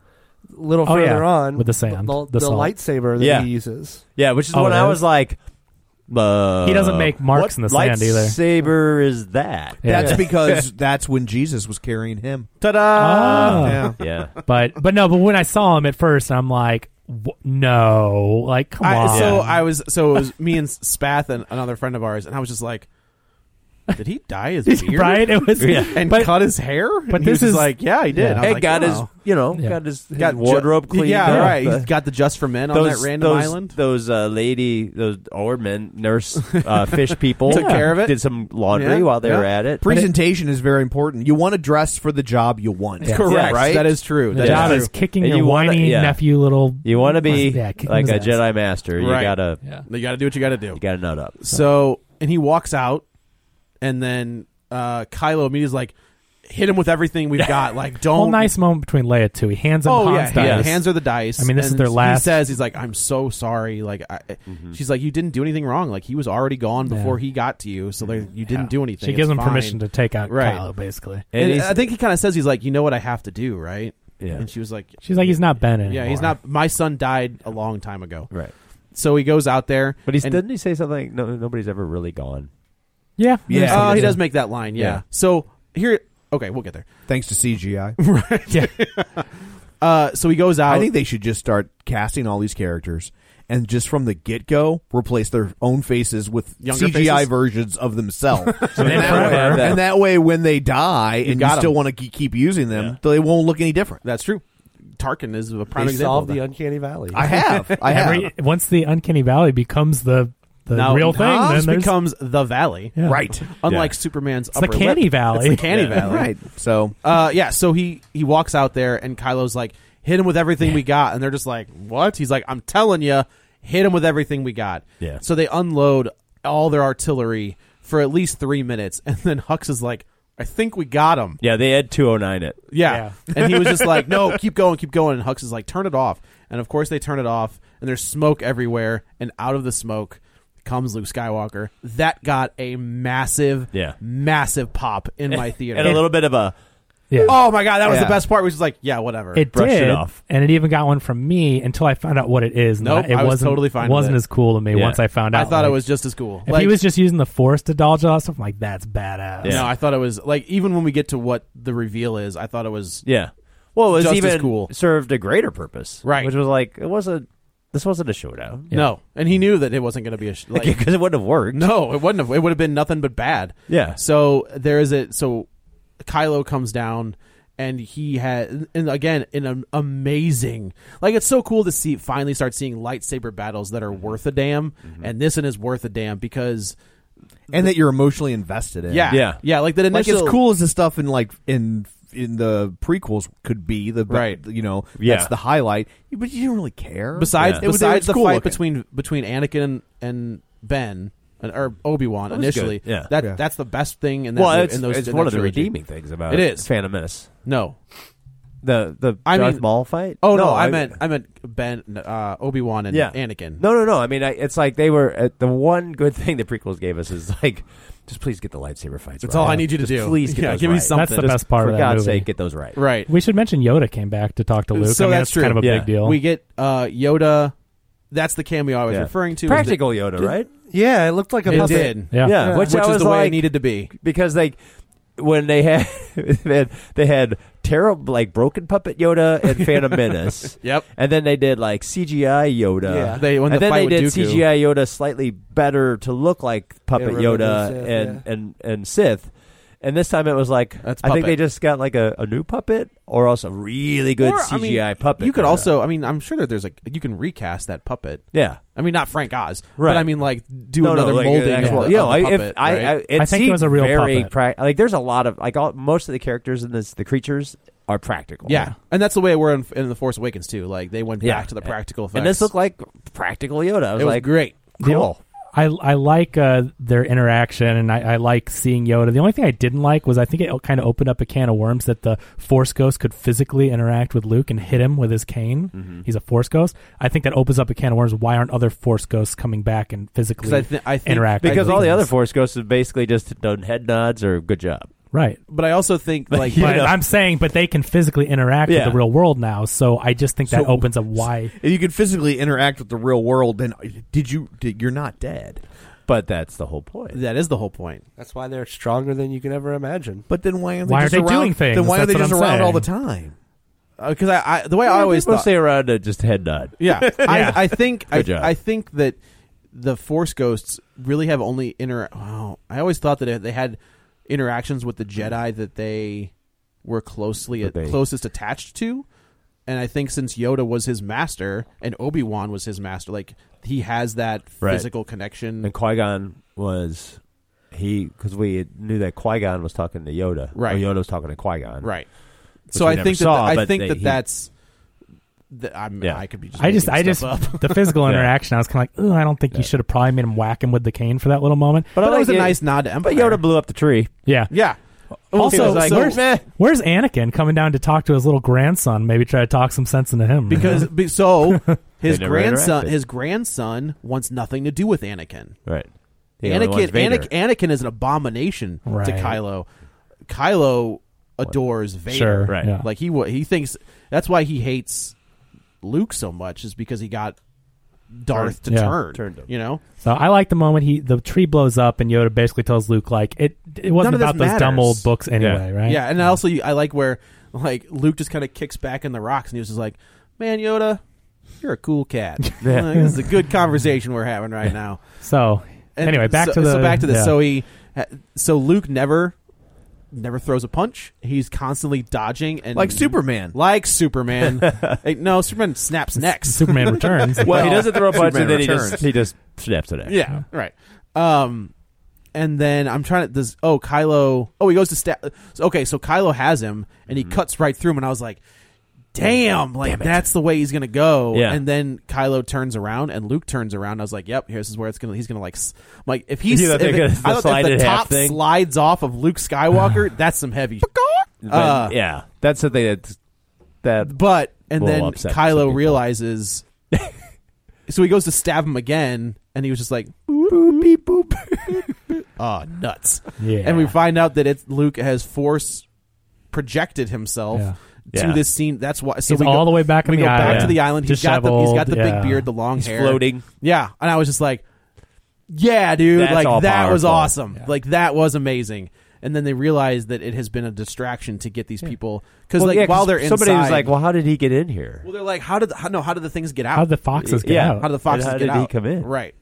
[SPEAKER 4] A little
[SPEAKER 7] Oh,
[SPEAKER 4] further
[SPEAKER 7] yeah,
[SPEAKER 4] on
[SPEAKER 7] with the sand,
[SPEAKER 4] the,
[SPEAKER 7] the
[SPEAKER 4] the
[SPEAKER 7] salt.
[SPEAKER 4] lightsaber that
[SPEAKER 2] Yeah.
[SPEAKER 4] he uses.
[SPEAKER 2] yeah, which is
[SPEAKER 7] Oh,
[SPEAKER 2] when
[SPEAKER 7] it
[SPEAKER 2] I
[SPEAKER 7] is?
[SPEAKER 2] was like, uh,
[SPEAKER 7] He doesn't make marks in the
[SPEAKER 2] what
[SPEAKER 7] sand either.
[SPEAKER 2] Lightsaber is that?
[SPEAKER 7] Yeah.
[SPEAKER 6] That's because that's when Jesus was carrying him.
[SPEAKER 1] Ta-da!
[SPEAKER 7] Oh.
[SPEAKER 6] Yeah.
[SPEAKER 2] Yeah,
[SPEAKER 7] but but no, but when I saw him at first, I'm like, "Wh- no, like come
[SPEAKER 1] I-
[SPEAKER 7] on.
[SPEAKER 1] so I was so it was me and Spath and another friend of ours, and I was just like, did he dye his beard?
[SPEAKER 7] right? It was
[SPEAKER 2] Yeah.
[SPEAKER 1] And
[SPEAKER 7] but,
[SPEAKER 1] cut his hair.
[SPEAKER 7] but
[SPEAKER 1] And he
[SPEAKER 7] this
[SPEAKER 1] was
[SPEAKER 7] is-
[SPEAKER 1] like, yeah, he did.
[SPEAKER 7] Yeah.
[SPEAKER 1] And I was
[SPEAKER 2] hey,
[SPEAKER 1] like,
[SPEAKER 2] got his,
[SPEAKER 1] wow.
[SPEAKER 2] you know,
[SPEAKER 7] Yeah.
[SPEAKER 2] got his, his
[SPEAKER 1] Got ju-
[SPEAKER 2] wardrobe cleaned
[SPEAKER 1] Yeah,
[SPEAKER 2] up.
[SPEAKER 1] right.
[SPEAKER 2] Uh,
[SPEAKER 1] He's got the just for men on that random
[SPEAKER 2] those,
[SPEAKER 1] island.
[SPEAKER 2] Those uh, lady, those or men, nurse, uh, fish people
[SPEAKER 1] Took care of it.
[SPEAKER 2] Did some laundry
[SPEAKER 1] Yeah,
[SPEAKER 2] while they
[SPEAKER 1] yeah.
[SPEAKER 2] were at it.
[SPEAKER 6] Presentation is very important. You want to dress for the job you want.
[SPEAKER 7] Yeah.
[SPEAKER 1] Correct.
[SPEAKER 6] Right?
[SPEAKER 1] That is true.
[SPEAKER 7] the
[SPEAKER 1] That is
[SPEAKER 7] job
[SPEAKER 2] Yeah.
[SPEAKER 1] true.
[SPEAKER 7] is kicking
[SPEAKER 2] And
[SPEAKER 7] your
[SPEAKER 2] you wanna-
[SPEAKER 7] whiny
[SPEAKER 2] yeah.
[SPEAKER 7] nephew little.
[SPEAKER 2] you want to be
[SPEAKER 7] Yeah, kick him
[SPEAKER 2] like a
[SPEAKER 7] his ass.
[SPEAKER 2] Jedi master. You
[SPEAKER 1] Right.
[SPEAKER 2] gotta,
[SPEAKER 7] Yeah.
[SPEAKER 1] You got to do what you got to do.
[SPEAKER 2] you gotta nut up.
[SPEAKER 1] So and he walks out, and then uh, Kylo immediately is like, "Hit him with everything we've got." Like, don't.
[SPEAKER 7] Well, nice moment between Leia too. He hands him
[SPEAKER 1] Oh yeah,
[SPEAKER 7] Han's
[SPEAKER 1] he
[SPEAKER 7] dice.
[SPEAKER 1] hands her the dice.
[SPEAKER 7] I mean, this is
[SPEAKER 1] and
[SPEAKER 7] their last-
[SPEAKER 1] He says he's like, "I'm so sorry." Like, I, she's like, "You didn't do anything wrong. Like, he was already gone
[SPEAKER 7] Yeah.
[SPEAKER 1] before he got to you, so there, you didn't
[SPEAKER 7] Yeah.
[SPEAKER 1] do anything."
[SPEAKER 7] She gives
[SPEAKER 1] It's
[SPEAKER 7] him
[SPEAKER 1] fine.
[SPEAKER 7] permission to take out
[SPEAKER 1] Right.
[SPEAKER 7] Kylo, basically.
[SPEAKER 1] And,
[SPEAKER 2] he's-
[SPEAKER 1] I think he kind of says he's like, "You know what I have to do, right?"
[SPEAKER 2] Yeah.
[SPEAKER 1] And she was like,
[SPEAKER 7] She's like, he's not Ben anymore.
[SPEAKER 1] "Yeah, he's not. My son died a long time ago."
[SPEAKER 2] right.
[SPEAKER 1] So he goes out there,
[SPEAKER 2] But he's
[SPEAKER 1] and-
[SPEAKER 2] didn't he say something? like, No, nobody's ever really gone.
[SPEAKER 7] Yeah,
[SPEAKER 6] Yeah.
[SPEAKER 1] Oh, he
[SPEAKER 7] Yeah.
[SPEAKER 1] does make that line. yeah.
[SPEAKER 2] Yeah.
[SPEAKER 1] So here, okay, we'll get there.
[SPEAKER 6] Thanks to CGI.
[SPEAKER 7] Yeah.
[SPEAKER 1] Uh, so he goes out.
[SPEAKER 6] I think they should just start casting all these characters and just from the get go replace their own faces with
[SPEAKER 1] Younger
[SPEAKER 6] CGI
[SPEAKER 1] faces?
[SPEAKER 6] versions of themselves. and,
[SPEAKER 7] they
[SPEAKER 6] that
[SPEAKER 7] forever have
[SPEAKER 6] way,
[SPEAKER 2] that.
[SPEAKER 6] and that way, when they die and you
[SPEAKER 1] got 'em.
[SPEAKER 6] still want to keep using them, they won't look any different.
[SPEAKER 1] that's true. Tarkin is a prime
[SPEAKER 4] They
[SPEAKER 1] example. of
[SPEAKER 4] solved the
[SPEAKER 1] that.
[SPEAKER 4] uncanny valley.
[SPEAKER 6] I have. I have.
[SPEAKER 7] Every, once the Uncanny Valley becomes the the
[SPEAKER 1] now,
[SPEAKER 7] real thing,
[SPEAKER 1] Hobbs
[SPEAKER 7] then there's
[SPEAKER 1] becomes the Valley,
[SPEAKER 7] Yeah.
[SPEAKER 6] Right.
[SPEAKER 1] Unlike
[SPEAKER 2] Yeah.
[SPEAKER 1] Superman's
[SPEAKER 7] the
[SPEAKER 1] upper lip.
[SPEAKER 7] Canny Valley.
[SPEAKER 1] It's the Canny Valley,
[SPEAKER 6] Right. So
[SPEAKER 1] Uh, yeah. So he he walks out there, and Kylo's like, "Hit him with everything we got," and they're just like, "What?" He's like, "I'm telling you, hit him with everything we got."
[SPEAKER 2] Yeah.
[SPEAKER 1] So they unload all their artillery for at least three minutes, and then Hux is like, "I think we got him."
[SPEAKER 2] Yeah, they had two oh nine it.
[SPEAKER 1] Yeah. and he was just like, no, keep going, keep going. And Hux is like, turn it off. And of course they turn it off, and there's smoke everywhere. And out of the smoke comes Luke Skywalker. That got a massive,
[SPEAKER 2] Yeah.
[SPEAKER 1] massive pop in my theater.
[SPEAKER 2] and a little bit of a
[SPEAKER 7] yeah.
[SPEAKER 1] oh my God, that was
[SPEAKER 6] Yeah.
[SPEAKER 1] the best part. Which is like, yeah, whatever.
[SPEAKER 7] It
[SPEAKER 2] brush it
[SPEAKER 7] did,
[SPEAKER 2] off.
[SPEAKER 7] and it even got one from me until I found out what it is. and
[SPEAKER 1] Nope,
[SPEAKER 7] that- it
[SPEAKER 1] I was
[SPEAKER 7] wasn't,
[SPEAKER 1] totally fine with
[SPEAKER 7] Wasn't
[SPEAKER 1] it.
[SPEAKER 7] as cool to me
[SPEAKER 2] Yeah.
[SPEAKER 7] once I found
[SPEAKER 1] I
[SPEAKER 7] out.
[SPEAKER 1] thought it
[SPEAKER 7] like,
[SPEAKER 1] was just as cool.
[SPEAKER 7] If he was just using the Force to dodge all that stuff, I'm like, that's badass.
[SPEAKER 2] Yeah.
[SPEAKER 1] no, I thought it was like even when we get to what the reveal is, I thought it was
[SPEAKER 2] yeah. Well, it was
[SPEAKER 1] Just as
[SPEAKER 2] even
[SPEAKER 1] cool.
[SPEAKER 2] served a greater purpose,
[SPEAKER 1] Right.
[SPEAKER 2] Which was like it wasn't. This wasn't a showdown
[SPEAKER 1] no, and he knew that it wasn't going to be a sh- like,
[SPEAKER 2] because it wouldn't have worked.
[SPEAKER 1] No, it wouldn't have. It would have been nothing but bad.
[SPEAKER 2] Yeah.
[SPEAKER 1] So there is a so Kylo comes down and he had and again an am- amazing like it's so cool to see
[SPEAKER 2] Mm-hmm.
[SPEAKER 1] finally start seeing lightsaber battles that are worth a damn and this one is worth a damn because
[SPEAKER 6] and that you're emotionally invested in.
[SPEAKER 1] Yeah. Yeah. Yeah, like that
[SPEAKER 6] like
[SPEAKER 1] initial-
[SPEAKER 6] as cool as the stuff in like in in the prequels could be the be-
[SPEAKER 1] Right.
[SPEAKER 6] You know,
[SPEAKER 1] Yeah.
[SPEAKER 6] that's the highlight. But you don't really care.
[SPEAKER 1] Besides,
[SPEAKER 6] It was- it
[SPEAKER 1] besides
[SPEAKER 6] was
[SPEAKER 1] the
[SPEAKER 6] cool
[SPEAKER 1] fight
[SPEAKER 6] looking.
[SPEAKER 1] between between Anakin and, and Ben and, or Obi Wan
[SPEAKER 2] That was good.
[SPEAKER 1] initially,
[SPEAKER 2] Yeah.
[SPEAKER 1] that
[SPEAKER 2] Yeah.
[SPEAKER 1] that's the best thing. In that,
[SPEAKER 2] well,
[SPEAKER 1] mo-
[SPEAKER 2] it's,
[SPEAKER 1] in those,
[SPEAKER 2] it's
[SPEAKER 1] in
[SPEAKER 2] one
[SPEAKER 1] that
[SPEAKER 2] of the
[SPEAKER 1] trilogy.
[SPEAKER 2] redeeming things about
[SPEAKER 1] it is
[SPEAKER 2] Phantom Menace.
[SPEAKER 1] No,
[SPEAKER 2] the the
[SPEAKER 1] I
[SPEAKER 2] Darth
[SPEAKER 1] mean,
[SPEAKER 2] Maul fight.
[SPEAKER 1] Oh no, I, meant I meant Ben, uh, Obi Wan, and
[SPEAKER 2] yeah.
[SPEAKER 1] Anakin.
[SPEAKER 2] No, no, no. I mean, I, it's like they were uh, the one good thing the prequels gave us is like, just please get the lightsaber fights.
[SPEAKER 1] That's
[SPEAKER 2] right.
[SPEAKER 1] all I need you to
[SPEAKER 2] Just
[SPEAKER 1] do.
[SPEAKER 2] Please get
[SPEAKER 1] Yeah,
[SPEAKER 2] those
[SPEAKER 1] give me
[SPEAKER 2] right.
[SPEAKER 7] That's
[SPEAKER 1] something.
[SPEAKER 7] the
[SPEAKER 2] Just
[SPEAKER 7] best part
[SPEAKER 2] For
[SPEAKER 7] of that
[SPEAKER 2] God's
[SPEAKER 7] movie.
[SPEAKER 2] sake, get those right.
[SPEAKER 1] Right.
[SPEAKER 7] We should mention Yoda came back to talk to Luke.
[SPEAKER 1] Uh, So
[SPEAKER 7] I mean,
[SPEAKER 1] that's
[SPEAKER 7] that's, kind
[SPEAKER 1] true.
[SPEAKER 7] of a
[SPEAKER 2] Yeah.
[SPEAKER 7] big deal.
[SPEAKER 1] We get uh, Yoda. That's the cameo I was
[SPEAKER 2] Yeah.
[SPEAKER 1] referring to.
[SPEAKER 2] Practical
[SPEAKER 1] Is
[SPEAKER 2] Yoda,
[SPEAKER 1] Did-
[SPEAKER 2] right?
[SPEAKER 4] Yeah, it looked like a
[SPEAKER 1] It
[SPEAKER 4] puppet.
[SPEAKER 1] did.
[SPEAKER 7] yeah.
[SPEAKER 2] Yeah, which,
[SPEAKER 1] Which,
[SPEAKER 2] I
[SPEAKER 1] is
[SPEAKER 2] was
[SPEAKER 1] the way
[SPEAKER 2] like,
[SPEAKER 1] it needed to be.
[SPEAKER 2] because like when they had they had, they had terrible like broken puppet Yoda and Phantom Menace.
[SPEAKER 1] Yep.
[SPEAKER 2] And then they did like CGI Yoda.
[SPEAKER 1] Yeah, they- when
[SPEAKER 2] and
[SPEAKER 1] the
[SPEAKER 2] then
[SPEAKER 1] fight
[SPEAKER 2] they did
[SPEAKER 1] with Dooku.
[SPEAKER 2] CGI Yoda slightly better to look like puppet
[SPEAKER 4] Yeah, Revenge
[SPEAKER 2] Yoda
[SPEAKER 4] of Sith,
[SPEAKER 2] and, and and Sith. And this time it was like
[SPEAKER 1] That's
[SPEAKER 2] I
[SPEAKER 1] puppet.
[SPEAKER 2] think they just got like a, a new puppet or also really good
[SPEAKER 1] Or, I
[SPEAKER 2] CGI
[SPEAKER 1] mean,
[SPEAKER 2] puppet.
[SPEAKER 1] You could
[SPEAKER 2] Yoda.
[SPEAKER 1] also, I mean, I'm sure that there's like you can recast that puppet.
[SPEAKER 2] yeah.
[SPEAKER 1] I mean, not Frank Oz,
[SPEAKER 2] Right.
[SPEAKER 1] but I mean, like do
[SPEAKER 2] no,
[SPEAKER 1] another
[SPEAKER 2] no, like,
[SPEAKER 1] molding.
[SPEAKER 2] an
[SPEAKER 1] of
[SPEAKER 2] actual-
[SPEAKER 1] the-
[SPEAKER 2] you
[SPEAKER 1] of
[SPEAKER 2] know,
[SPEAKER 1] the
[SPEAKER 2] if-
[SPEAKER 1] puppet,
[SPEAKER 2] I,
[SPEAKER 1] right?
[SPEAKER 2] I, it
[SPEAKER 7] I think it
[SPEAKER 2] seemed
[SPEAKER 7] was a real
[SPEAKER 2] very
[SPEAKER 7] puppet.
[SPEAKER 2] prac- like there's a lot of like all, most of the characters in this the creatures are practical.
[SPEAKER 1] yeah, and that's the way we're in, in the Force Awakens too. Like they went
[SPEAKER 2] Yeah.
[SPEAKER 1] back to the practical effects.
[SPEAKER 2] And this looked like practical Yoda. I was,
[SPEAKER 1] it was
[SPEAKER 2] like,
[SPEAKER 1] great.
[SPEAKER 7] The o- I I like uh, their interaction, and I, I like seeing Yoda. The only thing I didn't like was I think it kind of opened up a can of worms that the Force Ghost could physically interact with Luke and hit him with his cane. He's a Force Ghost. I think that opens up a can of worms. Why aren't other Force Ghosts coming back and physically
[SPEAKER 1] 'Cause I thi- I think-
[SPEAKER 7] interact?
[SPEAKER 2] Because
[SPEAKER 7] with
[SPEAKER 2] all the
[SPEAKER 7] things?
[SPEAKER 2] other Force Ghosts have basically just done head nods or good job.
[SPEAKER 7] right.
[SPEAKER 1] But I also think like
[SPEAKER 7] But I'm saying, but they can physically interact
[SPEAKER 2] Yeah.
[SPEAKER 7] with the real world now. So I just think that
[SPEAKER 6] So-
[SPEAKER 7] opens up why.
[SPEAKER 6] If you could physically interact with the real world, then did you? Did, you're not dead.
[SPEAKER 2] But that's the whole point.
[SPEAKER 1] that is the whole point.
[SPEAKER 4] That's why they're stronger than you can ever imagine.
[SPEAKER 6] But then why aren't
[SPEAKER 7] Why
[SPEAKER 6] they,
[SPEAKER 7] are
[SPEAKER 6] just
[SPEAKER 7] they
[SPEAKER 6] around,
[SPEAKER 7] doing things?
[SPEAKER 6] Then why are
[SPEAKER 7] That's
[SPEAKER 6] they
[SPEAKER 7] what
[SPEAKER 6] just
[SPEAKER 7] I'm
[SPEAKER 6] around
[SPEAKER 7] saying.
[SPEAKER 6] all the time? Uh,
[SPEAKER 1] Because I, I, the way I always
[SPEAKER 2] People
[SPEAKER 1] thought,
[SPEAKER 2] stay around and just head nod.
[SPEAKER 1] yeah, I, I think I,
[SPEAKER 2] Good job.
[SPEAKER 1] I think that the Force ghosts really have only inter. Wow, I always thought that they had interactions with the Jedi that they were closely
[SPEAKER 2] That they-
[SPEAKER 1] closest attached to, and I think since Yoda was his master and Obi Wan was his master, like he has that
[SPEAKER 2] Right.
[SPEAKER 1] physical connection.
[SPEAKER 2] And Qui Gon was he because we knew that Qui Gon was talking to Yoda.
[SPEAKER 1] Right.
[SPEAKER 2] Or Yoda was talking to Qui Gon.
[SPEAKER 1] Right.
[SPEAKER 2] Which
[SPEAKER 1] So
[SPEAKER 2] we
[SPEAKER 1] I
[SPEAKER 2] never
[SPEAKER 1] think that
[SPEAKER 2] saw,
[SPEAKER 1] th- I
[SPEAKER 2] but
[SPEAKER 1] think
[SPEAKER 2] they-
[SPEAKER 1] that
[SPEAKER 2] he-
[SPEAKER 1] that's. That I'm,
[SPEAKER 2] Yeah.
[SPEAKER 1] I could be. Just
[SPEAKER 7] I just,
[SPEAKER 1] making
[SPEAKER 7] I just,
[SPEAKER 1] stuff up.
[SPEAKER 7] the physical
[SPEAKER 2] Yeah.
[SPEAKER 7] interaction. I was kind of like, oh, I don't think you should have probably made him whack him with the cane for that little moment.
[SPEAKER 1] But,
[SPEAKER 2] I
[SPEAKER 1] it was
[SPEAKER 2] like
[SPEAKER 1] a
[SPEAKER 2] it.
[SPEAKER 1] nice nod to Empire.
[SPEAKER 2] But Yoda blew up the tree.
[SPEAKER 7] yeah,
[SPEAKER 1] yeah.
[SPEAKER 7] Also,
[SPEAKER 1] Also,
[SPEAKER 7] like,
[SPEAKER 1] so-
[SPEAKER 7] where's, where's Anakin coming down to talk to his little grandson? Maybe try to talk some sense into him
[SPEAKER 1] because be- so his
[SPEAKER 2] never
[SPEAKER 1] grandson
[SPEAKER 2] interacted.
[SPEAKER 1] his grandson wants nothing to do with Anakin.
[SPEAKER 2] Right.
[SPEAKER 1] Anakin Anakin, Anakin is an abomination to
[SPEAKER 7] Right.
[SPEAKER 1] Kylo. Kylo adores Vader.
[SPEAKER 7] Sure, Right. yeah.
[SPEAKER 1] Like he wa- he thinks that's why he hates Luke so much is because he got Darth to
[SPEAKER 7] Turned- yeah.
[SPEAKER 1] turn.
[SPEAKER 2] Turned him.
[SPEAKER 1] You know?
[SPEAKER 7] So I like the moment he the tree blows up and Yoda basically tells Luke like it it wasn't
[SPEAKER 1] None of this
[SPEAKER 7] about those dumb
[SPEAKER 1] matters.
[SPEAKER 7] old books anyway, right?
[SPEAKER 1] Yeah, and also you, I like where like Luke just kind of kicks back in the rocks and he was just like, "Man, Yoda, you're a cool cat. Like, this is a good conversation we're having right now."
[SPEAKER 7] So
[SPEAKER 1] And
[SPEAKER 7] anyway, back
[SPEAKER 1] so-
[SPEAKER 7] to the
[SPEAKER 1] so back to this.
[SPEAKER 7] yeah.
[SPEAKER 1] So he, so Luke never, never throws a punch. He's constantly dodging and
[SPEAKER 6] Like Superman.
[SPEAKER 1] like Superman. Hey, no, Superman snaps necks.
[SPEAKER 7] Superman returns.
[SPEAKER 2] Well, he doesn't throw a bunch,
[SPEAKER 6] Superman
[SPEAKER 2] and then he
[SPEAKER 6] returns.
[SPEAKER 2] just he just snaps it. Out.
[SPEAKER 1] yeah, right. Um, and then I'm trying to does oh Kylo oh he goes to stab okay so Kylo has him and
[SPEAKER 2] Mm-hmm.
[SPEAKER 1] he cuts right through him and I was like. Damn, like that's the way he's gonna go.
[SPEAKER 2] Yeah.
[SPEAKER 1] And then Kylo turns around and Luke turns around. I was like, "Yep, here's is where it's gonna. He's gonna like, s- I'm like if he's
[SPEAKER 2] You know,
[SPEAKER 1] if,
[SPEAKER 2] they're
[SPEAKER 1] it-
[SPEAKER 2] gonna-
[SPEAKER 1] I
[SPEAKER 2] the
[SPEAKER 1] thought if
[SPEAKER 2] slided
[SPEAKER 1] the
[SPEAKER 2] half
[SPEAKER 1] top
[SPEAKER 2] thing.
[SPEAKER 1] slides off of Luke Skywalker, that's some heavy.
[SPEAKER 2] But,
[SPEAKER 1] Uh,
[SPEAKER 2] yeah. That's the thing that's that
[SPEAKER 1] But and
[SPEAKER 2] Will
[SPEAKER 1] then
[SPEAKER 2] upset some
[SPEAKER 1] Kylo
[SPEAKER 2] people.
[SPEAKER 1] realizes, so he goes to stab him again, and he was just like,
[SPEAKER 2] boop beep boop.
[SPEAKER 1] "Ah, nuts!"
[SPEAKER 7] Yeah.
[SPEAKER 1] And we find out that it's Luke has force projected himself
[SPEAKER 7] Yeah.
[SPEAKER 1] to
[SPEAKER 2] Yeah.
[SPEAKER 1] this scene. That's why. So
[SPEAKER 7] He's
[SPEAKER 1] we go,
[SPEAKER 7] all the way back in
[SPEAKER 1] We
[SPEAKER 7] the
[SPEAKER 1] go back
[SPEAKER 7] island.
[SPEAKER 1] to the island. He's got the he's got the big
[SPEAKER 7] Disheveled, yeah.
[SPEAKER 1] beard, the long
[SPEAKER 2] He's
[SPEAKER 1] hair,
[SPEAKER 2] floating.
[SPEAKER 1] Yeah, and I was just like, "Yeah, dude!
[SPEAKER 2] That's all
[SPEAKER 1] like that was
[SPEAKER 2] powerful.
[SPEAKER 1] awesome! Like that was amazing!" And then they realize that it has been a distraction to get these people because
[SPEAKER 2] Well,
[SPEAKER 1] like
[SPEAKER 2] yeah, 'cause
[SPEAKER 1] while they're inside,
[SPEAKER 2] somebody was like, "Well, how did he get in here?"
[SPEAKER 1] Well, they're like, how did the, how, no? How did the things get out?
[SPEAKER 7] How'd the foxes get
[SPEAKER 2] Yeah,
[SPEAKER 7] out?
[SPEAKER 1] How did the foxes
[SPEAKER 2] And how
[SPEAKER 1] get
[SPEAKER 2] did
[SPEAKER 1] out?
[SPEAKER 2] he come in?
[SPEAKER 1] Right.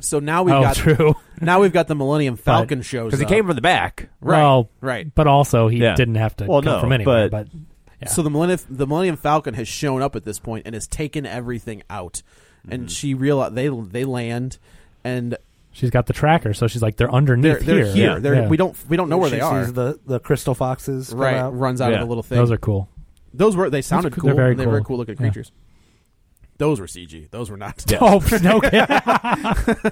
[SPEAKER 1] So now we've
[SPEAKER 7] oh,
[SPEAKER 1] got
[SPEAKER 7] true.
[SPEAKER 1] now we've got the Millennium Falcon shows
[SPEAKER 2] Because he
[SPEAKER 1] up.
[SPEAKER 2] came from the back.
[SPEAKER 1] right,
[SPEAKER 7] Well,
[SPEAKER 1] right.
[SPEAKER 7] But also he
[SPEAKER 2] Yeah.
[SPEAKER 7] didn't have to
[SPEAKER 2] Well,
[SPEAKER 7] come
[SPEAKER 2] no,
[SPEAKER 7] from anywhere.
[SPEAKER 2] but-
[SPEAKER 7] But, yeah.
[SPEAKER 1] So the Millennium the Millennium Falcon has shown up at this point and has taken everything out, and she realized they they land, and
[SPEAKER 7] She's got the tracker, so she's like, they're underneath
[SPEAKER 1] They're- they're
[SPEAKER 7] here.
[SPEAKER 1] here. They're- we don't- we don't know where
[SPEAKER 4] she
[SPEAKER 1] they are.
[SPEAKER 4] sees The the crystal foxes come
[SPEAKER 1] right
[SPEAKER 4] out.
[SPEAKER 1] runs out of the little thing.
[SPEAKER 7] Those are cool.
[SPEAKER 1] Those were they
[SPEAKER 7] Those
[SPEAKER 1] sounded
[SPEAKER 7] are cool.
[SPEAKER 1] cool.
[SPEAKER 7] They're very
[SPEAKER 1] and They were
[SPEAKER 7] cool.
[SPEAKER 1] cool looking
[SPEAKER 7] Yeah.
[SPEAKER 1] creatures. Those were CG. Those were not.
[SPEAKER 7] Oh, no kidding.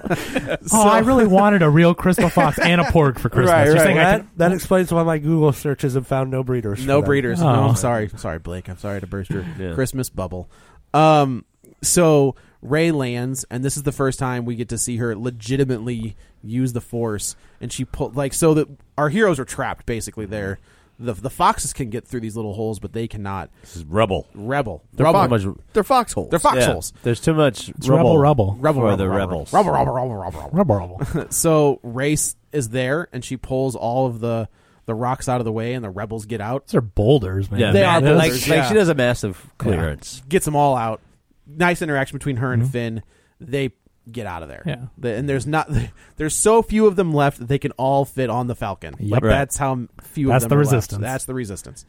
[SPEAKER 7] Oh, I really wanted a real crystal fox and a porg for Christmas. You're saying I
[SPEAKER 4] that,
[SPEAKER 7] can-
[SPEAKER 4] that explains why my Google searches have found no breeders. for
[SPEAKER 1] No
[SPEAKER 4] them.
[SPEAKER 1] breeders.
[SPEAKER 7] Oh.
[SPEAKER 1] No, I'm sorry. I'm sorry, Blake. I'm sorry to burst your Christmas bubble. Um, so Ray lands, and this is the first time we get to see her legitimately use the force. And she pulled like so that our heroes are trapped basically there. The the foxes can get through these little holes, but they cannot.
[SPEAKER 2] This is rubble.
[SPEAKER 1] Rebel.
[SPEAKER 2] They're
[SPEAKER 1] Rubble.
[SPEAKER 2] fox-
[SPEAKER 6] They're foxholes.
[SPEAKER 1] They're foxholes.
[SPEAKER 2] Yeah. There's too much
[SPEAKER 7] It's rubble, rubble.
[SPEAKER 1] Rebel.
[SPEAKER 2] for
[SPEAKER 1] rebel,
[SPEAKER 2] the
[SPEAKER 1] rebel,
[SPEAKER 2] rebels.
[SPEAKER 1] Rebel. Rebel. Rebel. Rebel. Rebel.
[SPEAKER 7] Rubber rubble.
[SPEAKER 1] so race is there and she pulls all of the the rocks out of the way and the rebels get out
[SPEAKER 7] Those are boulders, man.
[SPEAKER 2] Yeah,
[SPEAKER 1] They
[SPEAKER 2] ma-
[SPEAKER 1] are
[SPEAKER 2] like,
[SPEAKER 1] boulders,
[SPEAKER 2] like
[SPEAKER 1] yeah.
[SPEAKER 2] she does a massive clearance.
[SPEAKER 1] gets them all out nice interaction between her and
[SPEAKER 7] Mm-hmm.
[SPEAKER 1] finn they get out of there
[SPEAKER 7] Yeah.
[SPEAKER 1] The- and there's not there's so few of them left that they can all fit on the falcon
[SPEAKER 7] Yep.
[SPEAKER 1] like
[SPEAKER 7] Right.
[SPEAKER 1] that's how few
[SPEAKER 7] That's
[SPEAKER 1] of
[SPEAKER 7] the
[SPEAKER 1] them are left.
[SPEAKER 7] resistance.
[SPEAKER 1] that's the resistance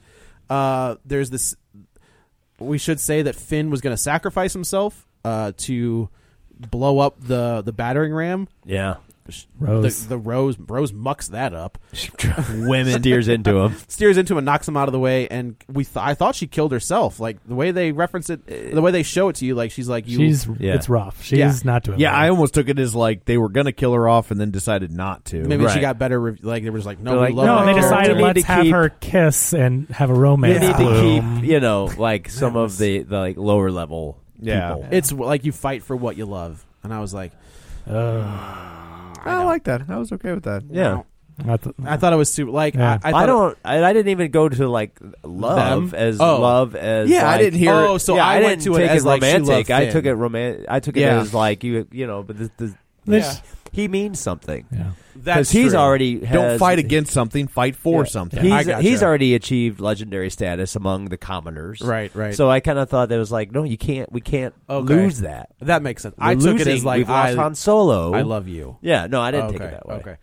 [SPEAKER 1] uh there's this we should say that finn was going to sacrifice himself uh to blow up the the battering ram
[SPEAKER 2] Yeah,
[SPEAKER 7] Rose.
[SPEAKER 1] The, the rose rose mucks that up
[SPEAKER 2] women steers into him.
[SPEAKER 1] steers into him and knocks him out of the way. And we, th- I thought she killed herself. Like the way they reference it, eh, the way they show it to you, like she's like you.
[SPEAKER 7] She's
[SPEAKER 2] Yeah.
[SPEAKER 7] it's rough. She's
[SPEAKER 1] Yeah.
[SPEAKER 7] not doing
[SPEAKER 6] Yeah,
[SPEAKER 7] well.
[SPEAKER 6] I almost took it as like they were gonna kill her off and then decided not to.
[SPEAKER 1] maybe she
[SPEAKER 2] Right.
[SPEAKER 1] got better. Re- like they were just like, no,
[SPEAKER 2] They're
[SPEAKER 1] we
[SPEAKER 2] like,
[SPEAKER 1] love
[SPEAKER 7] no,
[SPEAKER 1] her
[SPEAKER 7] they
[SPEAKER 2] Oh,
[SPEAKER 1] character.
[SPEAKER 7] decided
[SPEAKER 2] we
[SPEAKER 7] let's
[SPEAKER 2] need to
[SPEAKER 7] have
[SPEAKER 2] keep-
[SPEAKER 7] her kiss and have a
[SPEAKER 2] You
[SPEAKER 7] romance.
[SPEAKER 2] need
[SPEAKER 7] bloom.
[SPEAKER 2] to keep, you know, like some of the, the like lower level
[SPEAKER 6] Yeah.
[SPEAKER 2] people.
[SPEAKER 1] It's like you fight for what you love. And I was like,
[SPEAKER 6] I, like that. I was okay with that.
[SPEAKER 2] yeah.
[SPEAKER 1] no.
[SPEAKER 7] Not the-
[SPEAKER 1] I thought it was super. Like
[SPEAKER 7] Yeah.
[SPEAKER 1] I, I,
[SPEAKER 2] I,
[SPEAKER 1] thought it-
[SPEAKER 2] don't. I, I didn't even go to like love
[SPEAKER 1] Them?
[SPEAKER 2] as
[SPEAKER 1] Oh.
[SPEAKER 2] love as.
[SPEAKER 6] Yeah, I
[SPEAKER 2] like-
[SPEAKER 6] didn't hear-
[SPEAKER 1] Oh, so
[SPEAKER 2] yeah,
[SPEAKER 1] I went
[SPEAKER 2] didn't
[SPEAKER 1] to it
[SPEAKER 2] take
[SPEAKER 1] as, like, she
[SPEAKER 2] romantic.
[SPEAKER 1] loved
[SPEAKER 2] I
[SPEAKER 1] Finn.
[SPEAKER 2] took it romantic. I took it
[SPEAKER 6] Yeah.
[SPEAKER 2] as like you. You know, but this, this,
[SPEAKER 7] This-
[SPEAKER 2] he means something
[SPEAKER 7] yeah.
[SPEAKER 1] That's
[SPEAKER 2] he's
[SPEAKER 1] true.
[SPEAKER 2] already
[SPEAKER 6] Don't
[SPEAKER 2] has-
[SPEAKER 6] fight against something. Fight for something.
[SPEAKER 2] He's,
[SPEAKER 1] I gotcha.
[SPEAKER 2] he's already achieved legendary status among the commoners.
[SPEAKER 1] Right, right.
[SPEAKER 2] So I kind of thought that was like, no, you can't. We can't
[SPEAKER 1] Okay.
[SPEAKER 2] lose that.
[SPEAKER 1] That makes sense.
[SPEAKER 2] We're
[SPEAKER 1] I took it
[SPEAKER 2] losing.
[SPEAKER 1] as like
[SPEAKER 2] we've lost
[SPEAKER 1] I,
[SPEAKER 2] Han Solo.
[SPEAKER 1] I love you.
[SPEAKER 2] Yeah, no, I didn't
[SPEAKER 1] okay,
[SPEAKER 2] take it that way.
[SPEAKER 1] Okay.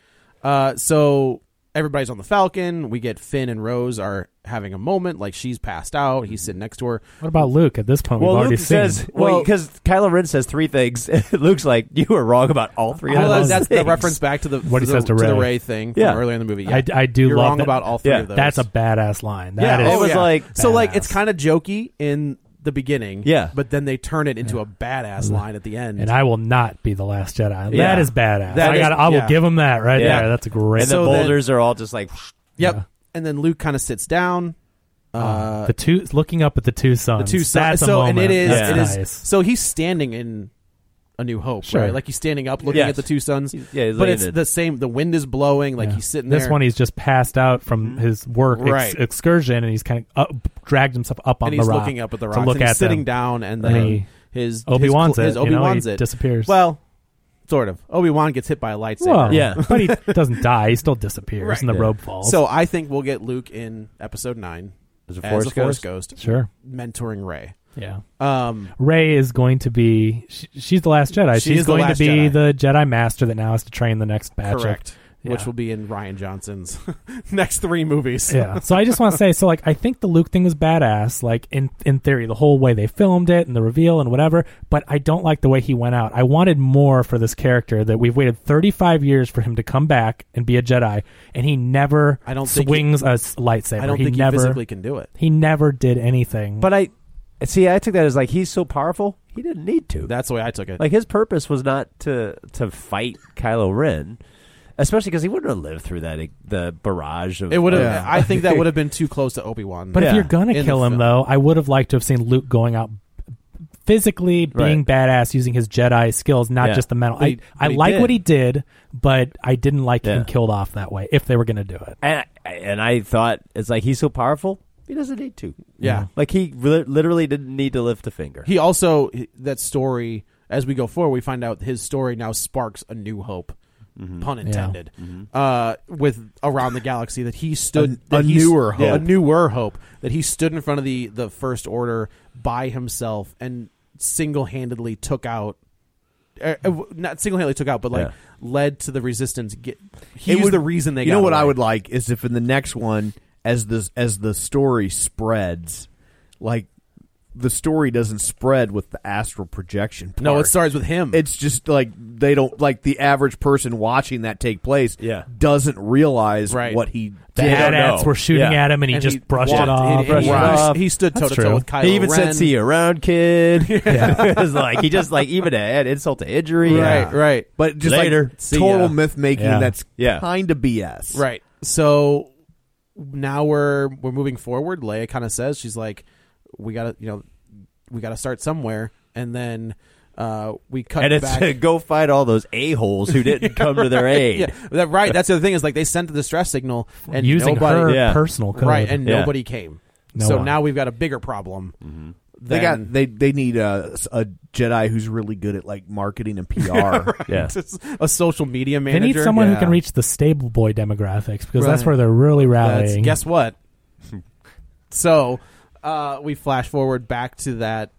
[SPEAKER 1] Uh, so everybody's on the Falcon. We get Finn and Rose are having a moment. Like she's passed out. He's sitting next to her.
[SPEAKER 7] What about Luke? At this point, we've
[SPEAKER 2] Well,
[SPEAKER 7] already
[SPEAKER 2] Luke
[SPEAKER 7] seen.
[SPEAKER 2] says, well,
[SPEAKER 1] Well-
[SPEAKER 2] because Kylo Ren says three things. Luke's like, you were wrong about all three.
[SPEAKER 1] Well,
[SPEAKER 2] of
[SPEAKER 1] that's,
[SPEAKER 2] those
[SPEAKER 1] that's the
[SPEAKER 2] things."
[SPEAKER 1] reference back to the
[SPEAKER 7] What he
[SPEAKER 1] to
[SPEAKER 7] says
[SPEAKER 1] the,
[SPEAKER 7] to
[SPEAKER 1] the
[SPEAKER 7] Ray.
[SPEAKER 1] Ray thing
[SPEAKER 2] Yeah.
[SPEAKER 1] from earlier in the movie. Yeah.
[SPEAKER 7] I, I do
[SPEAKER 1] You're
[SPEAKER 7] love
[SPEAKER 1] wrong
[SPEAKER 7] that.
[SPEAKER 1] about all three
[SPEAKER 2] Yeah.
[SPEAKER 1] of those.
[SPEAKER 7] That's a badass line. That
[SPEAKER 1] Oh,
[SPEAKER 2] Yeah, oh,
[SPEAKER 7] is
[SPEAKER 2] it was like-
[SPEAKER 1] so like it's
[SPEAKER 7] badass.
[SPEAKER 1] kind of jokey in the beginning.
[SPEAKER 2] Yeah.
[SPEAKER 1] but then they turn it into a badass line at the end.
[SPEAKER 7] and I will not be the last Jedi. That is badass.
[SPEAKER 1] That
[SPEAKER 7] I
[SPEAKER 1] is-
[SPEAKER 7] got. I will
[SPEAKER 1] yeah.
[SPEAKER 7] give him that right
[SPEAKER 2] Yeah.
[SPEAKER 7] there. That's a great.
[SPEAKER 2] And the
[SPEAKER 1] So then-
[SPEAKER 2] boulders are all just like,
[SPEAKER 1] yep.
[SPEAKER 7] yeah.
[SPEAKER 1] And then Luke kind of sits down. Uh,
[SPEAKER 7] the two looking up at the two suns.
[SPEAKER 1] two
[SPEAKER 7] That's
[SPEAKER 1] so
[SPEAKER 7] a moment.
[SPEAKER 1] and it is
[SPEAKER 7] That's
[SPEAKER 1] it is
[SPEAKER 7] nice.
[SPEAKER 1] so he's standing in a new hope
[SPEAKER 7] Sure.
[SPEAKER 1] right like he's standing up looking
[SPEAKER 2] Yes.
[SPEAKER 1] at the two suns
[SPEAKER 2] He's- yeah, he's
[SPEAKER 1] but
[SPEAKER 2] looking
[SPEAKER 1] it's
[SPEAKER 2] at-
[SPEAKER 1] the same the wind is blowing like
[SPEAKER 7] Yeah.
[SPEAKER 1] he's sitting
[SPEAKER 7] This
[SPEAKER 1] there Mm-hmm.
[SPEAKER 7] one, he's just passed out from his work ex-
[SPEAKER 1] Right.
[SPEAKER 7] excursion, and he's kind of up, dragged himself up on
[SPEAKER 1] and
[SPEAKER 7] the
[SPEAKER 1] he's
[SPEAKER 7] rock
[SPEAKER 1] looking up at the
[SPEAKER 7] to
[SPEAKER 1] rocks
[SPEAKER 7] look
[SPEAKER 1] and he's
[SPEAKER 7] at
[SPEAKER 1] sitting
[SPEAKER 7] them.
[SPEAKER 1] down and
[SPEAKER 7] And
[SPEAKER 1] then
[SPEAKER 7] he-
[SPEAKER 1] his
[SPEAKER 7] Obi-Wan's
[SPEAKER 1] his,
[SPEAKER 7] it, you know,
[SPEAKER 1] Obi-Wan's
[SPEAKER 7] he
[SPEAKER 1] it
[SPEAKER 7] disappears.
[SPEAKER 1] well sort of Obi-Wan gets hit by a lightsaber
[SPEAKER 7] Well,
[SPEAKER 2] Yeah.
[SPEAKER 7] but he doesn't die. He still disappears,
[SPEAKER 1] Right.
[SPEAKER 7] and the
[SPEAKER 2] Yeah.
[SPEAKER 7] robe falls.
[SPEAKER 1] so I think we'll get Luke in episode 9
[SPEAKER 2] As a
[SPEAKER 1] as
[SPEAKER 2] Force
[SPEAKER 1] a force ghost
[SPEAKER 7] sure,
[SPEAKER 1] mentoring Ray
[SPEAKER 7] yeah.
[SPEAKER 1] um
[SPEAKER 7] Ray is going to be. She, she's the last Jedi.
[SPEAKER 1] She
[SPEAKER 7] she's
[SPEAKER 1] is the
[SPEAKER 7] going
[SPEAKER 1] last
[SPEAKER 7] to be
[SPEAKER 1] Jedi.
[SPEAKER 7] the Jedi Master that now has to train the next batch. of-
[SPEAKER 1] correct which
[SPEAKER 7] Yeah.
[SPEAKER 1] will be in Ryan Johnson's next 3 movies
[SPEAKER 7] yeah. So I just want to say, so like, I think the Luke thing was badass, like in in theory, the whole way they filmed it and the reveal and whatever. But I don't like the way he went out. I wanted more for this character that we've waited 35 years for him to come back and be a Jedi, and he never
[SPEAKER 1] I don't think he-
[SPEAKER 7] swings a s- lightsaber.
[SPEAKER 1] I don't
[SPEAKER 7] he
[SPEAKER 1] think
[SPEAKER 7] never
[SPEAKER 1] he physically can do it
[SPEAKER 7] he never did anything.
[SPEAKER 2] But I see. I took that as like he's so powerful. He didn't need to.
[SPEAKER 1] That's the way I took it.
[SPEAKER 2] like his purpose was not to to fight Kylo Ren, especially because he wouldn't have lived through that e, the barrage of
[SPEAKER 1] it would have.
[SPEAKER 6] Yeah.
[SPEAKER 1] I think that would have been too close to Obi Wan.
[SPEAKER 7] But if
[SPEAKER 2] Yeah.
[SPEAKER 7] you're gonna
[SPEAKER 1] In the
[SPEAKER 7] kill him,
[SPEAKER 1] film.
[SPEAKER 7] though, I would have liked to have seen Luke going out physically being
[SPEAKER 2] Right.
[SPEAKER 7] badass, using his Jedi skills, not
[SPEAKER 2] Yeah.
[SPEAKER 7] just the mental.
[SPEAKER 1] But he-
[SPEAKER 7] I, I
[SPEAKER 1] but he
[SPEAKER 7] like
[SPEAKER 1] did.
[SPEAKER 7] what he did, but I didn't like
[SPEAKER 2] Yeah.
[SPEAKER 7] him killed off that way. If they were gonna do it,
[SPEAKER 2] And I, and I thought it's like he's so powerful. He doesn't need to.
[SPEAKER 1] Yeah.
[SPEAKER 2] Like he li- literally didn't need to lift a finger.
[SPEAKER 1] he also that story as we go forward, we find out his story now sparks a new hope, pun intended, uh, with around the galaxy that he stood
[SPEAKER 6] A-
[SPEAKER 1] that
[SPEAKER 6] a
[SPEAKER 1] he s-
[SPEAKER 6] newer
[SPEAKER 1] yeah, a
[SPEAKER 6] hope.
[SPEAKER 1] newer hope that he stood in front of the the first order by himself and single handedly took out. Uh, uh, not single-handedly took out, but like
[SPEAKER 2] Yeah.
[SPEAKER 1] led to the resistance. Get, he
[SPEAKER 6] It
[SPEAKER 1] was
[SPEAKER 6] would-
[SPEAKER 1] the reason they.
[SPEAKER 6] You
[SPEAKER 1] got
[SPEAKER 6] know what
[SPEAKER 1] away.
[SPEAKER 6] I would like is if in the next one, as the as the story spreads, like the story doesn't spread with the astral projection. Part.
[SPEAKER 1] No, it starts with him.
[SPEAKER 6] It's just like they don't like the average person watching that take place.
[SPEAKER 2] Yeah.
[SPEAKER 6] doesn't realize
[SPEAKER 1] Right.
[SPEAKER 6] what he
[SPEAKER 7] The
[SPEAKER 6] did.
[SPEAKER 7] AT-ATs were shooting
[SPEAKER 2] Yeah.
[SPEAKER 7] at him, and he just brushed
[SPEAKER 1] walked-
[SPEAKER 7] it off.
[SPEAKER 1] He, he-
[SPEAKER 2] Brushed it
[SPEAKER 1] he-
[SPEAKER 2] off.
[SPEAKER 1] he stood toe
[SPEAKER 7] That's
[SPEAKER 1] to toe
[SPEAKER 7] true.
[SPEAKER 1] with Kylo
[SPEAKER 2] He even
[SPEAKER 1] Ren.
[SPEAKER 2] said, "See you around, kid." it was like he just like even to add insult to injury.
[SPEAKER 1] Right, right,
[SPEAKER 6] But just
[SPEAKER 2] Later.
[SPEAKER 6] like
[SPEAKER 2] See
[SPEAKER 6] total
[SPEAKER 2] ya.
[SPEAKER 6] myth making.
[SPEAKER 7] Yeah.
[SPEAKER 6] That's
[SPEAKER 2] Yeah.
[SPEAKER 6] kind of BS.
[SPEAKER 1] right. So now we're we're moving forward. Leia kind of says she's like, "We gotta, you know, we gotta start somewhere." And then uh, we cut
[SPEAKER 2] And it's
[SPEAKER 1] back.
[SPEAKER 2] go fight all those a holes who didn't come to their aid.
[SPEAKER 1] yeah, that, right. That's the other thing is like they sent the distress signal and
[SPEAKER 7] using
[SPEAKER 1] nobody,
[SPEAKER 7] her
[SPEAKER 2] yeah.
[SPEAKER 7] personal code.
[SPEAKER 1] right, and
[SPEAKER 2] Yeah.
[SPEAKER 1] nobody came.
[SPEAKER 7] No
[SPEAKER 1] so
[SPEAKER 7] one.
[SPEAKER 1] now we've got a bigger problem.
[SPEAKER 6] They
[SPEAKER 1] than-
[SPEAKER 6] got they they need a, a Jedi who's really good at like marketing and PR.
[SPEAKER 2] Yeah.
[SPEAKER 1] a social media
[SPEAKER 7] they
[SPEAKER 1] manager.
[SPEAKER 7] need someone
[SPEAKER 6] yeah.
[SPEAKER 7] who can reach the stable boy demographics because that's
[SPEAKER 1] Right.
[SPEAKER 7] where they're really
[SPEAKER 1] That's-
[SPEAKER 7] rallying.
[SPEAKER 1] guess what? so uh, we flash forward back to that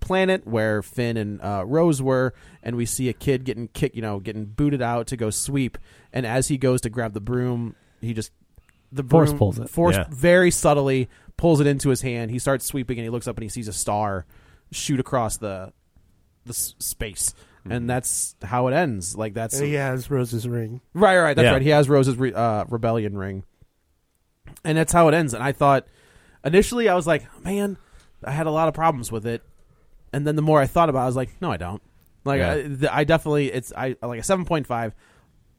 [SPEAKER 1] planet where Finn and uh, Rose were, and we see a kid getting kicked, you know, getting booted out to go sweep. And as he goes to grab the broom, he just the broom,
[SPEAKER 7] Force pulls it.
[SPEAKER 1] Force
[SPEAKER 2] Yeah.
[SPEAKER 1] very subtly pulls it into his hand. He starts sweeping, and he looks up and he sees a star shoot across the the s- space.
[SPEAKER 2] Mm-hmm.
[SPEAKER 1] And that's how it ends. Like that's
[SPEAKER 4] And he has Rose's ring.
[SPEAKER 1] Right, right. That's
[SPEAKER 2] Yeah.
[SPEAKER 1] right. He has Rose's re- uh, rebellion ring, and that's how it ends. And I thought initially, I was like, man, I had a lot of problems with it, and then the more I thought about, it, I was like, no, I don't. Like
[SPEAKER 2] Yeah.
[SPEAKER 1] I, th- I definitely, it's I like a seven point five.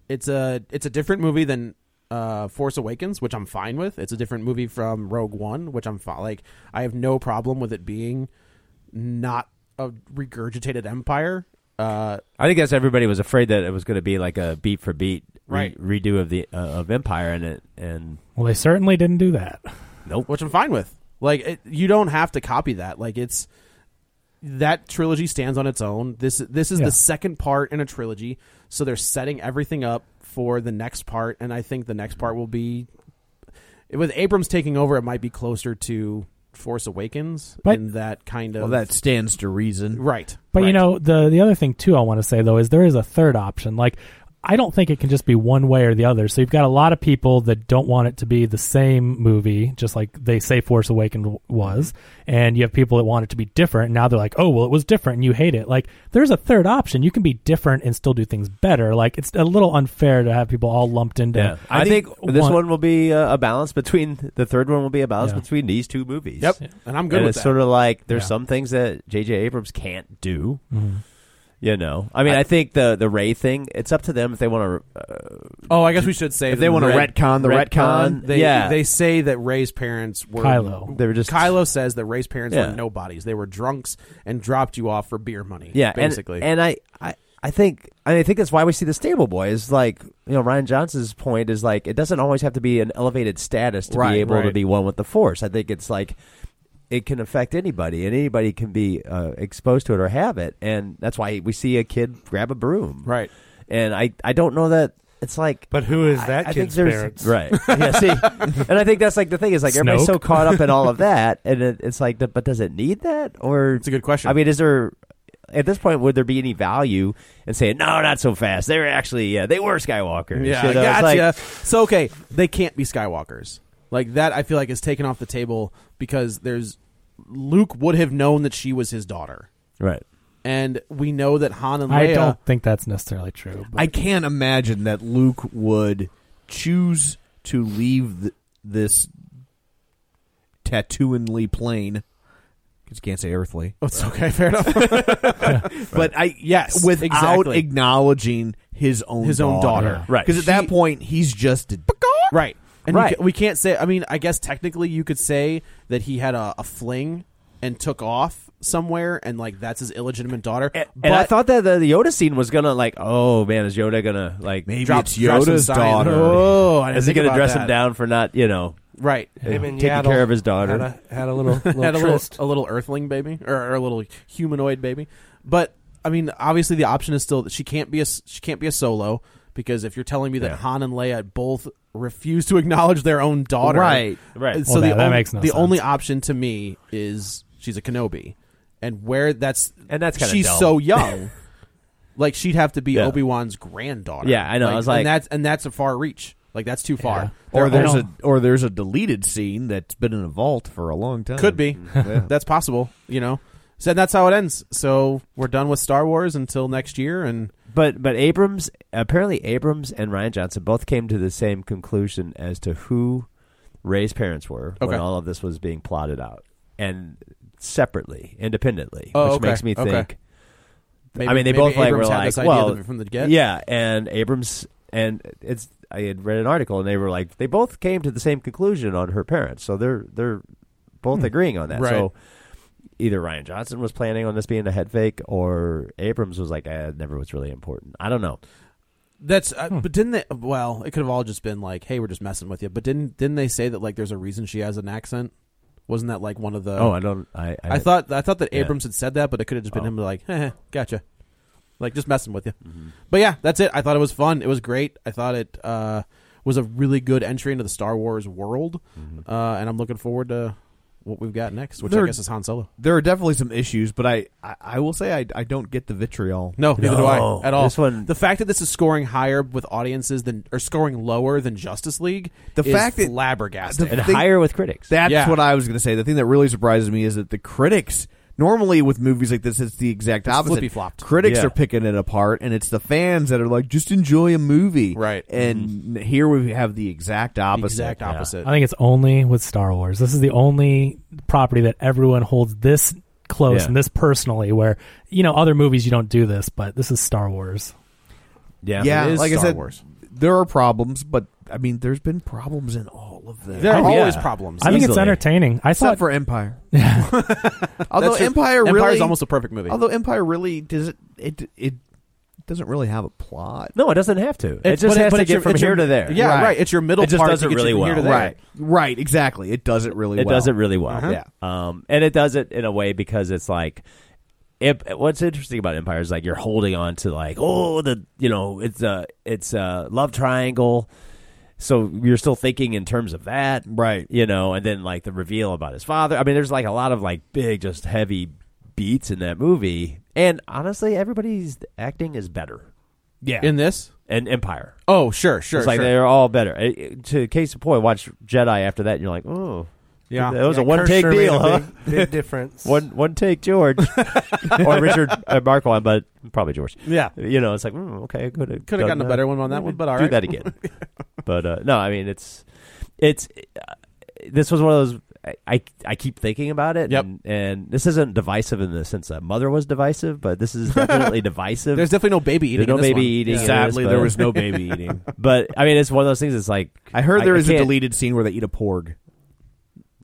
[SPEAKER 1] It's a it's a different movie than uh, Force Awakens, which I'm fine with. It's a different movie from Rogue One, which I'm fi- like I have no problem with it being not a regurgitated Empire. Uh,
[SPEAKER 2] I think that's everybody was afraid that it was going to be like a beat for beat re-
[SPEAKER 1] Right.
[SPEAKER 2] redo of the uh, of Empire, and it and
[SPEAKER 7] well, they certainly didn't do that.
[SPEAKER 1] which I'm fine with. Like it, you don't have to copy that. Like it's that trilogy stands on its own. This this is
[SPEAKER 7] Yeah.
[SPEAKER 1] the second part in a trilogy, so they're setting everything up for the next part, and I think the next part will be with Abrams taking over. It might be closer to Force Awakens
[SPEAKER 7] But-
[SPEAKER 1] in that kind of
[SPEAKER 6] Well, that stands to reason.
[SPEAKER 1] right.
[SPEAKER 7] But you
[SPEAKER 1] right.
[SPEAKER 7] know, the the other thing too, I want to say though is there is a third option. Like, I don't think it can just be one way or the other. So you've got a lot of people that don't want it to be the same movie, just like they say Force Awakens w- was,
[SPEAKER 2] Mm-hmm.
[SPEAKER 7] and you have people that want it to be different. And now they're like, oh well, it was different, and you hate it. Like, there's a third option. You can be different and still do things better. Like, it's a little unfair to have people all lumped into.
[SPEAKER 2] yeah. I, think, this
[SPEAKER 7] one-
[SPEAKER 2] one will be uh, a balance between the third one will be a balance
[SPEAKER 7] Yeah.
[SPEAKER 2] between these two movies.
[SPEAKER 1] Yep, and I'm good
[SPEAKER 2] and
[SPEAKER 1] with
[SPEAKER 2] it's
[SPEAKER 1] that.
[SPEAKER 2] sort of like there's
[SPEAKER 7] Yeah.
[SPEAKER 2] some things that J.J. Abrams can't do. You know, I mean, I, think the the Ray thing. It's up to them if they want to. Uh,
[SPEAKER 1] oh, I guess we should say
[SPEAKER 6] If they want to
[SPEAKER 1] red.
[SPEAKER 6] retcon the retcon,
[SPEAKER 1] They,
[SPEAKER 2] yeah,
[SPEAKER 1] they say that Ray's parents were
[SPEAKER 7] Kylo.
[SPEAKER 2] They were just-
[SPEAKER 1] Kylo says that Ray's parents
[SPEAKER 2] Yeah.
[SPEAKER 1] were nobodies. They were drunks and dropped you off for beer money.
[SPEAKER 2] yeah, and-
[SPEAKER 1] basically.
[SPEAKER 2] And, I, I, I think, and I think that's why we see the stable boy is like, you know, Ryan Johnson's point is like, it doesn't always have to be an elevated status to
[SPEAKER 1] Right,
[SPEAKER 2] be able to
[SPEAKER 1] right.
[SPEAKER 2] be one with the force. I think it's like, it can affect anybody, and anybody can be uh, exposed to it or have it, and that's why we see a kid grab a broom,
[SPEAKER 1] Right.
[SPEAKER 2] And I, I don't know that it's like,
[SPEAKER 4] But who is
[SPEAKER 2] I-
[SPEAKER 4] that
[SPEAKER 2] I
[SPEAKER 4] kid's
[SPEAKER 2] think there's-
[SPEAKER 4] parents?
[SPEAKER 2] Right. Yeah. See, and I think that's like the thing is like everybody's so
[SPEAKER 7] Snoke.
[SPEAKER 2] caught up in all of that, and it, it's like, but does it need that? Or
[SPEAKER 1] It's a good question.
[SPEAKER 2] I mean, is there at this point would there be any value in saying no, not so fast? They were actually yeah, they were Skywalkers.
[SPEAKER 1] yeah,
[SPEAKER 2] You know, it's
[SPEAKER 1] gotcha.
[SPEAKER 2] like-
[SPEAKER 1] so okay, they can't be Skywalkers. Like that, I feel like is taken off the table because there's Luke would have known that she was his daughter,
[SPEAKER 2] right.
[SPEAKER 1] and we know that Han and Leia.
[SPEAKER 7] I don't think that's necessarily true. but-
[SPEAKER 6] I can't imagine that Luke would choose to leave th- this Tatooinely plane. Because you can't say earthly,
[SPEAKER 1] Oh, it's okay, fair enough.
[SPEAKER 6] but I
[SPEAKER 1] Yes,
[SPEAKER 6] without
[SPEAKER 1] exactly.
[SPEAKER 6] acknowledging his own
[SPEAKER 1] His own daughter. Right.
[SPEAKER 6] Because at
[SPEAKER 1] She-
[SPEAKER 6] that point he's just a,
[SPEAKER 1] right. And
[SPEAKER 2] Right.
[SPEAKER 1] right. we can't say. I mean, I guess technically you could say that he had a, a fling and took off somewhere, and like that's his illegitimate daughter.
[SPEAKER 2] eh, And,
[SPEAKER 1] but
[SPEAKER 2] and I thought that the, the Yoda scene was gonna like, oh man, is Yoda gonna like
[SPEAKER 6] maybe
[SPEAKER 1] Drop-
[SPEAKER 6] it's
[SPEAKER 1] drop some
[SPEAKER 6] Yoda's
[SPEAKER 1] sign.
[SPEAKER 6] daughter.
[SPEAKER 1] Oh, I didn't
[SPEAKER 2] is he
[SPEAKER 1] think
[SPEAKER 2] gonna
[SPEAKER 1] about
[SPEAKER 2] dress
[SPEAKER 1] that.
[SPEAKER 2] him down for not you know
[SPEAKER 1] Right.
[SPEAKER 4] Him and
[SPEAKER 2] taking
[SPEAKER 4] Yaddle
[SPEAKER 2] care of his daughter?
[SPEAKER 4] Had a, had a little, little
[SPEAKER 1] had a little,
[SPEAKER 4] tryst.
[SPEAKER 1] a little earthling baby or, or a little humanoid baby. But I mean, obviously the option is still that she can't be a she can't be a solo because if you're telling me that
[SPEAKER 2] Yeah.
[SPEAKER 1] Han and Leia both refuse to acknowledge their own daughter,
[SPEAKER 6] Right,
[SPEAKER 2] right.
[SPEAKER 1] So
[SPEAKER 7] Well,
[SPEAKER 1] the
[SPEAKER 7] that- that
[SPEAKER 1] only,
[SPEAKER 7] makes no
[SPEAKER 1] the
[SPEAKER 7] sense.
[SPEAKER 1] only option to me is she's a Kenobi, and where that's
[SPEAKER 2] And that's kinda
[SPEAKER 1] she's
[SPEAKER 2] dumb.
[SPEAKER 1] so young. Like she'd have to be
[SPEAKER 2] Yeah.
[SPEAKER 1] Obi Wan's granddaughter.
[SPEAKER 2] Yeah, I know. I was like-
[SPEAKER 1] and that's and that's a far reach. Like that's too far. They're
[SPEAKER 6] Or there's
[SPEAKER 1] all-
[SPEAKER 6] a or there's a deleted scene that's been in a vault for a long time.
[SPEAKER 1] Could be.
[SPEAKER 6] Yeah.
[SPEAKER 1] That's possible. You know. So that's how it ends. So we're done with Star Wars until next year, and
[SPEAKER 2] But but Abrams apparently Abrams and Ryan Johnson both came to the same conclusion as to who Ray's parents were
[SPEAKER 1] Okay.
[SPEAKER 2] when all of this was being plotted out, and separately, independently,
[SPEAKER 1] Oh,
[SPEAKER 2] which
[SPEAKER 1] okay,
[SPEAKER 2] makes me
[SPEAKER 1] okay.
[SPEAKER 2] think.
[SPEAKER 1] Maybe-
[SPEAKER 2] I mean, they
[SPEAKER 1] maybe
[SPEAKER 2] both like were
[SPEAKER 1] Abrams had
[SPEAKER 2] like,
[SPEAKER 1] this idea
[SPEAKER 2] well,
[SPEAKER 1] from the get?
[SPEAKER 2] yeah, and Abrams and it's. I had read an article, and they were like, they both came to the same conclusion on her parents, so they're they're both
[SPEAKER 1] Hmm.
[SPEAKER 2] agreeing on that.
[SPEAKER 1] Right.
[SPEAKER 2] So either Ryan Johnson was planning on this being a head fake, or Abrams was like, eh, it never was really important. I don't know.
[SPEAKER 1] That's uh,
[SPEAKER 2] Hmm.
[SPEAKER 1] but didn't they? Well, it could have all just been like, hey, we're just messing with you. But didn't didn't they say that like there's a reason she has an accent? Wasn't that like one of the?
[SPEAKER 2] Oh, I don't. I
[SPEAKER 1] Uh, I, thought I thought that
[SPEAKER 2] Yeah.
[SPEAKER 1] Abrams had said that, but it could have just been
[SPEAKER 2] Oh.
[SPEAKER 1] him like, "Heh, heh, gotcha, like just messing with you.
[SPEAKER 6] Mm-hmm.
[SPEAKER 1] But yeah, that's it. I thought it was fun. It was great. I thought it uh, was a really good entry into the Star Wars world, uh, and I'm looking forward to what we've got next, which I
[SPEAKER 6] Mm-hmm. There-
[SPEAKER 1] guess is Han Solo.
[SPEAKER 6] There are definitely some issues, but I, I, I will say I, I don't get the vitriol.
[SPEAKER 1] No, neither do
[SPEAKER 2] No.
[SPEAKER 1] I at all.
[SPEAKER 2] This one-
[SPEAKER 1] the fact that this is scoring higher with audiences than or scoring lower than Justice League,
[SPEAKER 6] The
[SPEAKER 1] is
[SPEAKER 6] fact that-
[SPEAKER 1] flabbergasted.
[SPEAKER 6] the
[SPEAKER 2] and
[SPEAKER 6] thing-
[SPEAKER 2] higher with critics.
[SPEAKER 6] That's
[SPEAKER 1] Yeah.
[SPEAKER 6] what I was going to say. The thing that really surprises me is that the critics. Normally, with movies like this, it's the exact opposite.
[SPEAKER 1] flippy-flopped.
[SPEAKER 6] Critics
[SPEAKER 2] Yeah.
[SPEAKER 6] are picking it apart, and it's the fans that are like, "Just enjoy a movie."
[SPEAKER 1] Right.
[SPEAKER 6] And here we have the exact opposite.
[SPEAKER 1] exact
[SPEAKER 6] Yeah.
[SPEAKER 1] opposite.
[SPEAKER 7] I think it's only with Star Wars. This is the only property that everyone holds this close
[SPEAKER 2] Yeah.
[SPEAKER 7] and this personally. Where you know other movies you don't do this, but this is Star Wars.
[SPEAKER 2] Yeah,
[SPEAKER 6] Yeah,
[SPEAKER 1] It is
[SPEAKER 6] like I
[SPEAKER 1] Star
[SPEAKER 6] said,
[SPEAKER 1] Wars.
[SPEAKER 6] there are problems, but I mean, there's been problems in all of them,
[SPEAKER 1] There are
[SPEAKER 2] Oh,
[SPEAKER 1] always
[SPEAKER 2] yeah.
[SPEAKER 1] problems.
[SPEAKER 7] I think it's
[SPEAKER 2] Easily.
[SPEAKER 7] entertaining. I saw
[SPEAKER 6] except
[SPEAKER 7] it,
[SPEAKER 6] for Empire. although
[SPEAKER 1] That's just-
[SPEAKER 6] Empire
[SPEAKER 1] Empire's
[SPEAKER 6] really,
[SPEAKER 1] almost a perfect movie.
[SPEAKER 6] although Empire really does it, it doesn't really have a plot.
[SPEAKER 2] No, it doesn't have to. It
[SPEAKER 1] It's-
[SPEAKER 2] just
[SPEAKER 1] but
[SPEAKER 2] has
[SPEAKER 1] but
[SPEAKER 2] to
[SPEAKER 1] it's
[SPEAKER 2] get
[SPEAKER 1] your-
[SPEAKER 2] from
[SPEAKER 1] it's
[SPEAKER 2] here
[SPEAKER 1] your-
[SPEAKER 2] to there.
[SPEAKER 1] Yeah, right. It's your middle
[SPEAKER 2] It just
[SPEAKER 1] part
[SPEAKER 2] does
[SPEAKER 1] to
[SPEAKER 2] it
[SPEAKER 1] get you
[SPEAKER 2] really
[SPEAKER 1] from here to
[SPEAKER 2] well.
[SPEAKER 1] there.
[SPEAKER 6] Right, right, exactly. It does it really
[SPEAKER 2] It
[SPEAKER 6] well.
[SPEAKER 2] does it really well.
[SPEAKER 6] Uh-huh.
[SPEAKER 2] Yeah. Um, and it does it in a way because it's like, it, what's interesting about Empire is like you're holding on to like, oh, the you know, it's a it's a love triangle. So you're still thinking in terms of that,
[SPEAKER 6] Right.
[SPEAKER 2] You know, and then like the reveal about his father. I mean, there's like a lot of like big, just heavy beats in that movie. And honestly, everybody's acting is better. Yeah.
[SPEAKER 1] in this.
[SPEAKER 2] and Empire.
[SPEAKER 1] Oh, sure, sure.
[SPEAKER 2] it's like
[SPEAKER 1] sure.
[SPEAKER 2] they're all better. It- it- to case in point, watch Jedi after that, and you're like, oh,
[SPEAKER 1] Yeah.
[SPEAKER 2] that was
[SPEAKER 4] Yeah,
[SPEAKER 2] a one take
[SPEAKER 4] Kirshner made
[SPEAKER 2] deal,
[SPEAKER 4] a
[SPEAKER 2] huh?
[SPEAKER 4] big- Big difference.
[SPEAKER 2] One one take, George or Richard uh, Marco, but probably George.
[SPEAKER 1] Yeah.
[SPEAKER 2] you know, it's like mm, okay, could have
[SPEAKER 1] Could have gotten a better one on that one, but all
[SPEAKER 2] do
[SPEAKER 1] right.
[SPEAKER 2] that again. but uh, no, I mean it's it's uh, this was one of those. I- I, I keep thinking about it,
[SPEAKER 1] Yep.
[SPEAKER 2] and, and this isn't divisive in the sense that mother was divisive, but this is definitely divisive.
[SPEAKER 1] There's definitely no baby eating.
[SPEAKER 2] There's no
[SPEAKER 1] in this
[SPEAKER 2] baby
[SPEAKER 1] one.
[SPEAKER 2] eating. in
[SPEAKER 6] Sadly,
[SPEAKER 2] this,
[SPEAKER 6] there
[SPEAKER 2] but-
[SPEAKER 6] was no baby eating.
[SPEAKER 2] But I mean, it's one of those things. It's like
[SPEAKER 6] I heard there
[SPEAKER 2] I
[SPEAKER 6] is a
[SPEAKER 2] can't-
[SPEAKER 6] deleted scene where they eat a porg.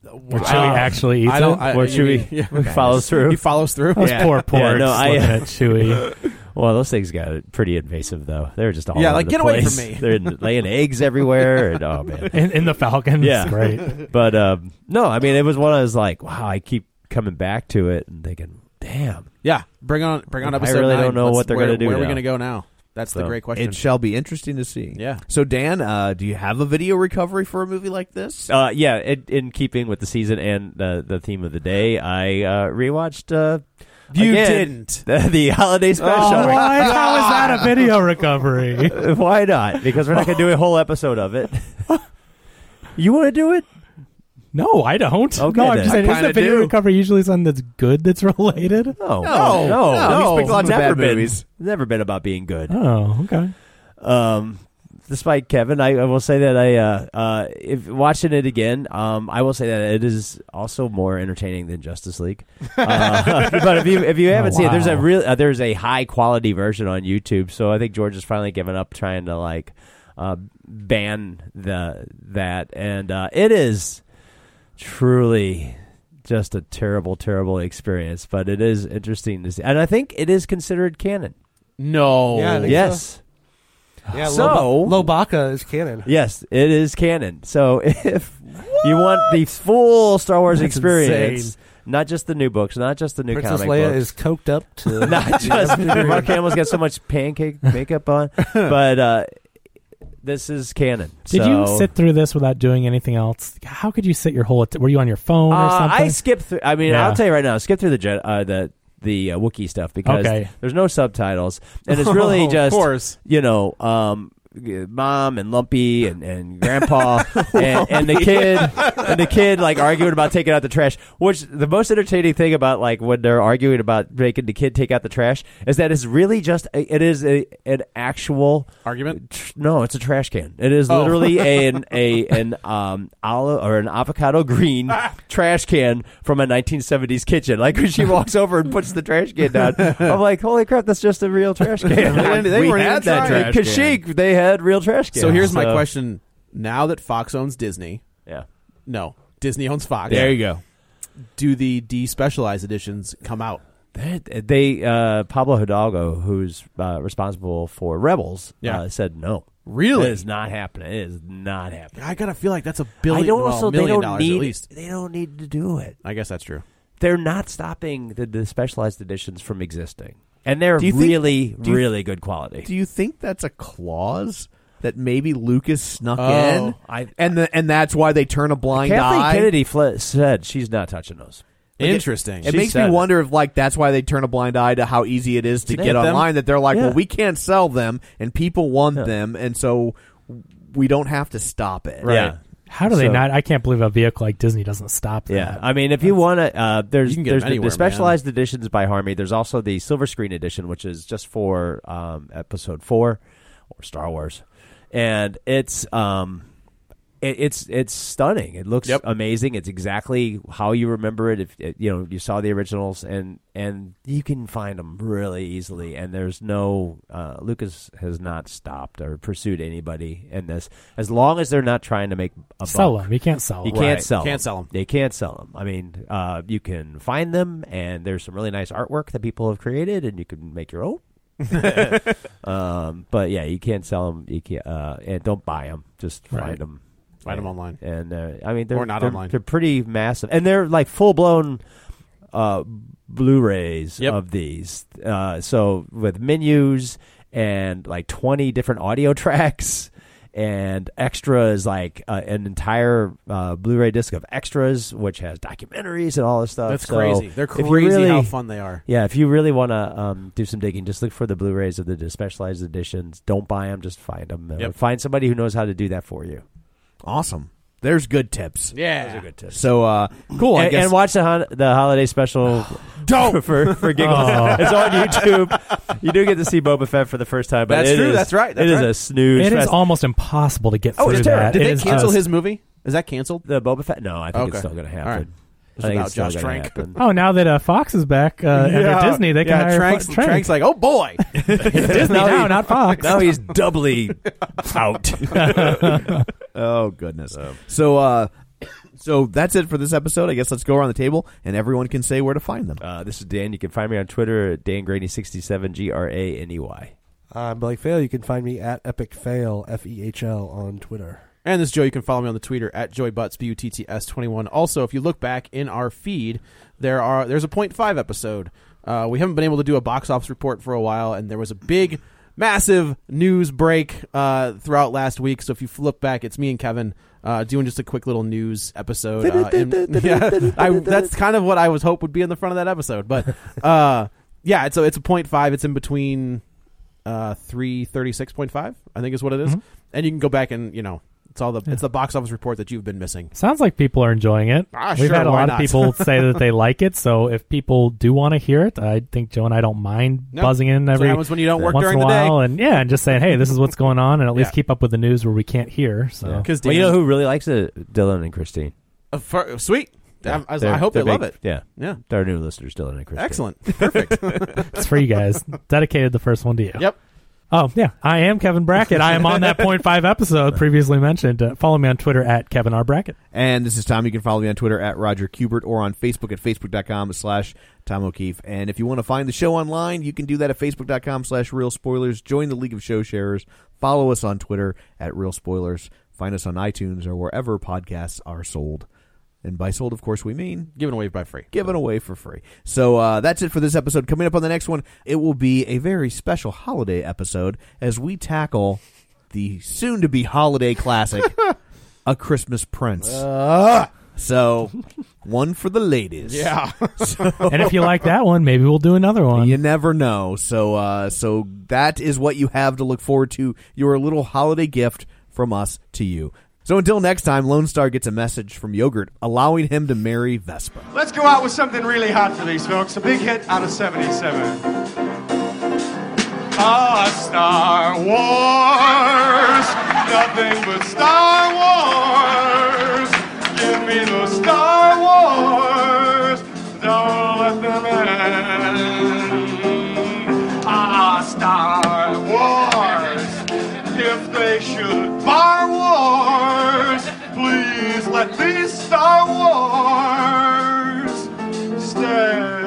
[SPEAKER 7] where Chewie actually eats
[SPEAKER 1] I don't.
[SPEAKER 7] it.
[SPEAKER 1] I,
[SPEAKER 2] Where
[SPEAKER 1] you mean-
[SPEAKER 2] Chewie
[SPEAKER 1] yeah.
[SPEAKER 2] follows through.
[SPEAKER 1] He follows through.
[SPEAKER 7] Those
[SPEAKER 2] Yeah.
[SPEAKER 7] poor porks
[SPEAKER 2] Yeah, no, I-
[SPEAKER 7] looking at Chewie.
[SPEAKER 2] Well, those things got pretty invasive, though. They were just all
[SPEAKER 1] Yeah,
[SPEAKER 2] over
[SPEAKER 1] like,
[SPEAKER 2] the
[SPEAKER 1] "Get away
[SPEAKER 2] place."
[SPEAKER 1] from me.
[SPEAKER 2] They're in- laying eggs everywhere, and oh man.
[SPEAKER 7] In, in the Falcon.
[SPEAKER 2] Yeah.
[SPEAKER 7] It's great.
[SPEAKER 2] But um, no, I mean, it was one I was like, wow. I keep coming back to it and thinking, damn.
[SPEAKER 1] Yeah, bring on, bring on.
[SPEAKER 2] I
[SPEAKER 1] Episode
[SPEAKER 2] really
[SPEAKER 1] nine.
[SPEAKER 2] don't know
[SPEAKER 1] Let's-
[SPEAKER 2] what they're
[SPEAKER 1] where-
[SPEAKER 2] gonna do
[SPEAKER 1] Where are we
[SPEAKER 2] now.
[SPEAKER 1] going to go now? That's the
[SPEAKER 2] So,
[SPEAKER 1] great question.
[SPEAKER 6] It shall be interesting to see.
[SPEAKER 1] Yeah.
[SPEAKER 6] So Dan, uh, do you have a video recovery for a movie like this?
[SPEAKER 2] Uh, yeah, it, in keeping with the season and the the theme of the day, I uh, rewatched. Uh,
[SPEAKER 1] You
[SPEAKER 2] again,
[SPEAKER 1] didn't. Oh.
[SPEAKER 2] the, the holiday special.
[SPEAKER 7] Oh, what? How is that a video recovery?
[SPEAKER 2] Why not? Because we're not going to do a whole episode of it. you want to do it?
[SPEAKER 7] No, I don't.
[SPEAKER 2] Okay,
[SPEAKER 7] no, I'm
[SPEAKER 2] then.
[SPEAKER 7] just
[SPEAKER 2] I
[SPEAKER 7] saying, is
[SPEAKER 6] kinda
[SPEAKER 7] the video
[SPEAKER 6] do.
[SPEAKER 7] recovery usually something that's good that's related?
[SPEAKER 2] No,
[SPEAKER 6] No,
[SPEAKER 2] no,
[SPEAKER 6] no. We speak lots of
[SPEAKER 2] never
[SPEAKER 6] bad
[SPEAKER 2] been,
[SPEAKER 6] movies.
[SPEAKER 2] Never been about being good.
[SPEAKER 7] Oh, okay.
[SPEAKER 2] Um, despite Kevin, I, I will say that I, uh, uh, if watching it again, um, I will say that it is also more entertaining than Justice League. Uh, but if you if you haven't seen it, there's a
[SPEAKER 7] wow.
[SPEAKER 2] real uh, there's a high quality version on YouTube. So I think George has finally given up trying to like uh, ban the that, and uh, it is truly just a terrible, terrible experience. But it is interesting to see, and I think it is considered canon.
[SPEAKER 1] No.
[SPEAKER 4] Yeah, I think
[SPEAKER 2] yes.
[SPEAKER 4] Yeah,
[SPEAKER 2] So-
[SPEAKER 4] Lo- Lobaka is canon.
[SPEAKER 2] Yes, it is canon. So if you want the full Star Wars
[SPEAKER 7] That's
[SPEAKER 2] experience,
[SPEAKER 7] insane.
[SPEAKER 2] not just the new books, not just the new
[SPEAKER 4] Princess
[SPEAKER 2] comic
[SPEAKER 4] Leia
[SPEAKER 2] books,
[SPEAKER 4] is coked up to
[SPEAKER 2] not just Mark Hamill's got so much pancake makeup on, but uh, this is canon.
[SPEAKER 7] Did
[SPEAKER 2] So-
[SPEAKER 7] you sit through this without doing anything else? How could you sit your whole? Were you on your phone or
[SPEAKER 2] Uh,
[SPEAKER 7] something?
[SPEAKER 2] I skip through. I mean,
[SPEAKER 7] Yeah.
[SPEAKER 2] I'll tell you right now, skip through the Jedi, uh, the the uh, Wookiee stuff because
[SPEAKER 7] Okay.
[SPEAKER 2] there's no subtitles, and it's really
[SPEAKER 1] Of
[SPEAKER 2] just
[SPEAKER 1] course.
[SPEAKER 2] you know um, uh, mom and Lumpy and, and Grandpa and, and the kid and the kid like arguing about taking out the trash. Which the most entertaining thing about like when they're arguing about making the kid take out the trash is that it's really just a, it is a, an actual
[SPEAKER 1] Argument?
[SPEAKER 2] Tr- no, it's a trash can. It is
[SPEAKER 1] Oh.
[SPEAKER 2] literally a, an a an um olive or an avocado green trash can from a 1970s kitchen. Like when she walks over and puts the trash can down, I'm like, holy crap, that's just a real trash can.
[SPEAKER 1] They- they
[SPEAKER 2] we
[SPEAKER 1] weren't even
[SPEAKER 2] had that
[SPEAKER 1] trying.
[SPEAKER 2] trash Kashik, they had real trash cans.
[SPEAKER 1] So here's my question: Now that Fox owns Disney,
[SPEAKER 2] Yeah.
[SPEAKER 1] no, Disney owns Fox.
[SPEAKER 2] There you go.
[SPEAKER 1] Do the despecialized editions come out?
[SPEAKER 2] They, they, uh, Pablo Hidalgo, who's uh, responsible for Rebels,
[SPEAKER 1] Yeah.
[SPEAKER 2] uh, said no.
[SPEAKER 1] Really?
[SPEAKER 2] It is not happening. It is not happening.
[SPEAKER 1] I gotta feel like that's a billion.
[SPEAKER 2] I don't
[SPEAKER 1] well,
[SPEAKER 2] also they
[SPEAKER 1] million
[SPEAKER 2] don't
[SPEAKER 1] dollars
[SPEAKER 2] need
[SPEAKER 1] at least.
[SPEAKER 2] they don't need to do it.
[SPEAKER 1] I guess that's true.
[SPEAKER 2] they're not stopping the, the specialized editions from existing, and they're
[SPEAKER 6] Do you think-
[SPEAKER 2] really,
[SPEAKER 6] do you-
[SPEAKER 2] really good quality.
[SPEAKER 6] Do you think that's a clause that maybe Lucas snuck
[SPEAKER 1] Oh,
[SPEAKER 6] in,
[SPEAKER 2] I-
[SPEAKER 6] and the, and that's why they turn a blind
[SPEAKER 2] Kathleen
[SPEAKER 6] eye?
[SPEAKER 2] Kennedy fl- said she's not touching those.
[SPEAKER 6] Like, it-
[SPEAKER 1] Interesting.
[SPEAKER 6] It,
[SPEAKER 2] She
[SPEAKER 6] makes
[SPEAKER 2] said
[SPEAKER 6] me
[SPEAKER 2] it.
[SPEAKER 6] wonder if like that's why they turn a blind eye to how easy it is to
[SPEAKER 2] Yeah,
[SPEAKER 6] get
[SPEAKER 2] them-
[SPEAKER 6] online. That they're like,
[SPEAKER 2] yeah.
[SPEAKER 6] well, we can't sell them, and people want
[SPEAKER 2] Yeah.
[SPEAKER 6] them, and so we don't have to stop it.
[SPEAKER 2] Yeah.
[SPEAKER 7] How do they
[SPEAKER 2] So-
[SPEAKER 7] not? I can't believe a vehicle like Disney doesn't stop that.
[SPEAKER 2] Yeah, I mean, if you want to, uh, there's
[SPEAKER 1] You can get
[SPEAKER 2] there's
[SPEAKER 1] them
[SPEAKER 2] the-
[SPEAKER 1] anywhere,
[SPEAKER 2] the specialized editions by Harmony. There's also the silver screen edition, which is just for um, Episode Four or Star Wars, and it's um, it, it's it's stunning. It looks
[SPEAKER 1] Yep.
[SPEAKER 2] amazing. It's exactly how you remember it. If uh, you know you saw the originals, and and you can find them really easily. And there's no uh, Lucas has not stopped or pursued anybody in this as long as they're not trying to make a
[SPEAKER 7] sell
[SPEAKER 2] buck.
[SPEAKER 7] them. You can't sell
[SPEAKER 2] You
[SPEAKER 7] them.
[SPEAKER 2] can't
[SPEAKER 1] Right.
[SPEAKER 2] sell.
[SPEAKER 1] Can't sell 'em.
[SPEAKER 2] They can't sell them. I mean, uh, you can find them, and there's some really nice artwork that people have created, and you can make your own. um, but yeah, you can't sell them. You can't, uh, and don't buy them. Just find
[SPEAKER 1] Right.
[SPEAKER 2] them.
[SPEAKER 1] Find 'em online.
[SPEAKER 2] And uh, I mean, they're
[SPEAKER 1] Or not
[SPEAKER 2] they're-
[SPEAKER 1] online.
[SPEAKER 2] They're pretty massive, and they're like full blown uh, Blu-rays
[SPEAKER 1] Yep.
[SPEAKER 2] of these. Uh, so with menus and like twenty different audio tracks and extras, like uh, an entire uh, Blu-ray disc of extras, which has documentaries and all this stuff.
[SPEAKER 1] That's
[SPEAKER 2] So
[SPEAKER 1] crazy. They're
[SPEAKER 2] if you
[SPEAKER 1] crazy
[SPEAKER 2] really-
[SPEAKER 1] how fun they are.
[SPEAKER 2] Yeah, if you really want to um, do some digging, just look for the Blu-rays of the specialized editions. Don't buy them; just find them.
[SPEAKER 1] Yep.
[SPEAKER 2] Find somebody who knows how to do that for you.
[SPEAKER 6] Awesome. There's good tips.
[SPEAKER 1] Yeah.
[SPEAKER 2] Those are good tips.
[SPEAKER 6] So uh, cool. I
[SPEAKER 2] and,
[SPEAKER 6] guess
[SPEAKER 2] and watch the hon- the holiday special.
[SPEAKER 6] Don't!
[SPEAKER 2] for for giggles. It's on YouTube. You do get to see Boba Fett for the first time. But
[SPEAKER 1] That's
[SPEAKER 2] it
[SPEAKER 1] true,
[SPEAKER 2] is-
[SPEAKER 1] that's right, that's
[SPEAKER 2] it is
[SPEAKER 1] right.
[SPEAKER 2] a snooze.
[SPEAKER 7] It is
[SPEAKER 2] fest.
[SPEAKER 7] almost impossible to get
[SPEAKER 1] Oh,
[SPEAKER 7] through
[SPEAKER 1] it's terrible.
[SPEAKER 7] that.
[SPEAKER 1] Did
[SPEAKER 7] It
[SPEAKER 1] they
[SPEAKER 7] is
[SPEAKER 1] cancel
[SPEAKER 7] just-
[SPEAKER 1] his movie? Is that canceled?
[SPEAKER 2] the Boba Fett. No, I think it's
[SPEAKER 1] Okay.
[SPEAKER 2] still going to happen.
[SPEAKER 1] All right.
[SPEAKER 2] I think
[SPEAKER 1] without
[SPEAKER 2] it's still
[SPEAKER 1] Josh
[SPEAKER 2] gonna
[SPEAKER 1] Trank.
[SPEAKER 2] happen.
[SPEAKER 7] Oh, now that uh, Fox is back uh, under Disney, they can
[SPEAKER 1] yeah,
[SPEAKER 7] hire
[SPEAKER 1] Trank's,
[SPEAKER 7] Fo- Trank.
[SPEAKER 1] Trank's like, oh boy,
[SPEAKER 7] Disney
[SPEAKER 2] Now
[SPEAKER 7] now,
[SPEAKER 2] he-
[SPEAKER 7] not Fox.
[SPEAKER 1] Oh,
[SPEAKER 2] Now he's doubly out.
[SPEAKER 6] Oh goodness. so uh, so that's it for this episode. I guess let's go around the table and everyone can say where to find them.
[SPEAKER 2] Uh, this is Dan. You can find me on Twitter at DanGraney67, G R A N E Y.
[SPEAKER 4] I'm Uh, Blake Fail. You can find me at Epic Fail F E H L on Twitter.
[SPEAKER 1] And this is Joe. You can follow me on the Twitter at JoeyButts, B-U-T-T-S-21. Also, if you look back in our feed, there are there's a point five episode. Uh, we haven't been able to do a box office report for a while, and there was a big, massive news break uh, throughout last week. So if you flip back, it's me and Kevin uh, doing just a quick little news episode. uh, and- yeah, I, that's kind of what I was hope would be in the front of that episode. But uh, yeah, it's a, it's a point five. It's in between uh, three thirty six point five. I think is what it is. and you can go back and you know it's all the it's the box office report that you've been missing.
[SPEAKER 7] Sounds like people are enjoying it.
[SPEAKER 1] Ah,
[SPEAKER 7] We've
[SPEAKER 1] sure,
[SPEAKER 7] had a
[SPEAKER 1] why
[SPEAKER 7] lot
[SPEAKER 1] not?
[SPEAKER 7] of people say that they like it. So if people do want to hear it, I think Joe and I don't mind
[SPEAKER 1] No,
[SPEAKER 7] buzzing in
[SPEAKER 1] that's what
[SPEAKER 7] every
[SPEAKER 1] happens when you don't work
[SPEAKER 7] once
[SPEAKER 1] during
[SPEAKER 7] in a
[SPEAKER 1] the day.
[SPEAKER 7] while, and yeah, and just saying, hey, this is what's going on, and at least keep up with the news where we can't hear. So
[SPEAKER 1] Because
[SPEAKER 2] Well, you know who really likes it? Dylan and Christine.
[SPEAKER 1] Uh, sweet.
[SPEAKER 2] Yeah,
[SPEAKER 1] I, I- I
[SPEAKER 2] they're-
[SPEAKER 1] hope they
[SPEAKER 2] they're big-
[SPEAKER 1] love it.
[SPEAKER 2] Yeah.
[SPEAKER 1] Yeah,
[SPEAKER 2] They're new listeners, Dylan and Christine.
[SPEAKER 1] excellent, perfect.
[SPEAKER 7] it's for you guys. Dedicated the first one to you.
[SPEAKER 1] yep.
[SPEAKER 7] Oh yeah, I am Kevin Brackett. I am on that point five episode previously mentioned. Uh, follow me on Twitter at Kevin R Brackett.
[SPEAKER 6] And this is Tom. You can follow me on Twitter at Roger Kubert or on Facebook at Facebook.com slash Tom O'Keefe. And if you want to find the show online, you can do that at Facebook.com slash Real Spoilers. Join the League of Show Sharers. Follow us on Twitter at Real Spoilers. Find us on iTunes or wherever podcasts are sold. And by sold, of course, we mean
[SPEAKER 1] Giving away by free.
[SPEAKER 6] given away for free. So uh, that's it for this episode. Coming up on the next one, it will be a very special holiday episode as we tackle the soon to be holiday classic, A Christmas Prince. So, one for the ladies.
[SPEAKER 1] Yeah.
[SPEAKER 6] So-
[SPEAKER 7] and if you like that one, maybe we'll do another one.
[SPEAKER 6] You never know. So uh, so that is what you have to look forward to. Your little holiday gift from us to you. So until next time, Lone Star gets a message from Yogurt allowing him to marry Vespa.
[SPEAKER 8] Let's go out with something really hot for these folks. A big hit out of 77. Ah, Star Wars. Nothing but Star Wars. Give me the Star Wars. Don't let them in. Ah, Star Wars. If they should bar wars, please let these Star Wars stay.